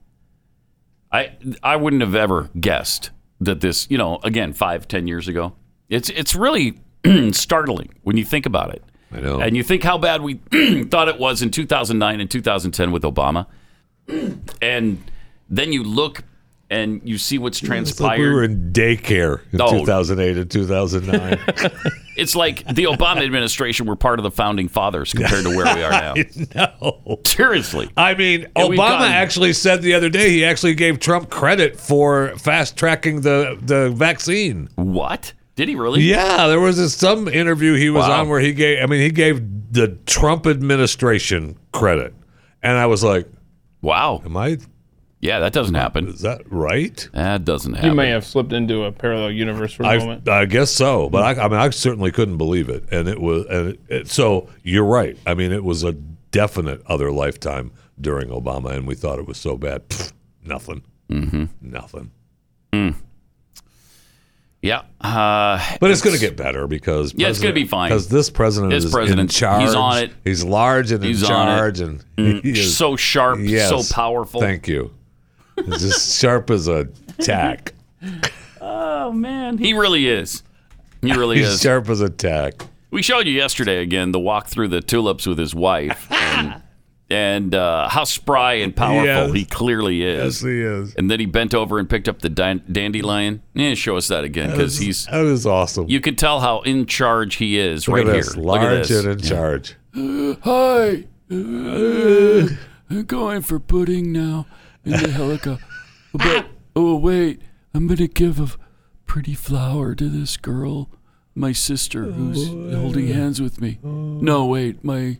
Speaker 2: I I wouldn't have ever guessed that this, you know, again, five, ten years ago. It's it's really startling when you think about it. I know. And you think how bad we thought it was in 2009 and 2010 with Obama, and then you look and you see what's
Speaker 14: It's like we
Speaker 2: transpired.
Speaker 14: were in daycare in
Speaker 2: No.
Speaker 14: 2008 and 2009.
Speaker 2: It's like the Obama administration were part of the founding fathers compared to where we are now.
Speaker 14: no.
Speaker 2: Seriously.
Speaker 14: I mean,
Speaker 2: And
Speaker 14: Obama
Speaker 2: we've gotten-
Speaker 14: actually said the other day he actually gave Trump credit for fast tracking the, the vaccine.
Speaker 2: What? Did he really?
Speaker 14: Yeah, there was this, some interview he was on where he gave. I mean, he gave the Trump administration credit, and I was like,
Speaker 2: "Wow,
Speaker 14: am I?"
Speaker 2: Yeah, that doesn't happen.
Speaker 14: Is that right?
Speaker 2: That doesn't
Speaker 3: you may have slipped into a parallel universe for a
Speaker 14: I,
Speaker 3: moment.
Speaker 14: I guess so, but I, I mean, I certainly couldn't believe it, and it was, and it, it- so you're right. I mean, it was a definite other lifetime during Obama, and we thought it was so bad. Pfft, nothing, mm-hmm. nothing.
Speaker 2: Yeah, uh,
Speaker 14: but it's going to get better because
Speaker 2: Yeah, it's gonna be
Speaker 14: president-
Speaker 2: fine.
Speaker 14: because this president
Speaker 2: This
Speaker 14: is in
Speaker 2: president, he's
Speaker 14: charge.
Speaker 2: on it.
Speaker 14: He's large and
Speaker 2: He's
Speaker 14: in
Speaker 2: on it.
Speaker 14: charge, and
Speaker 2: Mm,
Speaker 14: he is-
Speaker 2: so sharp, so
Speaker 14: Yes,
Speaker 2: powerful.
Speaker 14: Thank you. He's as sharp as a tack.
Speaker 2: Oh man, he really is. He really
Speaker 14: He's
Speaker 2: is.
Speaker 14: sharp as a tack.
Speaker 2: We showed you yesterday again the walk through the tulips with his wife, and, and uh, how spry and powerful
Speaker 14: Yes.
Speaker 2: he clearly is.
Speaker 14: Yes, he is.
Speaker 2: And then he bent over and picked up the dan- dandelion. Yeah, show us that again because he's.
Speaker 14: That is awesome.
Speaker 2: You can tell how in charge he is
Speaker 14: Look
Speaker 2: right
Speaker 14: at
Speaker 2: here.
Speaker 14: this,
Speaker 2: Look at
Speaker 14: large
Speaker 2: this.
Speaker 14: and in charge.
Speaker 13: Hi. Uh, I'm going for pudding now in the helicopter. But, oh, wait. I'm going to give a pretty flower to this girl, my sister, who's
Speaker 14: Oh.
Speaker 13: holding hands with me. No, wait. My.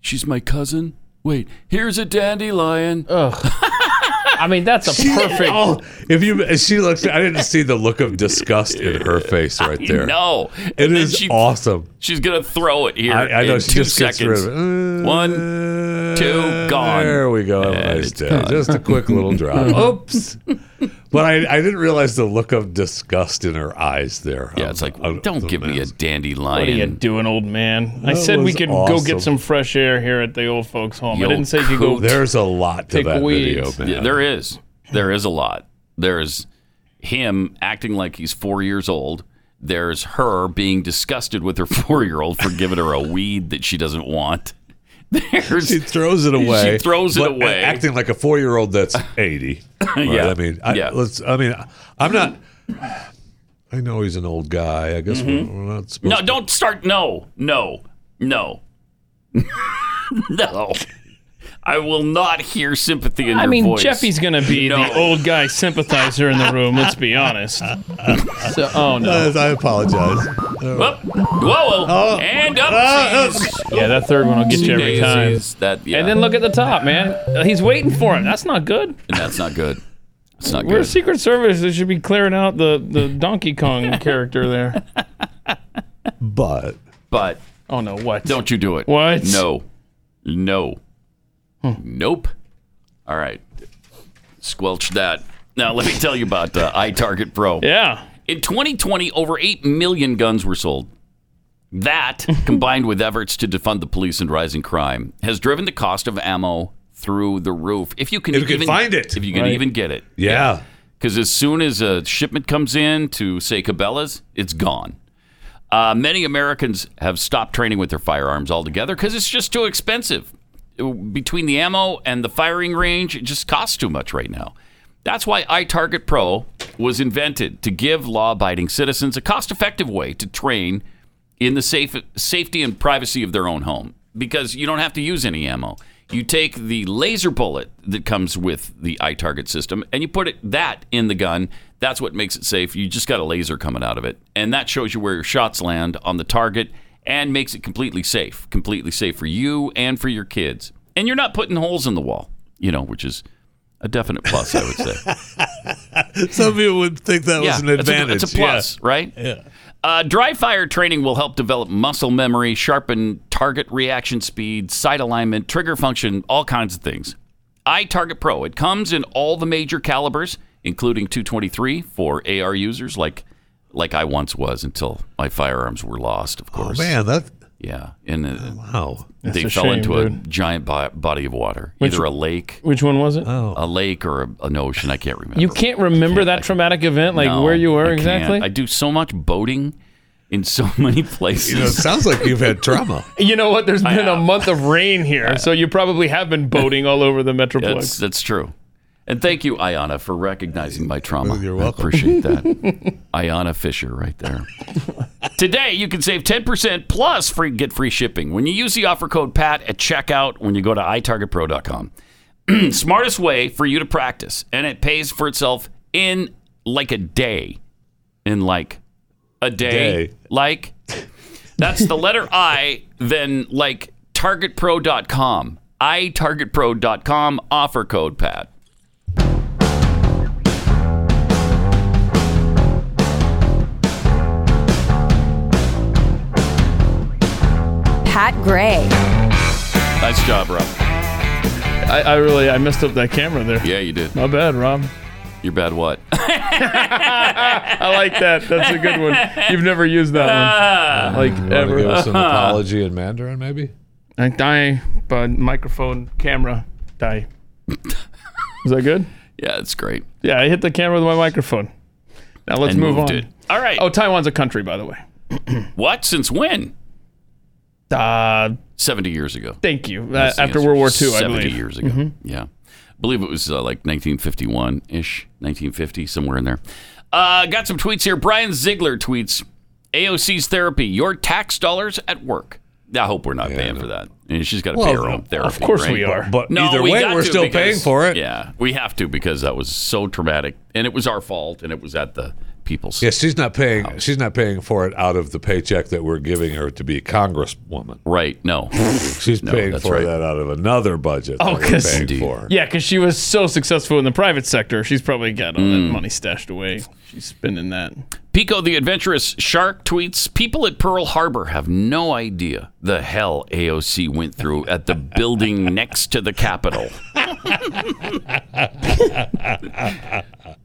Speaker 13: She's my cousin. Wait, here's a dandelion. Ugh. I
Speaker 3: mean, that's a
Speaker 13: perfect.
Speaker 14: Oh, if you if she looked, I didn't see the look of disgust in her face right there.
Speaker 2: No,
Speaker 14: it is awesome.
Speaker 2: She's gonna throw it here.
Speaker 14: I- I know,
Speaker 2: in
Speaker 14: she
Speaker 2: two
Speaker 14: just gets rid
Speaker 2: seconds.
Speaker 14: of Uh,
Speaker 2: One, two, gone.
Speaker 14: There we go. Have a nice day. Just a quick little drop. Oops. But I, I didn't realize the look of disgust in her eyes there. Um, uh, Yeah, it's
Speaker 2: like don't give me a dandelion.
Speaker 3: What are you doing, old man? I
Speaker 14: That
Speaker 3: said we
Speaker 14: was
Speaker 3: could go
Speaker 14: awesome.
Speaker 3: get some fresh air here at the old folks' home.
Speaker 2: Yo,
Speaker 3: I didn't say you could go.
Speaker 2: cool. There's
Speaker 14: a lot
Speaker 3: to Take that video, weeds. man.
Speaker 2: Yeah, there is. There is a lot. There's him acting like he's four years old. There's her being disgusted with her four year old for giving her a weed that she doesn't want.
Speaker 14: she throws it away.
Speaker 2: She throws it
Speaker 14: but
Speaker 2: away.
Speaker 14: acting like a four-year-old that's eighty. Right?
Speaker 2: Yeah.
Speaker 14: I mean, I,
Speaker 2: Yeah.
Speaker 14: let's. I mean, I'm not. I know he's an old guy. I guess we're-
Speaker 2: Mhm.
Speaker 14: we're, not. Supposed
Speaker 2: No, don't start. No, no, no, no. I will not hear sympathy in
Speaker 3: I
Speaker 2: your
Speaker 3: mean,
Speaker 2: voice.
Speaker 3: Jeffy's going to be the old guy sympathizer in the room. Let's be honest. so, oh no,
Speaker 14: I apologize. Uh,
Speaker 3: Oh.
Speaker 2: Whoa, whoa. and up.
Speaker 3: yeah, that third one will get you every time.
Speaker 2: Daisies, That, yeah.
Speaker 3: And then look at the top, man. He's waiting for him. That's not good.
Speaker 2: And that's not good. It's not
Speaker 3: We're
Speaker 2: good.
Speaker 3: Secret Service. They should be clearing out the, the Donkey Kong character there.
Speaker 14: But
Speaker 2: but
Speaker 3: oh no, what?
Speaker 2: Don't you do it.
Speaker 3: What? Hmm.
Speaker 2: No. No. Nope. All right. Squelch that. Now let me tell you about uh, iTarget Pro.
Speaker 3: Yeah.
Speaker 2: In 2020, over 8 million guns were sold. That, combined with efforts to defund the police and rising crime, has driven the cost of ammo through the roof. If you can,
Speaker 14: If you can
Speaker 2: even,
Speaker 14: find it.
Speaker 2: if you can
Speaker 14: Right.
Speaker 2: even get it,
Speaker 14: Yeah.
Speaker 2: Because as soon as a shipment comes in to say Cabela's, it's gone. Uh, many Americans have stopped training with their firearms altogether because it's just too expensive. Uh, Between the ammo and the firing range, it just costs too much right now. That's why iTarget Pro was invented to give law abiding citizens a cost effective way to train in the safe, safety and privacy of their own home because you don't have to use any ammo. You take the laser bullet that comes with the iTarget system and you put it that in the gun. That's what makes it safe. You just got a laser coming out of it, and that shows you where your shots land on the target and makes it completely safe, completely safe for you and for your kids. And you're not putting holes in the wall, you know, which is a definite plus, I would say.
Speaker 14: Some people would think that was
Speaker 2: that's
Speaker 14: an
Speaker 2: a-
Speaker 14: advantage.
Speaker 2: That's a, plus,
Speaker 14: Yeah.
Speaker 2: right? Yeah. Uh, dry fire training will help develop muscle memory, sharpen target reaction speed, sight alignment, trigger function, all kinds of things. iTarget Pro. It comes in all the major calibers, including 223 for AR users, like like I once was until my firearms were lost. Of course.
Speaker 14: Oh, Man, that
Speaker 2: Yeah. And uh,
Speaker 14: wow,
Speaker 3: That's
Speaker 2: they
Speaker 3: a
Speaker 2: fell
Speaker 3: shame,
Speaker 2: into a
Speaker 3: dude.
Speaker 2: giant bo- body of water,
Speaker 3: Which-
Speaker 2: either a lake,
Speaker 3: Which one was it?
Speaker 2: a lake or a, an ocean. I can't remember.
Speaker 3: You can't remember that traumatic event, like
Speaker 2: No,
Speaker 3: where you were
Speaker 2: I can't.
Speaker 3: exactly.
Speaker 2: I do so much boating in so many places.
Speaker 14: You know, it sounds like you've had trauma.
Speaker 3: You know what? There's been a month of rain here, so you probably have been boating all over the
Speaker 2: That's,
Speaker 3: metroplex.
Speaker 2: that's true. And thank you, Ayana, for recognizing my trauma.
Speaker 14: You're welcome.
Speaker 2: I appreciate that. Ayana Fisher, right there. Today, you can save 10% plus free get free shipping when you use the offer code PAT at checkout when you go to itargetpro.com. Smartest way for you to practice, and it pays for itself in like a day. In like a day.
Speaker 14: Day.
Speaker 2: Like that's the letter I, then like targetpro.com. itargetpro.com offer code PAT.
Speaker 12: Pat Gray.
Speaker 2: Nice job, Rob.
Speaker 3: I, I really I messed up that camera there.
Speaker 2: Yeah, you did.
Speaker 3: My bad, Rob.
Speaker 2: You're bad what?
Speaker 3: I like that. That's a good one. You've never used that one, like
Speaker 14: You want to
Speaker 3: ever.
Speaker 14: give us an apology in Mandarin, maybe?
Speaker 3: I die, but microphone, camera, die. Is that good?
Speaker 2: Yeah, that's great.
Speaker 3: Yeah, I hit the camera with my microphone. Now let's
Speaker 2: And
Speaker 3: move
Speaker 2: moved
Speaker 3: on.
Speaker 2: it. All right.
Speaker 3: Oh, Taiwan's a country, by the way.
Speaker 2: What? Since when?
Speaker 3: Uh,
Speaker 2: 70 years ago.
Speaker 3: Thank you. Uh,
Speaker 2: That's the
Speaker 3: after
Speaker 2: answer.
Speaker 3: World War II, I
Speaker 2: 70
Speaker 3: believe.
Speaker 2: years ago.
Speaker 3: Mhm.
Speaker 14: Mm-hmm.
Speaker 2: Yeah. I believe it was uh, like 1951 ish, 1950, somewhere in there. Uh, got some tweets here. Brian Ziegler tweets AOC's therapy, your tax dollars at work. I hope we're not paying for that. And she's got to pay
Speaker 14: Well,
Speaker 2: her own
Speaker 14: of
Speaker 2: therapy.
Speaker 3: course
Speaker 2: right?
Speaker 3: we are.
Speaker 14: But
Speaker 2: No,
Speaker 14: either
Speaker 2: we
Speaker 14: way,
Speaker 2: got
Speaker 14: we're
Speaker 2: to
Speaker 14: still
Speaker 2: because-
Speaker 14: paying for it.
Speaker 2: Yeah, we have to because that was so traumatic, and it was our fault, and it was at the people's.
Speaker 14: Yeah, she's not paying. She's not paying for it out of the paycheck that we're giving her to be a congresswoman.
Speaker 2: Right? No,
Speaker 14: She's
Speaker 2: No,
Speaker 14: paying
Speaker 2: that's
Speaker 14: for
Speaker 2: right.
Speaker 14: that out of another budget.
Speaker 3: Oh,
Speaker 14: that we're
Speaker 3: 'cause-
Speaker 14: paying
Speaker 2: Indeed.
Speaker 14: for.
Speaker 3: Yeah, because she was so successful in the private sector. She's probably got all
Speaker 2: Mm.
Speaker 3: that money stashed away. She's spending that.
Speaker 2: Pico the Adventurous Shark tweets People at Pearl Harbor have no idea the hell AOC went through at the building next to the Capitol.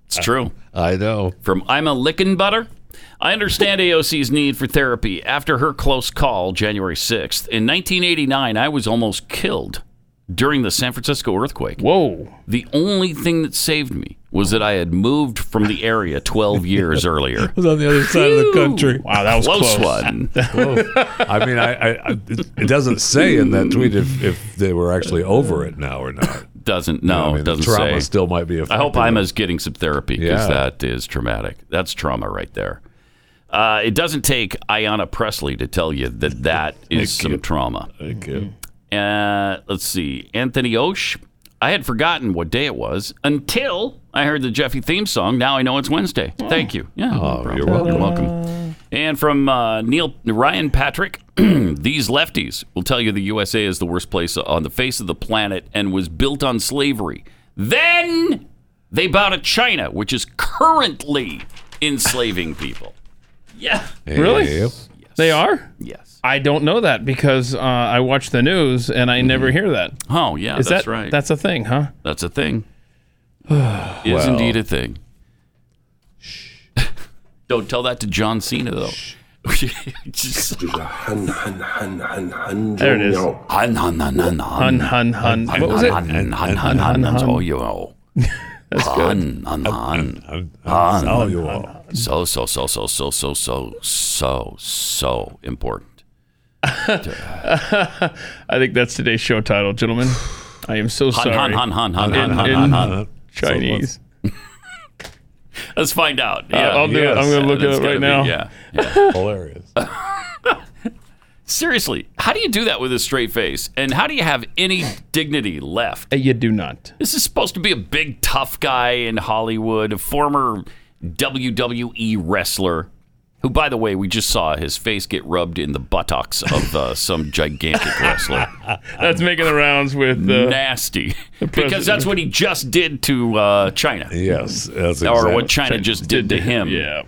Speaker 2: it's true.
Speaker 14: I know.
Speaker 2: From I'm a Lickin' Butter. I understand AOC's need for therapy after her close call January 6th. In 1989, I was almost killed during the San Francisco earthquake.
Speaker 3: Whoa.
Speaker 2: The only thing that saved me was that I had moved from the area 12 years earlier.
Speaker 14: was on the other side of the country.
Speaker 3: Wow, that was
Speaker 2: Close
Speaker 3: close.
Speaker 2: one.
Speaker 14: I mean, I, I, I it it doesn't say in that tweet if, if they were actually over it now or not.
Speaker 2: Doesn't no,
Speaker 14: I mean,
Speaker 2: doesn't
Speaker 14: trauma
Speaker 2: say.
Speaker 14: still might be
Speaker 2: I hope
Speaker 14: affecting
Speaker 2: I'm as getting some therapy because
Speaker 14: Yeah.
Speaker 2: that is traumatic. That's trauma right there. Uh, it doesn't take Ayanna Presley to tell you that that is some trauma.
Speaker 14: Thank you.
Speaker 2: Uh, let's see, Anthony Osh. I had forgotten what day it was until I heard the Jeffy theme song. Now I know it's Wednesday. Thank you. Yeah, no problem.
Speaker 14: you're welcome.
Speaker 2: You're welcome. And from uh, Neil Ryan Patrick, these lefties will tell you the USA is the worst place on the face of the planet and was built on slavery. Then they bow to China, which is currently enslaving people. Yeah.
Speaker 3: Really?
Speaker 14: Yep.
Speaker 3: They are?
Speaker 2: Yes.
Speaker 3: I don't know that because uh, I watch the news and
Speaker 2: Mm-hmm.
Speaker 3: I never hear that.
Speaker 2: Oh, yeah,
Speaker 3: Is
Speaker 2: that's
Speaker 3: that,
Speaker 2: right.
Speaker 3: That's a thing, huh?
Speaker 2: That's a thing. It is
Speaker 14: Well.
Speaker 2: indeed a thing. Don't tell that to John Cena though. Just-
Speaker 3: There it is.
Speaker 2: Hun, hun, hun, hun,
Speaker 3: Hun, hun, hun. What was it?
Speaker 2: Hun, hun, hun, hun, hun,
Speaker 3: Hun,
Speaker 2: That's
Speaker 3: hun.
Speaker 2: all you know. That's good. Hun, hun, hun. Hun,
Speaker 14: all
Speaker 3: Oh,
Speaker 2: hun,
Speaker 14: you
Speaker 2: hun. So, so, so, so, so, so, so, so, so important.
Speaker 3: I think that's today's show title, gentlemen. I am so
Speaker 2: Hun,
Speaker 3: sorry.
Speaker 2: hun, hun, hun, hun, hun,
Speaker 3: In-
Speaker 2: hun,
Speaker 3: in
Speaker 2: hun, hun.
Speaker 3: Chinese.
Speaker 2: Let's find out.
Speaker 3: Uh,
Speaker 2: Yeah.
Speaker 3: I'll do it.
Speaker 14: yes.
Speaker 3: I'm going to look
Speaker 2: That's
Speaker 3: it up right
Speaker 2: gotta
Speaker 3: now.
Speaker 2: be- Yeah.
Speaker 14: Hilarious.
Speaker 2: Seriously, how do you do that with a straight face? And how do you have any dignity left?
Speaker 3: Uh, You do not.
Speaker 2: This is supposed to be a big tough guy in Hollywood, a former WWE wrestler, who, by the way, we just saw his face get rubbed in the buttocks of uh, some gigantic wrestler.
Speaker 3: That's making the rounds with. Uh,
Speaker 2: Nasty, because
Speaker 3: president.
Speaker 2: that's what he just did to uh, China,
Speaker 14: Yes, that's
Speaker 2: or
Speaker 14: exactly.
Speaker 2: what China just did to him.
Speaker 3: Yeah.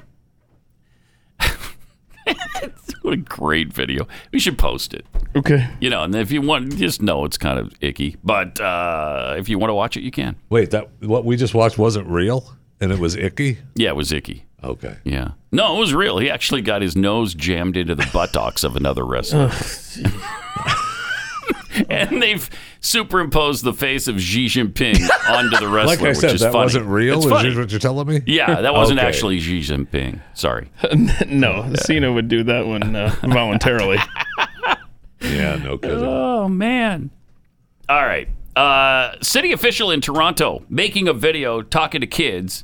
Speaker 2: What a great video! We should post it.
Speaker 3: Okay.
Speaker 2: You know, and if you want, just know it's kind of icky. But uh, if you want to watch it, you can.
Speaker 14: Wait, that what we just watched wasn't real, and it was icky.
Speaker 2: Yeah, it was icky.
Speaker 14: Okay.
Speaker 2: Yeah. No, it was real. He actually got his nose jammed into the buttocks of another wrestler. and they've superimposed the face of Xi Jinping onto the wrestler,
Speaker 14: Like I said,
Speaker 2: which is
Speaker 14: that
Speaker 2: funny.
Speaker 14: wasn't real.
Speaker 2: It's
Speaker 14: Is
Speaker 2: funny.
Speaker 14: this what you're telling me?
Speaker 2: Yeah, that wasn't
Speaker 14: Okay.
Speaker 2: actually Xi Jinping. Sorry.
Speaker 3: no, Cena would do that one uh, voluntarily.
Speaker 14: Yeah, no kidding.
Speaker 2: Oh, man. All right. Uh, city official in Toronto making a video talking to kids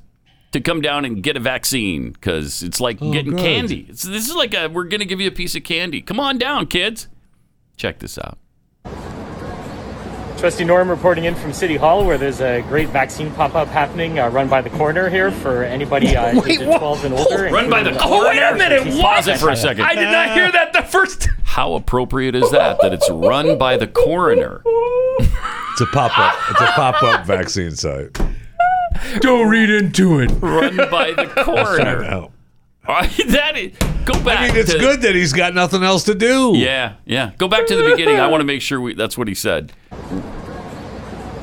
Speaker 2: to come down and get a vaccine because it's like getting
Speaker 14: good.
Speaker 2: candy. It's, this is like a, we're going to give you a piece of candy. Come on down, kids. Check this out.
Speaker 20: Trustee Norm reporting in from City Hall, where there's a great vaccine pop-up happening, uh, run by the coroner here for anybody uh,
Speaker 3: Wait,
Speaker 20: ages
Speaker 3: what?
Speaker 20: 12 and older.
Speaker 2: Run by the
Speaker 20: including, uh,
Speaker 2: coroner.
Speaker 3: Oh, Wait a minute.
Speaker 2: Pause it
Speaker 3: What?
Speaker 2: for a second.
Speaker 3: I did not hear that the first.
Speaker 2: How appropriate is that? That it's run by the coroner.
Speaker 14: It's a pop up. It's a pop up vaccine site.
Speaker 3: Don't read into it.
Speaker 2: Run by the coroner.
Speaker 14: No.
Speaker 2: All right, that is. Go back.
Speaker 14: I mean, it's
Speaker 2: to-
Speaker 14: good that he's got nothing else to do.
Speaker 2: Yeah, yeah. Go back to the beginning. I want to make sure we, that's what he said.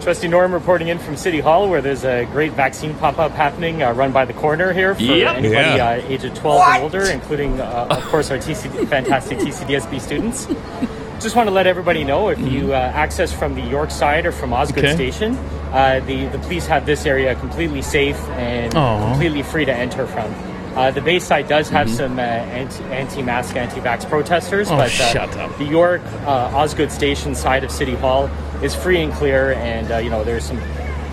Speaker 20: Trustee Norm reporting in from City Hall, where there's a great vaccine pop-up happening, uh, run by the coroner here for
Speaker 2: Yep.
Speaker 20: anybody
Speaker 14: Yeah.
Speaker 20: uh, ages 12 and older, including, uh, of course, our TC- fantastic TCDSB students. Just want to let everybody know if you uh, access from the York side or from Osgood
Speaker 3: Okay.
Speaker 20: Station, uh, the the police have this area completely safe and
Speaker 3: Aw. Mm-hmm.
Speaker 20: completely free to enter from. Uh, the Bayside does have some uh, anti- anti-mask, anti-vax protesters,
Speaker 3: Oh,
Speaker 20: but uh,
Speaker 3: shut up.
Speaker 20: the York uh, Osgood Station side of City Hall is free and clear, and uh, you know there's some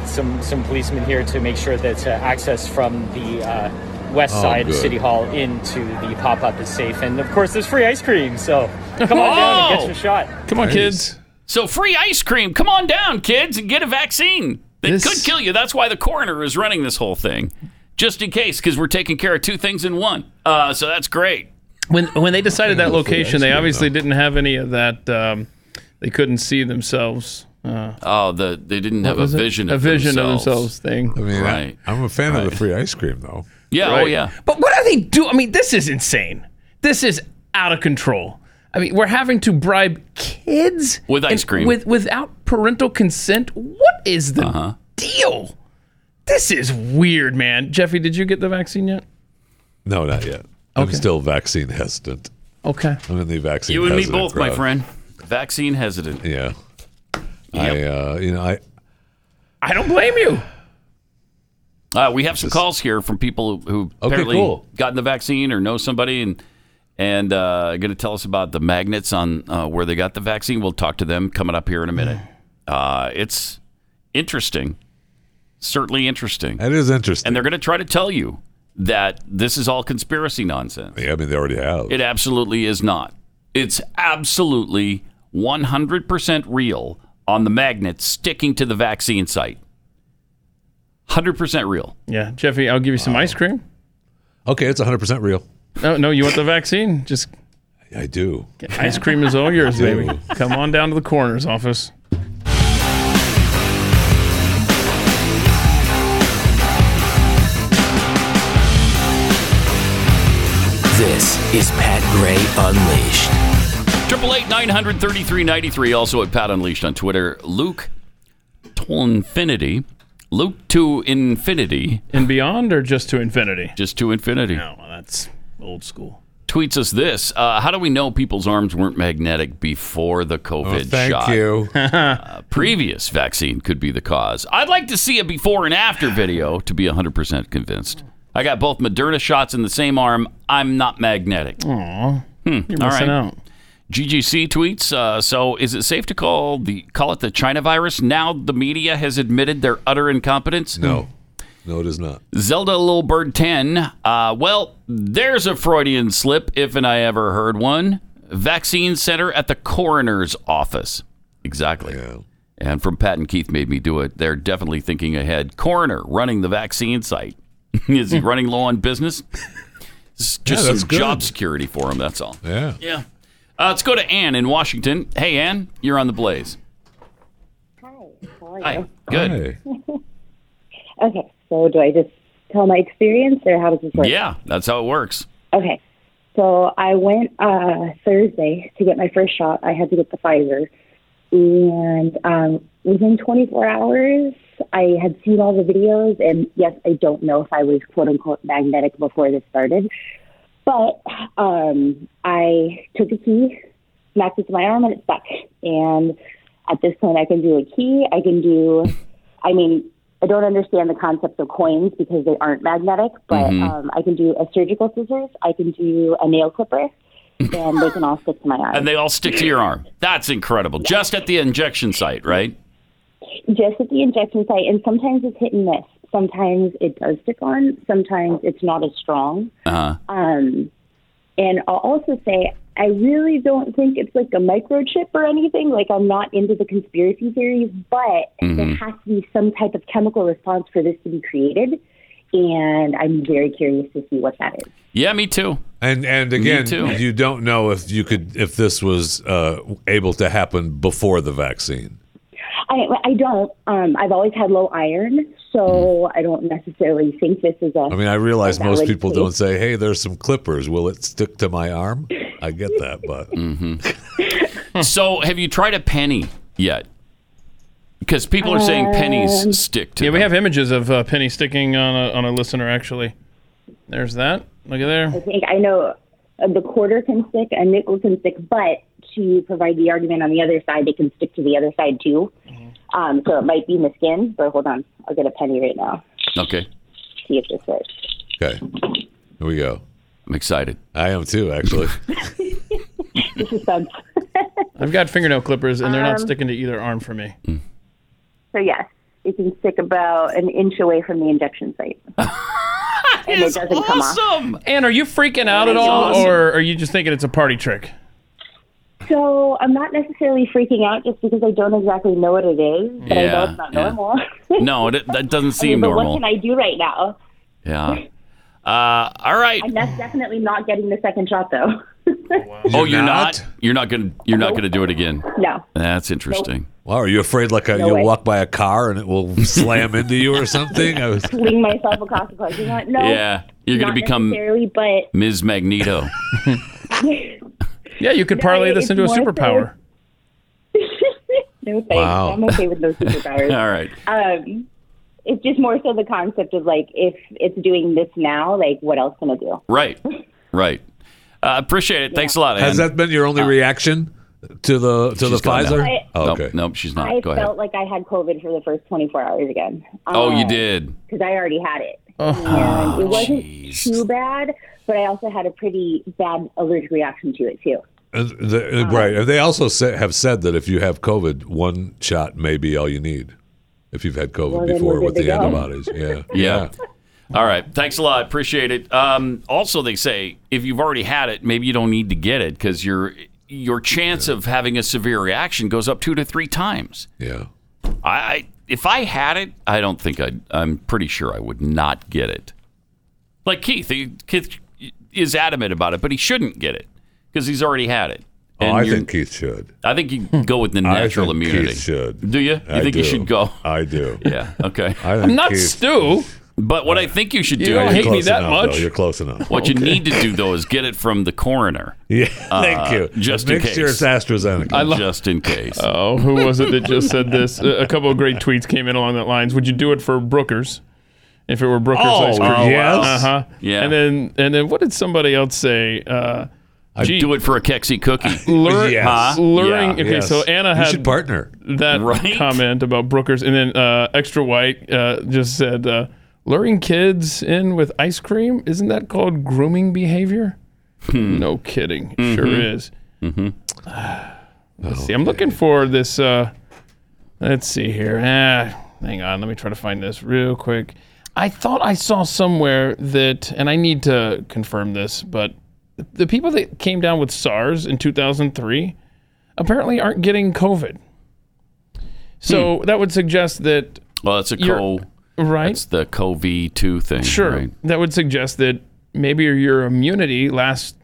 Speaker 20: some some policemen here to make sure that uh, access from the uh, west
Speaker 14: Oh,
Speaker 20: side
Speaker 14: good.
Speaker 20: of City Hall into the pop up is safe, and of course there's free ice cream. So come on down and
Speaker 2: Oh!
Speaker 20: get your shot.
Speaker 3: Come on, kids.
Speaker 2: So free ice cream. Come on down, kids, and get a vaccine. That
Speaker 3: This-
Speaker 2: could kill you. That's why the coroner is running this whole thing, just in case, because we're taking care of two things in one. Uh, so that's great.
Speaker 3: When when they decided that location, they
Speaker 14: ice cream,
Speaker 3: obviously didn't have any of that. Um, they couldn't see themselves. Uh,
Speaker 2: Oh, the they didn't have a
Speaker 3: was it?
Speaker 2: vision.
Speaker 3: a vision of themselves thing.
Speaker 14: I mean,
Speaker 2: Right.
Speaker 14: I, am a fan of the free ice cream, though.
Speaker 2: Yeah. Oh
Speaker 3: Right.
Speaker 2: yeah.
Speaker 3: But what are they doing? I mean, this is insane. This is out of control. I mean, we're having to bribe kids
Speaker 2: With ice
Speaker 3: and-
Speaker 2: cream.
Speaker 3: with without parental consent. What is the
Speaker 2: Uh-huh.
Speaker 3: deal? This is weird, man. Jeffy, did you get the vaccine yet?
Speaker 14: No, not yet. I'm still vaccine hesitant.
Speaker 3: Okay.
Speaker 14: I'm in the vaccine.
Speaker 2: You and me
Speaker 14: hesitant
Speaker 2: both, my
Speaker 14: crowd.
Speaker 2: friend. Vaccine hesitant.
Speaker 14: Yeah. I, uh, you know, I
Speaker 3: I don't blame you.
Speaker 2: Uh, we have some calls here from people who, who apparently
Speaker 14: cool.
Speaker 2: gotten the vaccine or know somebody and and uh, going to tell us about the magnets on uh, where they got the vaccine. We'll talk to them coming up here in a minute. Uh, it's interesting, certainly interesting.
Speaker 14: It is interesting,
Speaker 2: and they're going to try to tell you that this is all conspiracy nonsense.
Speaker 14: Yeah, I mean, they already have.
Speaker 2: It absolutely is not. It's absolutely 100% real on the magnet sticking to the vaccine site. 100% real.
Speaker 3: Yeah, Jeffy, I'll give you some ice cream.
Speaker 14: Okay, it's 100% real.
Speaker 3: No, no, you want the vaccine? Just
Speaker 14: I do.
Speaker 3: ice cream is all yours,
Speaker 14: I do.
Speaker 3: baby. Come on down to the coroner's office.
Speaker 4: This is Pat Gray Unleashed.
Speaker 2: Triple eight nine hundred thirty three ninety three. Also at Pat Unleashed on Twitter. Luke to infinity. Luke to infinity
Speaker 3: and beyond, or just to infinity.
Speaker 2: Just to infinity.
Speaker 3: No, well, that's old school.
Speaker 2: Tweets us this: uh, How do we know people's arms weren't magnetic before the COVID
Speaker 14: Oh, thank
Speaker 2: shot?
Speaker 14: you.
Speaker 2: Uh, previous vaccine could be the cause. I'd like to see a before and after video to be hundred percent convinced. I got both Moderna shots in the same arm. I'm not magnetic.
Speaker 3: Aw,
Speaker 2: Hmm.
Speaker 3: you're
Speaker 2: All
Speaker 3: missing
Speaker 2: right.
Speaker 3: out.
Speaker 2: GGC tweets. Uh, so, is it safe to call the call it the China virus? Now the media has admitted their utter incompetence.
Speaker 14: No, no, it is not.
Speaker 2: Zelda Little Bird 10. Uh, well, there's a Freudian slip, if and I ever heard one. Vaccine center at the coroner's office. Exactly. And from Pat and Keith made me do it. They're definitely thinking ahead. Coroner running the vaccine site. Is he running low on business? It's
Speaker 14: Yeah,
Speaker 2: just
Speaker 14: that's
Speaker 2: some
Speaker 14: good.
Speaker 2: job security for him, that's all.
Speaker 14: Yeah.
Speaker 2: Yeah. Uh, let's go to Ann in Washington. Hey, Ann, you're on the blaze. Hi. Good.
Speaker 21: Okay, so do I just tell my experience or how does this work?
Speaker 2: Yeah, that's how it works.
Speaker 21: Okay, so I went uh, Thursday to get my first shot. I had to get the Pfizer. And um, within 24 hours, I had seen all the videos. And yes, I don't know if I was quote unquote magnetic before this started. But um, I took a key, smacked it to my arm, and it stuck. And at this point, I can do a key. I can do, I mean, I don't understand the concept of coins because they aren't magnetic, but
Speaker 22: Mhm.
Speaker 21: um, I can do a surgical scissors. I can do a nail clipper, and they can all stick to my arm.
Speaker 2: And they all stick to your arm. That's incredible. Just at the injection site, right?
Speaker 21: Just at the injection site, and sometimes it's hit and miss. Sometimes it does stick on. Sometimes it's not as strong.
Speaker 2: Uh
Speaker 14: Uh-huh.
Speaker 2: huh.
Speaker 21: Um, and I'll also say, I really don't think it's like a microchip or anything. Like, I'm not into the conspiracy theories, but
Speaker 14: Mm-hmm.
Speaker 21: there has to be some type of chemical response for this to be created. And I'm very curious to see what that is.
Speaker 2: Yeah, me too.
Speaker 14: And and again,
Speaker 2: too.
Speaker 14: you don't know if you could if this was uh, able to happen before the vaccine.
Speaker 21: I, I don't. Um, I've always had low iron, so I don't necessarily think this is a.
Speaker 14: Mm-hmm. I mean, I realize most
Speaker 21: valid
Speaker 14: people
Speaker 21: case.
Speaker 14: don't say, "Hey, there's some clippers. Will it stick to my arm?" I get that, but
Speaker 2: Mm. so, have you tried a penny yet? Because people are saying
Speaker 3: Um,
Speaker 2: pennies stick to.
Speaker 3: yeah, we have images of uh, Penny sticking on a, on a listener, actually. There's that. Look at there.
Speaker 21: I think I know uh, the quarter can stick, a nickel can stick, but to provide the argument on the other side, it can stick to the other side too.
Speaker 2: Mm-hmm.
Speaker 21: Um, so it might be in the skin, but hold on, I'll get a penny right now.
Speaker 2: Okay.
Speaker 21: See if this works.
Speaker 14: Okay. Here we go.
Speaker 2: I'm excited.
Speaker 14: I am too, actually.
Speaker 21: This is fun.
Speaker 3: I've got fingernail clippers, and they're
Speaker 21: Um,
Speaker 3: not sticking to either arm for me.
Speaker 21: So yes, it can stick about an inch away from the injection site, and it doesn't come off.
Speaker 2: Awesome.
Speaker 3: Anne, are you freaking out
Speaker 21: That
Speaker 3: at
Speaker 21: is
Speaker 3: all,
Speaker 21: awesome.
Speaker 3: or are you just thinking it's a party trick?
Speaker 21: So I'm not necessarily freaking out just because I don't exactly know what it is, but I know
Speaker 2: Yeah,
Speaker 21: it's not
Speaker 2: yeah.
Speaker 21: normal.
Speaker 2: No, it, that doesn't
Speaker 21: I mean,
Speaker 2: seem
Speaker 21: but
Speaker 2: normal.
Speaker 21: what can I do right now?
Speaker 2: yeah. Uh, all right.
Speaker 21: I'm that's definitely not getting the second shot though.
Speaker 2: oh, you're not? You're not gonna. You're not gonna do it again.
Speaker 21: No.
Speaker 2: That's interesting.
Speaker 14: Wow, are you afraid like a,
Speaker 21: No
Speaker 14: you'll
Speaker 21: way.
Speaker 14: walk by a car and it will slam into you or something? I was
Speaker 21: Fling myself across the parking lot. No.
Speaker 2: Yeah, you're gonna
Speaker 21: not
Speaker 2: become-
Speaker 21: necessarily, but
Speaker 2: Ms. Magneto.
Speaker 3: Yeah, you could parlay this
Speaker 21: it's
Speaker 3: into a
Speaker 21: more so-
Speaker 3: superpower.
Speaker 21: no thanks.
Speaker 2: Wow.
Speaker 21: I'm okay with those
Speaker 2: all
Speaker 21: superpowers.
Speaker 2: right.
Speaker 21: Um, it's just more so the concept of like if it's doing this now, like what else can it do?
Speaker 2: Right. Right. Uh, appreciate it. Thanks a lot.
Speaker 14: Has
Speaker 2: Ann.
Speaker 14: that been your only reaction? to the to
Speaker 2: She's
Speaker 14: the
Speaker 2: gone now.
Speaker 14: Pfizer.
Speaker 21: I-
Speaker 14: Oh,
Speaker 2: Nope,
Speaker 14: okay.
Speaker 2: nope, she's not.
Speaker 21: I
Speaker 2: Go ahead.
Speaker 21: felt like I had COVID for the first 24 hours again.
Speaker 2: oh, you did.
Speaker 21: Because I already had it.
Speaker 2: Oh,
Speaker 21: And it wasn't too bad, but I also had a pretty bad allergic reaction to it, too.
Speaker 14: Uh, the- uh,
Speaker 21: Um,
Speaker 14: right. And they also say, have said that if you have COVID, one shot may be all you need. If you've had COVID
Speaker 21: Well, then
Speaker 14: before
Speaker 21: we're
Speaker 14: with
Speaker 21: good
Speaker 14: the
Speaker 21: to go.
Speaker 14: antibodies, yeah,
Speaker 2: Yeah. All right. Thanks a lot. Appreciate it. Um, also, they say if you've already had it, maybe you don't need to get it because your your chance of having a severe reaction goes up two to three times.
Speaker 14: Yeah.
Speaker 2: I, I if I had it, I don't think I. I'm pretty sure I would not get it. Like Keith, he, Keith is adamant about it, but he shouldn't get it because he's already had it.
Speaker 14: Oh, I
Speaker 2: you're-
Speaker 14: think Keith should.
Speaker 2: I think you go with the
Speaker 14: I
Speaker 2: natural
Speaker 14: think Keith
Speaker 2: immunity.
Speaker 14: should.
Speaker 2: Do you? You
Speaker 14: I
Speaker 2: think you
Speaker 14: do.
Speaker 2: should go?
Speaker 14: I do.
Speaker 2: Yeah. Okay.
Speaker 14: I think Keith-
Speaker 2: Stu. But what I think you should do.
Speaker 14: Yeah, you're close enough, though. You're close enough.
Speaker 2: What you need to do though is get it from the coroner.
Speaker 14: Yeah,
Speaker 2: Uh,
Speaker 14: thank you.
Speaker 2: Just
Speaker 14: Make
Speaker 2: in case.
Speaker 14: sure it's AstraZeneca.
Speaker 3: I love-
Speaker 2: just in case.
Speaker 3: Oh, who was it that just said this? A a couple of great tweets came in along that lines. Would you do it for Brookers? If it were Brookers
Speaker 14: Oh,
Speaker 3: ice cream,
Speaker 14: yes.
Speaker 3: uh huh,
Speaker 2: Yeah.
Speaker 3: And then and then what did somebody else say? Uh,
Speaker 2: I'd do it for a Kexi cookie.
Speaker 3: Lure,
Speaker 2: Yes.
Speaker 3: huh? luring.
Speaker 2: Yeah.
Speaker 3: okay,
Speaker 2: Yes.
Speaker 3: so Anna
Speaker 2: You
Speaker 3: had
Speaker 2: should partner.
Speaker 3: that
Speaker 2: Right?
Speaker 3: comment about Brookers, and then uh, extra white uh, just said uh, luring kids in with ice cream. Isn't that called grooming behavior? No kidding, It sure
Speaker 2: Mhm.
Speaker 3: is. Let's see. I'm looking for this. Uh, let's see here. Ah, hang on. Let me try to find this real quick. I thought I saw somewhere that, and I need to confirm this, but the people that came down with SARS in 2003 apparently aren't getting COVID.
Speaker 2: Hmm.
Speaker 3: So that would suggest that
Speaker 2: Well, that's a
Speaker 3: You're-
Speaker 2: co.
Speaker 3: Right.
Speaker 2: That's the COVID two thing.
Speaker 3: Sure.
Speaker 2: right?
Speaker 3: That would suggest that maybe your immunity lasts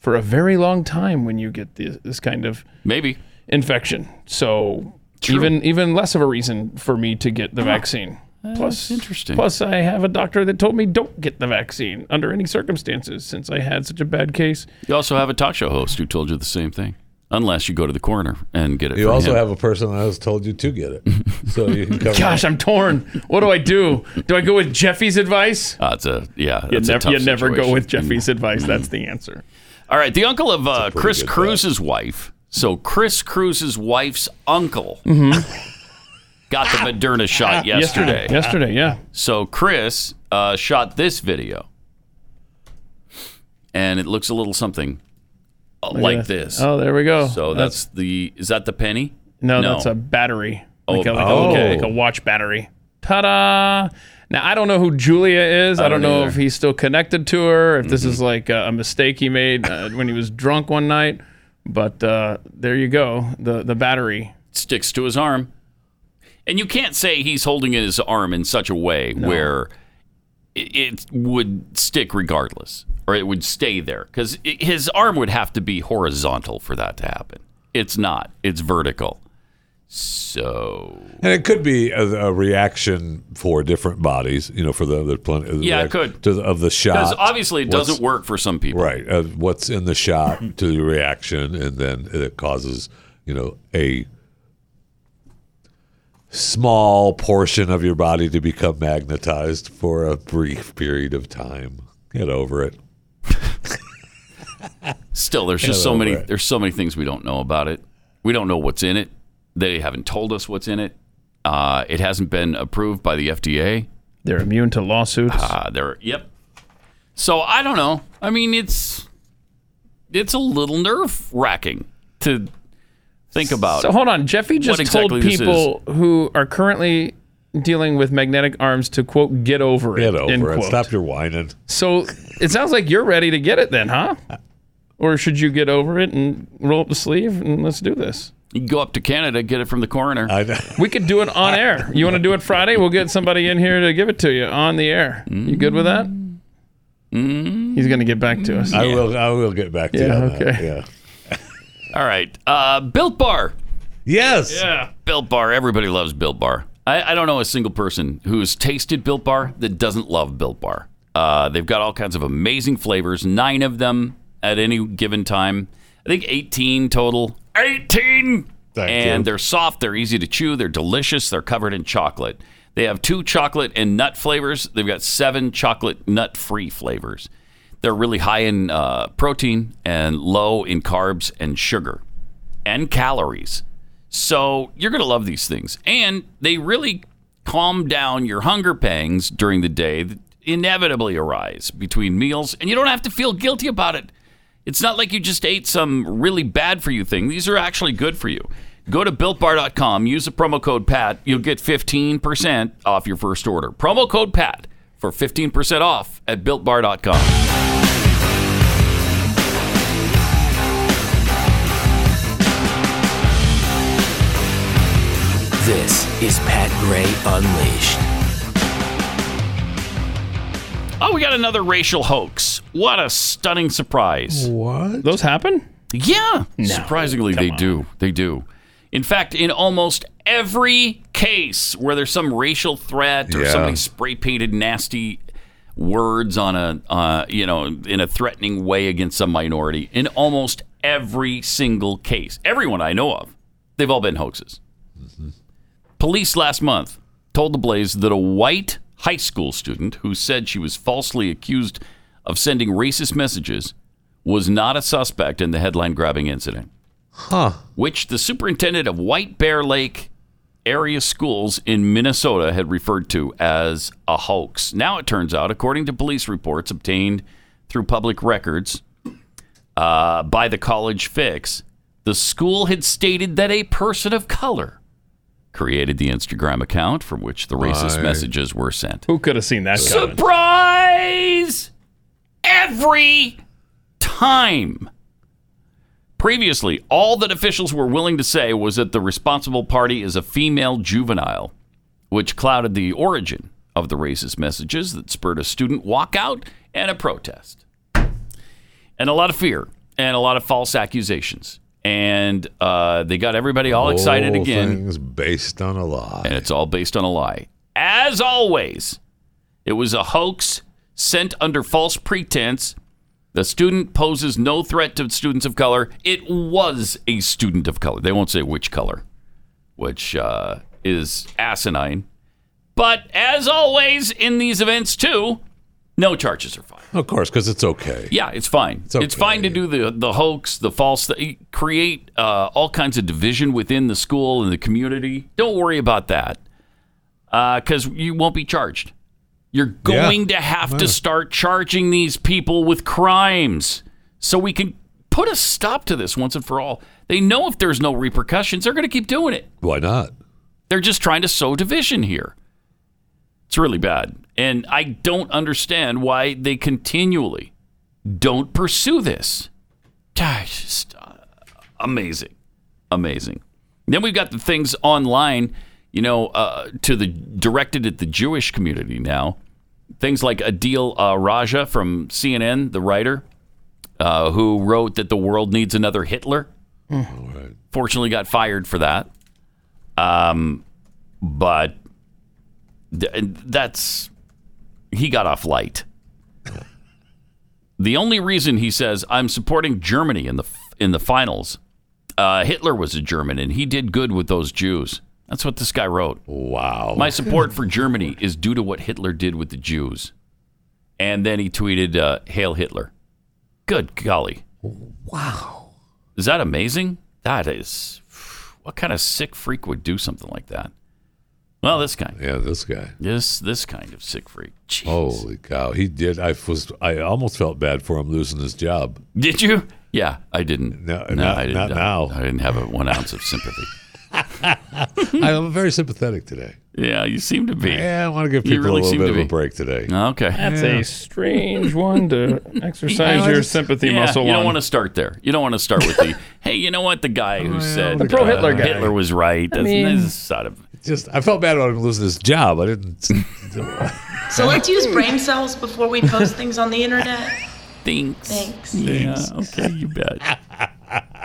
Speaker 3: for a very long time when you get this, this kind of
Speaker 2: maybe
Speaker 3: infection. So even even less of a reason for me to get the vaccine. Plus,
Speaker 2: Ah, interesting.
Speaker 3: Plus, I have a doctor that told me don't get the vaccine under any circumstances since I had such a bad case.
Speaker 2: You also have a talk show host who told you the same thing. Unless you go to the coroner and get it.
Speaker 14: You
Speaker 2: from
Speaker 14: also
Speaker 2: him.
Speaker 14: have a person that has told you to get it, so you can cover it.
Speaker 3: Gosh, I'm torn. What do I do? Do I go with Jeffy's advice?
Speaker 2: Uh, it's a yeah.
Speaker 3: You,
Speaker 2: it's a
Speaker 3: nev-
Speaker 2: tough
Speaker 3: you never go
Speaker 2: situation. Mm-hmm.
Speaker 3: with Jeffy's advice. That's the answer.
Speaker 2: All right, the uncle of uh,
Speaker 3: pretty
Speaker 2: Chris
Speaker 3: good
Speaker 2: Cruz's wife. So Chris Cruz's wife's uncle
Speaker 3: Mm-hmm.
Speaker 2: got the Moderna shot yesterday.
Speaker 3: Yesterday, yesterday, yeah.
Speaker 2: So Chris uh, shot this video, and it looks a little something uh,
Speaker 3: Look at
Speaker 2: like
Speaker 3: that.
Speaker 2: this.
Speaker 3: Oh, there we go.
Speaker 2: So that's, the is that the penny?
Speaker 3: No, that's a battery. Like a,
Speaker 2: Oh,
Speaker 3: like, a,
Speaker 2: okay.
Speaker 3: like a watch battery. Ta da! Now, I don't know who Julia is. I,
Speaker 2: I
Speaker 3: don't,
Speaker 2: don't
Speaker 3: know
Speaker 2: either. Mm-hmm.
Speaker 3: if he's still connected to her, if this is like a, a mistake he made uh, when he was drunk one night. But uh, there you go. The, the battery.
Speaker 2: sticks to his arm. And you can't say he's holding his arm in such a way where it, it would stick regardless or it would stay there because his arm would have to be horizontal for that to happen. It's not, it's vertical. So,
Speaker 14: And it could be a, a reaction for different bodies, you know, for the other planet.
Speaker 2: Yeah, it could.
Speaker 14: To the, of the shot.
Speaker 2: because obviously it doesn't
Speaker 14: Uh, What's-
Speaker 2: work for some people.
Speaker 14: Right. Uh, what's in the
Speaker 3: Hmm.
Speaker 14: shot to the reaction, and then it causes, you know, a small portion of your body to become magnetized for a brief period of time. Get over it.
Speaker 2: Still, there's
Speaker 14: Get
Speaker 2: just so
Speaker 14: over
Speaker 2: many.
Speaker 14: it.
Speaker 2: There's so many things we don't know about it. We don't know what's in it. They haven't told us what's in it. Uh, it hasn't been approved by the FDA.
Speaker 3: They're immune to lawsuits.
Speaker 2: Uh, there. Yep. So I don't know. I mean, it's it's a little nerve wracking to think about.
Speaker 3: So hold on, Jeffy just
Speaker 2: what exactly
Speaker 3: told
Speaker 2: this is.
Speaker 3: people who are currently dealing with magnetic arms to quote get over it.
Speaker 14: Get over
Speaker 3: end
Speaker 14: it.
Speaker 3: quote.
Speaker 14: Stop your whining.
Speaker 3: So it sounds like you're ready to get it then, huh? Or should you get over it and roll up the sleeve and let's do this?
Speaker 2: You can go up to Canada, get it from the coroner.
Speaker 14: Uh,
Speaker 3: We could do it on air. You want to do it Friday? We'll get somebody in here to give it to you on the air. You good with that?
Speaker 2: Mm-hmm.
Speaker 3: He's going to get back to us.
Speaker 14: I will. I will get back to
Speaker 3: Yeah,
Speaker 14: you. on that.
Speaker 3: okay.
Speaker 14: Yeah.
Speaker 2: All right. Uh, Built Bar.
Speaker 14: Yes.
Speaker 2: Yeah. Built Bar. Everybody loves Built Bar. I, I don't know a single person who's tasted Built Bar that doesn't love Built Bar. Uh, they've got all kinds of amazing flavors, nine of them at any given time. I think 18 total. 18! and
Speaker 14: you.
Speaker 2: they're soft, they're easy to chew, they're delicious, they're covered in chocolate. They have two chocolate and nut flavors. They've got seven chocolate nut free flavors. They're really high in uh, protein and low in carbs and sugar and calories. So you're going to love these things. And they really calm down your hunger pangs during the day that inevitably arise between meals. And you don't have to feel guilty about it. It's not like you just ate some really bad for you thing. These are actually good for you. Go to builtbar.com, use the promo code PAT. You'll get 15% off your first order. Promo code PAT for 15% off at builtbar.com.
Speaker 4: This is Pat Gray Unleashed.
Speaker 2: Oh, we got another racial hoax. What a stunning surprise.
Speaker 3: What? Those happen?
Speaker 2: Yeah. Surprisingly, they do. They do. In fact, in almost every case where there's some racial threat or
Speaker 13: Yeah.
Speaker 2: somebody spray painted nasty words on a, uh, you know, in a threatening way against some minority, in almost every single case, everyone I know of, they've all been hoaxes. Police last month told The Blaze that a white high school student who said she was falsely accused of sending racist messages was not a suspect in the headline grabbing incident. Huh. Which the superintendent of White Bear Lake area schools in Minnesota had referred to as a hoax. Now it turns out, according to police reports obtained through public records uh, by the College Fix, the school had stated that a person of color created the Instagram account from which the racist
Speaker 3: My.
Speaker 2: messages were sent.
Speaker 3: Who could have seen that coming?
Speaker 2: Surprise! Every time. Previously, all that officials were willing to say was that the responsible party is a female juvenile, which clouded the origin of the racist messages that spurred a student walkout and a protest. And a lot of fear and a lot of false accusations. And uh, they got everybody all excited
Speaker 14: Whole
Speaker 2: again.
Speaker 14: Thing's based on a lie.
Speaker 2: And it's all based on a lie. As always, it was a hoax sent under false pretense. The student poses no threat to students of color. It was a student of color. They won't say which color, which uh, is asinine. But as always in these events, too, no charges are filed.
Speaker 14: Of course, because it's okay.
Speaker 2: Yeah, it's fine. It's, fine to do the the hoax, the false, th- e, create uh, all kinds of division within the school and the community. Don't worry about that, because you won't be charged. You're
Speaker 13: Yeah.
Speaker 2: going to have
Speaker 13: Yeah.
Speaker 2: to start charging these people with crimes, so we can put a stop to this once and for all. They know if there's no repercussions, they're going to keep doing it.
Speaker 14: Why not?
Speaker 2: They're just trying to sow division here. It's really bad. And I don't understand why they continually don't pursue this. Gosh, just uh, amazing. Amazing. Then we've got the things online, you know, uh, to the directed at the Jewish community now. Things like Adil uh, Raja from CNN, the writer, uh, who wrote that the world needs another Hitler. Fortunately, got fired for that. Um, but th- that's he got off light. the only reason he says I'm supporting Germany in the in the finals, uh, Hitler was a German and he did good with those Jews. That's what this guy wrote.
Speaker 14: Wow.
Speaker 2: My support for Germany is due to what Hitler did with the Jews. And then he tweeted, uh, "Hail Hitler." Good golly. Wow. Is that amazing? That is. What kind of sick freak would do something like that? Well, this kind.
Speaker 14: Yeah, this guy.
Speaker 2: This this kind of sick freak.
Speaker 14: Holy cow! He did. I was. I almost felt bad for him losing his job.
Speaker 2: Did you? Yeah, I didn't.
Speaker 14: No, not-
Speaker 2: I didn't,
Speaker 14: not
Speaker 2: now. I didn't have a, one ounce of sympathy. Hmm.
Speaker 14: I'm very sympathetic today.
Speaker 2: yeah, you seem to be.
Speaker 14: Yeah, I want to give
Speaker 2: You
Speaker 14: people
Speaker 2: really
Speaker 14: a little
Speaker 2: seem
Speaker 14: bit
Speaker 2: to
Speaker 14: of a
Speaker 2: be.
Speaker 14: break today.
Speaker 2: Okay.
Speaker 3: That's a strange one to exercise
Speaker 2: Yeah,
Speaker 3: your sympathy
Speaker 2: yeah,
Speaker 3: muscle
Speaker 2: You don't
Speaker 3: on.
Speaker 2: want to start there. You don't want to start with the hey, you know what? The guy who said
Speaker 3: Oh,
Speaker 2: uh,
Speaker 3: the pro Hitler guy.
Speaker 2: Hitler was right.
Speaker 3: I
Speaker 2: That's,
Speaker 3: mean-
Speaker 2: that's sort of
Speaker 14: Just, I felt bad about him losing his job. I didn't.
Speaker 1: So let's use brain cells before we post things on the internet.
Speaker 2: Thanks.
Speaker 1: Thanks.
Speaker 2: Yeah. Okay. You bet.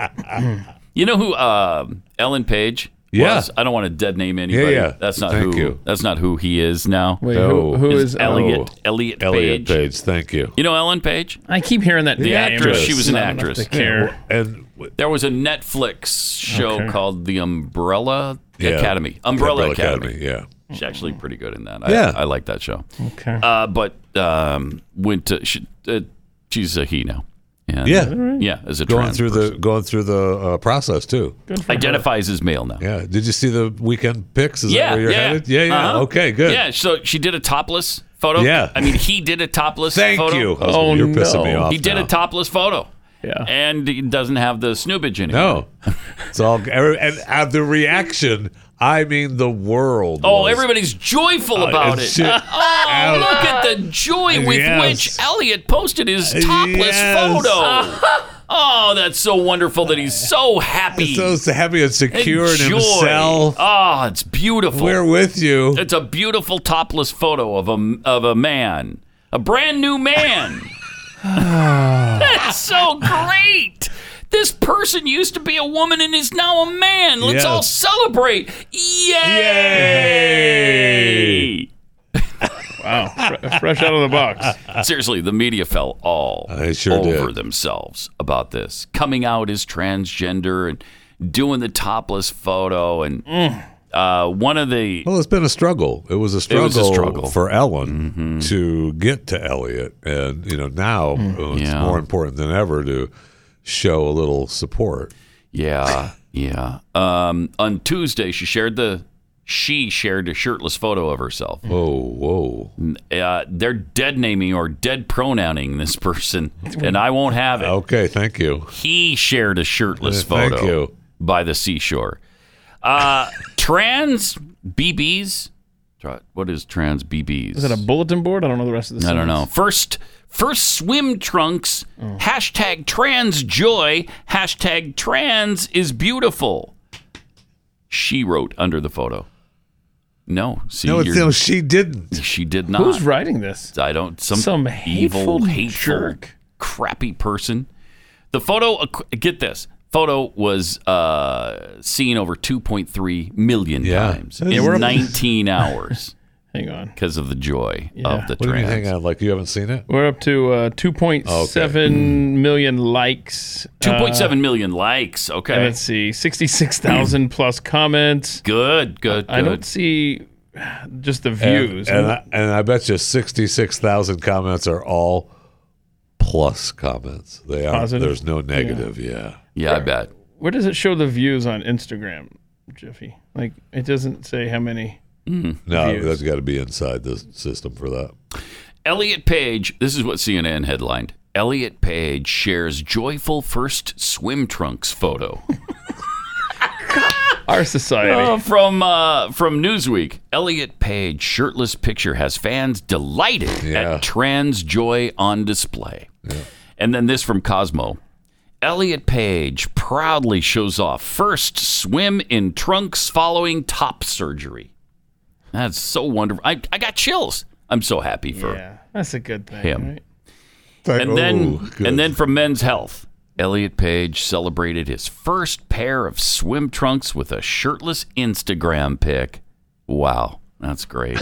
Speaker 2: you know who um Ellen Page?
Speaker 14: Yeah.
Speaker 2: Was? I don't want to dead name anybody.
Speaker 14: yeah.
Speaker 2: That's not
Speaker 14: Thank
Speaker 2: who.
Speaker 14: you.
Speaker 2: That's not who he is now.
Speaker 3: Wait, who- who is-
Speaker 2: Elliot?
Speaker 3: oh.
Speaker 2: Elliot, Page.
Speaker 14: Elliot Page. Thank you.
Speaker 2: You know Ellen Page?
Speaker 3: I keep hearing that
Speaker 2: The
Speaker 3: name,
Speaker 2: actress.
Speaker 3: but
Speaker 2: She was
Speaker 3: it's
Speaker 2: an
Speaker 3: not enough
Speaker 2: actress.
Speaker 3: to care.
Speaker 14: And
Speaker 2: There was a Netflix show
Speaker 3: Okay.
Speaker 2: called The Umbrella
Speaker 14: Yeah.
Speaker 2: Academy.
Speaker 14: The
Speaker 2: Umbrella,
Speaker 14: Umbrella
Speaker 2: Academy.
Speaker 14: Academy, yeah.
Speaker 2: She's actually pretty good in that.
Speaker 14: Yeah.
Speaker 2: I, I like that show.
Speaker 3: Okay.
Speaker 2: Uh, but um, went to she, uh, she's a he now. And,
Speaker 14: Yeah,
Speaker 2: yeah, as a
Speaker 14: going
Speaker 2: trans
Speaker 14: through the going through the uh, process too.
Speaker 2: identifies as male now.
Speaker 14: Yeah. Did you see the weekend pics? Is that where you're headed? Yeah, yeah.
Speaker 2: Uh-huh.
Speaker 14: Okay, good.
Speaker 2: Yeah, so she did a topless photo.
Speaker 14: Yeah.
Speaker 2: I mean, he did a topless
Speaker 14: Thank
Speaker 2: photo.
Speaker 14: you, husband. Oh, You're pissing no. me off
Speaker 2: He did
Speaker 14: now.
Speaker 2: a topless photo.
Speaker 3: Yeah.
Speaker 2: And he doesn't have the snoobage anymore.
Speaker 14: No, it's all every- and uh, the reaction. I mean, the world.
Speaker 2: Oh,
Speaker 14: was-
Speaker 2: everybody's joyful
Speaker 14: Uh,
Speaker 2: about
Speaker 14: it's
Speaker 2: it.
Speaker 14: shit.
Speaker 2: Oh, look at the joy with
Speaker 14: Yes.
Speaker 2: which Elliot posted his topless
Speaker 14: Yes.
Speaker 2: photo. Oh, that's so wonderful that he's so happy.
Speaker 14: so happy and secure in
Speaker 2: Enjoy.
Speaker 14: himself.
Speaker 2: Oh, it's beautiful.
Speaker 14: We're with you.
Speaker 2: It's a beautiful topless photo of a of a man, a brand new man. That's so great. This person used to be a woman and is now a man. Let's
Speaker 13: Yes.
Speaker 2: all celebrate. Yay! wow.
Speaker 3: Fresh out of the box.
Speaker 2: Seriously, the media fell all
Speaker 14: sure
Speaker 2: over
Speaker 14: did.
Speaker 2: themselves about this. Coming out as transgender and doing the topless photo and
Speaker 14: Mm.
Speaker 2: uh, one of the
Speaker 14: Well, it's been a struggle. It was a
Speaker 2: It
Speaker 14: struggle,
Speaker 2: was a struggle. Mm-hmm.
Speaker 14: for Ellen to get to Elliot, and you know now uh, it's more important than ever to show a little support.
Speaker 2: Yeah, yeah. Um, on Tuesday, she shared the she shared a shirtless photo of herself.
Speaker 14: Whoa, Oh, whoa!
Speaker 2: Uh, they're dead naming or dead pronouncing this person, and I won't have it.
Speaker 14: Okay, thank you.
Speaker 2: He shared a shirtless
Speaker 14: Uh, thank
Speaker 2: photo
Speaker 14: you.
Speaker 2: by the seashore. Uh, trans BBs. Tra- What is trans BBs?
Speaker 3: Is it a bulletin board? I don't know the rest of the.
Speaker 2: I don't know.
Speaker 3: sentence.
Speaker 2: First, first swim trunks. Hashtag trans joy. Hashtag trans is beautiful. She wrote under the photo. No, see,
Speaker 14: No, it's-
Speaker 2: you're-
Speaker 14: no, she didn't.
Speaker 2: She did not.
Speaker 3: Who's writing this?
Speaker 2: I don't. Some,
Speaker 3: Some
Speaker 2: evil,
Speaker 3: hateful
Speaker 2: hateful,
Speaker 3: jerk.
Speaker 2: crappy person. The photo. ac- Get this. Photo was uh, seen over 2.3 million times
Speaker 14: Yeah, we're
Speaker 2: in
Speaker 14: up-
Speaker 2: 19 hours
Speaker 3: Hang on.
Speaker 2: because of the joy
Speaker 3: Yeah.
Speaker 2: of the
Speaker 14: What do you mean,
Speaker 2: trans.
Speaker 14: hang on? Like you haven't seen it?
Speaker 3: We're up to uh, 2.7 million likes.
Speaker 2: Two point
Speaker 3: Uh,
Speaker 2: seven million likes. Okay.
Speaker 3: and Let's see, 66,000 plus comments.
Speaker 2: Good, good,
Speaker 3: I don't
Speaker 2: good.
Speaker 3: see just the views.
Speaker 14: And, and, I, and I bet you sixty-six thousand comments are all plus comments. They are.
Speaker 3: Positive?
Speaker 14: There's no negative. Yeah.
Speaker 2: Yeah, I bet.
Speaker 3: Where does it show the views on Instagram, Jiffy? Like, it doesn't say how many.
Speaker 14: No,
Speaker 3: Views.
Speaker 14: that's got to be inside the system for that.
Speaker 2: Elliot Page, this is what CNN headlined. Elliot Page shares joyful first swim trunks photo.
Speaker 3: Our society.
Speaker 2: Uh, from uh, from Newsweek, Elliot Page shirtless picture has fans delighted at trans joy on display. And then this from Cosmo. Elliot Page proudly shows off first swim in trunks following top surgery. That's so wonderful. I, I got chills. I'm so happy for
Speaker 3: Yeah, that's a good thing.
Speaker 2: Him.
Speaker 3: Right?
Speaker 2: and
Speaker 14: oh,
Speaker 2: then and then from Men's Health, Elliot Page celebrated his first pair of swim trunks with a shirtless Instagram pic. Wow, that's great.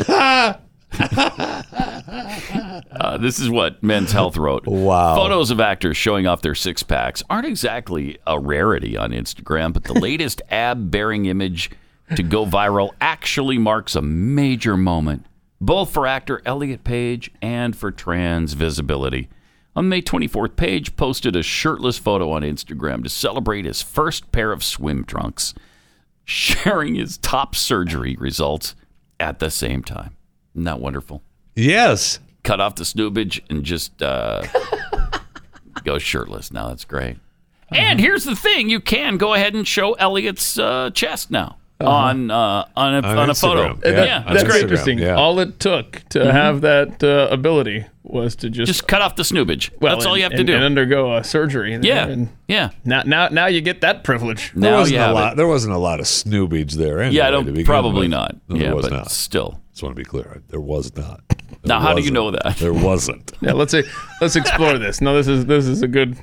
Speaker 2: Uh, this is what Men's Health wrote. Wow. Photos of actors showing off their six packs aren't exactly a rarity on Instagram, but the latest ab bearing image to go viral actually marks a major moment, both for actor Elliot Page and for trans visibility. On May 24th, Page posted a shirtless photo on Instagram to celebrate his first pair of swim trunks, sharing his top surgery results at the same time. Isn't that wonderful?
Speaker 14: Yes.
Speaker 2: Cut off the snoobage and just uh, go shirtless. Now that's great.
Speaker 14: Mm-hmm.
Speaker 2: And here's the thing: you can go ahead and show Elliot's uh, chest now on uh, on a, on a photo.
Speaker 14: Uh-huh. Instagram.
Speaker 3: And
Speaker 2: Yeah,
Speaker 3: that- that's great. interesting. All it took to
Speaker 2: Mhm.
Speaker 3: have that uh, ability was to just
Speaker 2: Just cut off the snoobage.
Speaker 3: well,
Speaker 2: that's all
Speaker 3: and-
Speaker 2: you have to
Speaker 3: and-
Speaker 2: do.
Speaker 3: and undergo a surgery. there,
Speaker 2: Yeah,
Speaker 3: and
Speaker 2: yeah.
Speaker 3: Now, now, now you get that privilege.
Speaker 14: There wasn't a lot. There wasn't a lot of snoobage there. Anyway,
Speaker 2: I don't-
Speaker 14: to begin
Speaker 2: probably
Speaker 14: with.
Speaker 2: not.
Speaker 14: No, there
Speaker 2: Yeah,
Speaker 14: was
Speaker 2: but
Speaker 14: not.
Speaker 2: still,
Speaker 14: just want to be clear. There was not.
Speaker 2: Now,
Speaker 14: There
Speaker 2: how do you
Speaker 14: wasn't.
Speaker 2: know that?
Speaker 14: There wasn't.
Speaker 3: Yeah, let's say, let's explore this. No, this is this is a good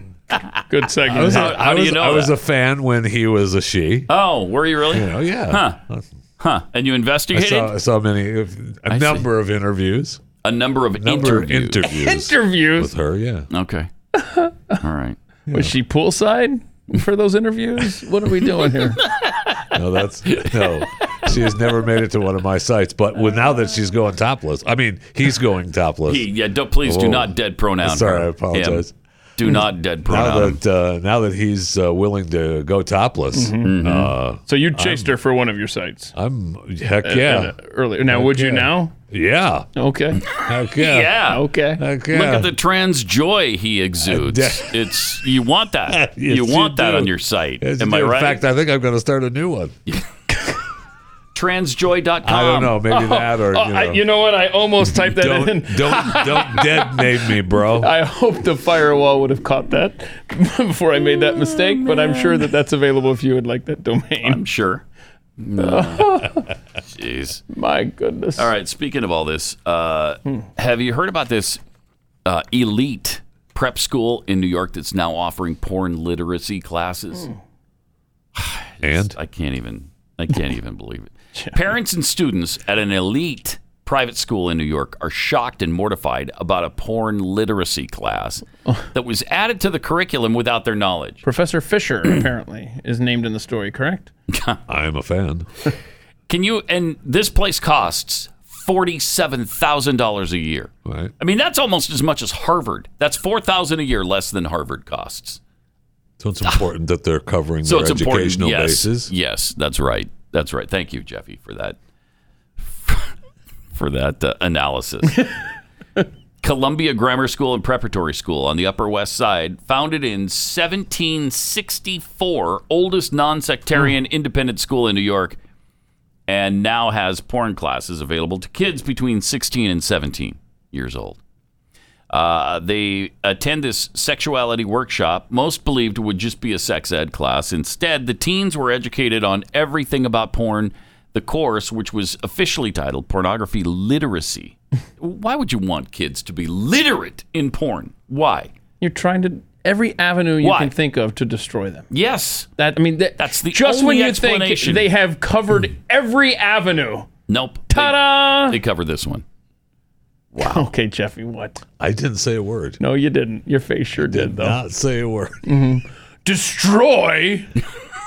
Speaker 3: good segment.
Speaker 14: I was, a- I
Speaker 2: do you
Speaker 14: was-
Speaker 2: know
Speaker 14: I was
Speaker 2: that?
Speaker 14: a fan when he was a she.
Speaker 2: Oh, were you really?
Speaker 14: You know, yeah.
Speaker 2: Huh? Huh? And you
Speaker 14: I
Speaker 2: investigated
Speaker 14: saw, I saw many, a
Speaker 2: see.
Speaker 14: number of interviews.
Speaker 2: a number of
Speaker 14: Number of
Speaker 2: interviews.
Speaker 14: interviews
Speaker 3: Interviews.
Speaker 14: with her. Yeah.
Speaker 2: Okay. All right.
Speaker 3: Was she poolside for those interviews? What are we doing here?
Speaker 14: No, that's no. She has never made it to one of my sites, but with, now that she's going topless, I mean, he's going topless.
Speaker 2: He, yeah. Don't, please do
Speaker 14: Oh.
Speaker 2: not dead pronoun.
Speaker 14: Sorry,
Speaker 2: her.
Speaker 14: I apologize.
Speaker 2: Him. Do not dead prone
Speaker 14: Now
Speaker 2: on him.
Speaker 14: that uh, now that he's uh, willing to go topless,
Speaker 2: Hmm.
Speaker 3: Mhm.
Speaker 14: uh,
Speaker 3: So you chased her for one of your sites.
Speaker 14: I'm heck
Speaker 3: Uh,
Speaker 14: yeah.
Speaker 3: uh, earlier. Now, would you now?
Speaker 14: Yeah.
Speaker 3: Okay.
Speaker 14: Heck
Speaker 2: yeah.
Speaker 14: yeah.
Speaker 3: Okay.
Speaker 2: Look at the trans joy he exudes. It's you want that.
Speaker 14: Yes,
Speaker 2: you want
Speaker 14: you
Speaker 2: that
Speaker 14: do.
Speaker 2: on your site.
Speaker 14: Yes,
Speaker 2: Am
Speaker 14: you
Speaker 2: I
Speaker 14: do.
Speaker 2: right?
Speaker 14: In fact, I think I'm going to start a new one.
Speaker 2: Transjoy.com.
Speaker 14: I don't know, maybe that or
Speaker 3: Oh,
Speaker 14: you know.
Speaker 3: I- you know what? I almost typed that
Speaker 14: Don't-
Speaker 3: in.
Speaker 14: don't- don't dead name me, bro.
Speaker 3: I hope the firewall would have caught that before I made that mistake, but I'm sure that that's available if you would like that domain. I'm
Speaker 2: sure. Hmm. Jeez.
Speaker 3: My goodness.
Speaker 2: All right. Speaking of all this, uh,
Speaker 14: Hmm.
Speaker 2: have you heard about this uh, elite prep school in New York that's now offering porn literacy classes? and I can't even. I can't even believe it. Parents and students at an elite private school in New York are shocked and mortified about a porn literacy class that was added to the curriculum without their knowledge.
Speaker 3: Professor Fisher, apparently, is named in the story, correct?
Speaker 14: I'm a fan.
Speaker 2: Can you? And this place costs forty-seven thousand dollars a year.
Speaker 14: Right.
Speaker 2: I mean, that's almost as much as Harvard. That's four thousand a year less than Harvard costs.
Speaker 14: So it's important that they're covering
Speaker 2: So it's
Speaker 14: their
Speaker 2: important.
Speaker 14: educational
Speaker 2: yes,
Speaker 14: bases.
Speaker 2: Yes, that's right. That's right. Thank you, Jeffy, for that for that uh, analysis. Columbia Grammar School and Preparatory School on the Upper West Side, founded in 1764, oldest non-sectarian
Speaker 14: Hmm.
Speaker 2: independent school in New York, and now has porn classes available to kids between 16 and 17 years old. Uh, they attend this sexuality workshop, most believed would just be a sex ed class. Instead, the teens were educated on everything about porn. The course, which was officially titled Pornography Literacy. Why would you want kids to be literate in porn? Why?
Speaker 3: You're trying to every avenue you
Speaker 2: Why?
Speaker 3: can think of to destroy them.
Speaker 2: Yes.
Speaker 3: That I mean, that,
Speaker 2: that's the
Speaker 3: just
Speaker 2: only
Speaker 3: when you think
Speaker 2: explanation.
Speaker 3: they have covered every avenue.
Speaker 2: Nope.
Speaker 3: Ta-da!
Speaker 2: They covered this one.
Speaker 3: Wow. okay, Jeffy, what?
Speaker 14: I didn't say a word.
Speaker 3: No, you didn't. Your face sure did, though.
Speaker 14: Not say a word.
Speaker 3: Destroy.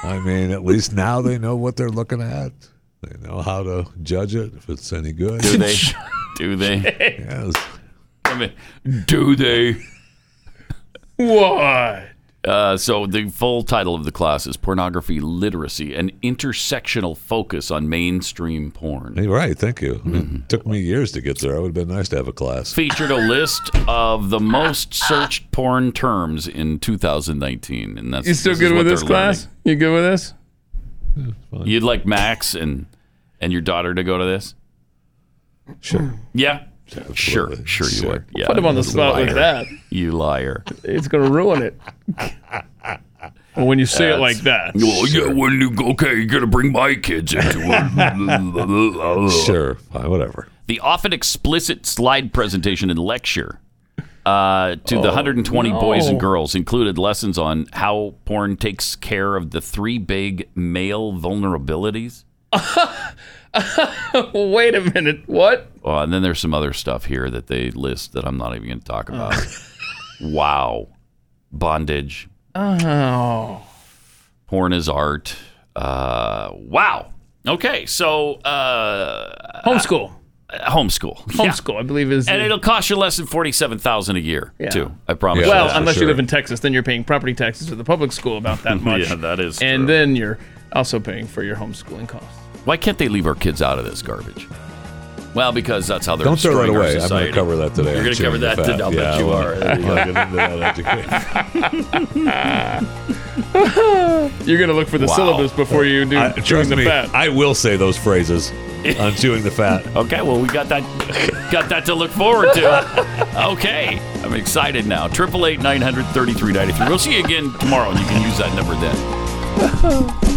Speaker 14: I mean, at least now they know what they're looking at. They know how to judge it if it's any good.
Speaker 2: Do they? Do they?
Speaker 14: Yes.
Speaker 2: I mean, do they?
Speaker 3: What?
Speaker 2: Uh, so the full title of the class is Pornography Literacy, an intersectional focus on mainstream porn.
Speaker 14: Hey, right. Thank you.
Speaker 2: Mm-hmm.
Speaker 14: It took me years to get there. It would have been nice to have a class.
Speaker 2: featured a list of the most searched porn terms in 2019, and that's
Speaker 3: You still
Speaker 2: this is
Speaker 3: good
Speaker 2: what
Speaker 3: with this
Speaker 2: they're
Speaker 3: class? You good with this?
Speaker 2: learning. You'd like Max and and your daughter to go to this?
Speaker 14: Sure.
Speaker 2: Yeah. Sure, sure you would. Yeah,
Speaker 3: Put him on the
Speaker 2: you
Speaker 3: spot like
Speaker 2: liar.
Speaker 3: that.
Speaker 2: You liar.
Speaker 3: It's gonna ruin it. Well, when you say it like that.
Speaker 13: Well, yeah, when you okay, you're gonna bring my kids into it.
Speaker 14: sure, fine, whatever.
Speaker 2: The often explicit slide presentation and lecture uh, to the
Speaker 13: Oh,
Speaker 2: 120 boys and
Speaker 13: no.
Speaker 2: girls included lessons on how porn takes care of the three big male vulnerabilities.
Speaker 3: Wait a minute. What?
Speaker 2: Oh, and then there's some other stuff here that they list that I'm not even going to talk about. wow. Bondage.
Speaker 3: Oh.
Speaker 2: Porn is art. Uh, wow. Okay. So, uh,
Speaker 3: homeschool.
Speaker 2: homeschool.
Speaker 3: Homeschool, I believe is.
Speaker 2: And
Speaker 3: the-
Speaker 2: it'll cost you less than 47000 a year,
Speaker 3: Yeah.
Speaker 2: too. I promise you.
Speaker 3: well,
Speaker 2: that.
Speaker 3: unless you live in Texas, then you're paying property taxes to the public school about that much.
Speaker 2: Yeah, that is
Speaker 3: And
Speaker 2: true.
Speaker 3: then you're also paying for your homeschooling costs.
Speaker 2: Why can't they leave our kids out of this garbage? Well, because that's how they're
Speaker 14: Don't throw that
Speaker 2: destroying our
Speaker 14: away. I'm
Speaker 2: society.
Speaker 14: gonna cover that today.
Speaker 2: You're going
Speaker 14: I'm
Speaker 2: to cover
Speaker 14: chewing the
Speaker 2: that today. I'll
Speaker 14: fat. Yeah,
Speaker 2: bet you are.
Speaker 14: well, I'll get into that
Speaker 3: You're gonna look for the
Speaker 14: Wow.
Speaker 3: syllabus before you do
Speaker 14: I-
Speaker 3: chewing
Speaker 14: trust
Speaker 3: the
Speaker 14: me,
Speaker 3: fat.
Speaker 14: I will say those phrases on chewing the fat.
Speaker 2: Okay, well, we got that got that to look forward to. Okay, I'm excited now. Triple eight nine hundred thirty three ninety three. We'll see you again tomorrow, and you can use that number then.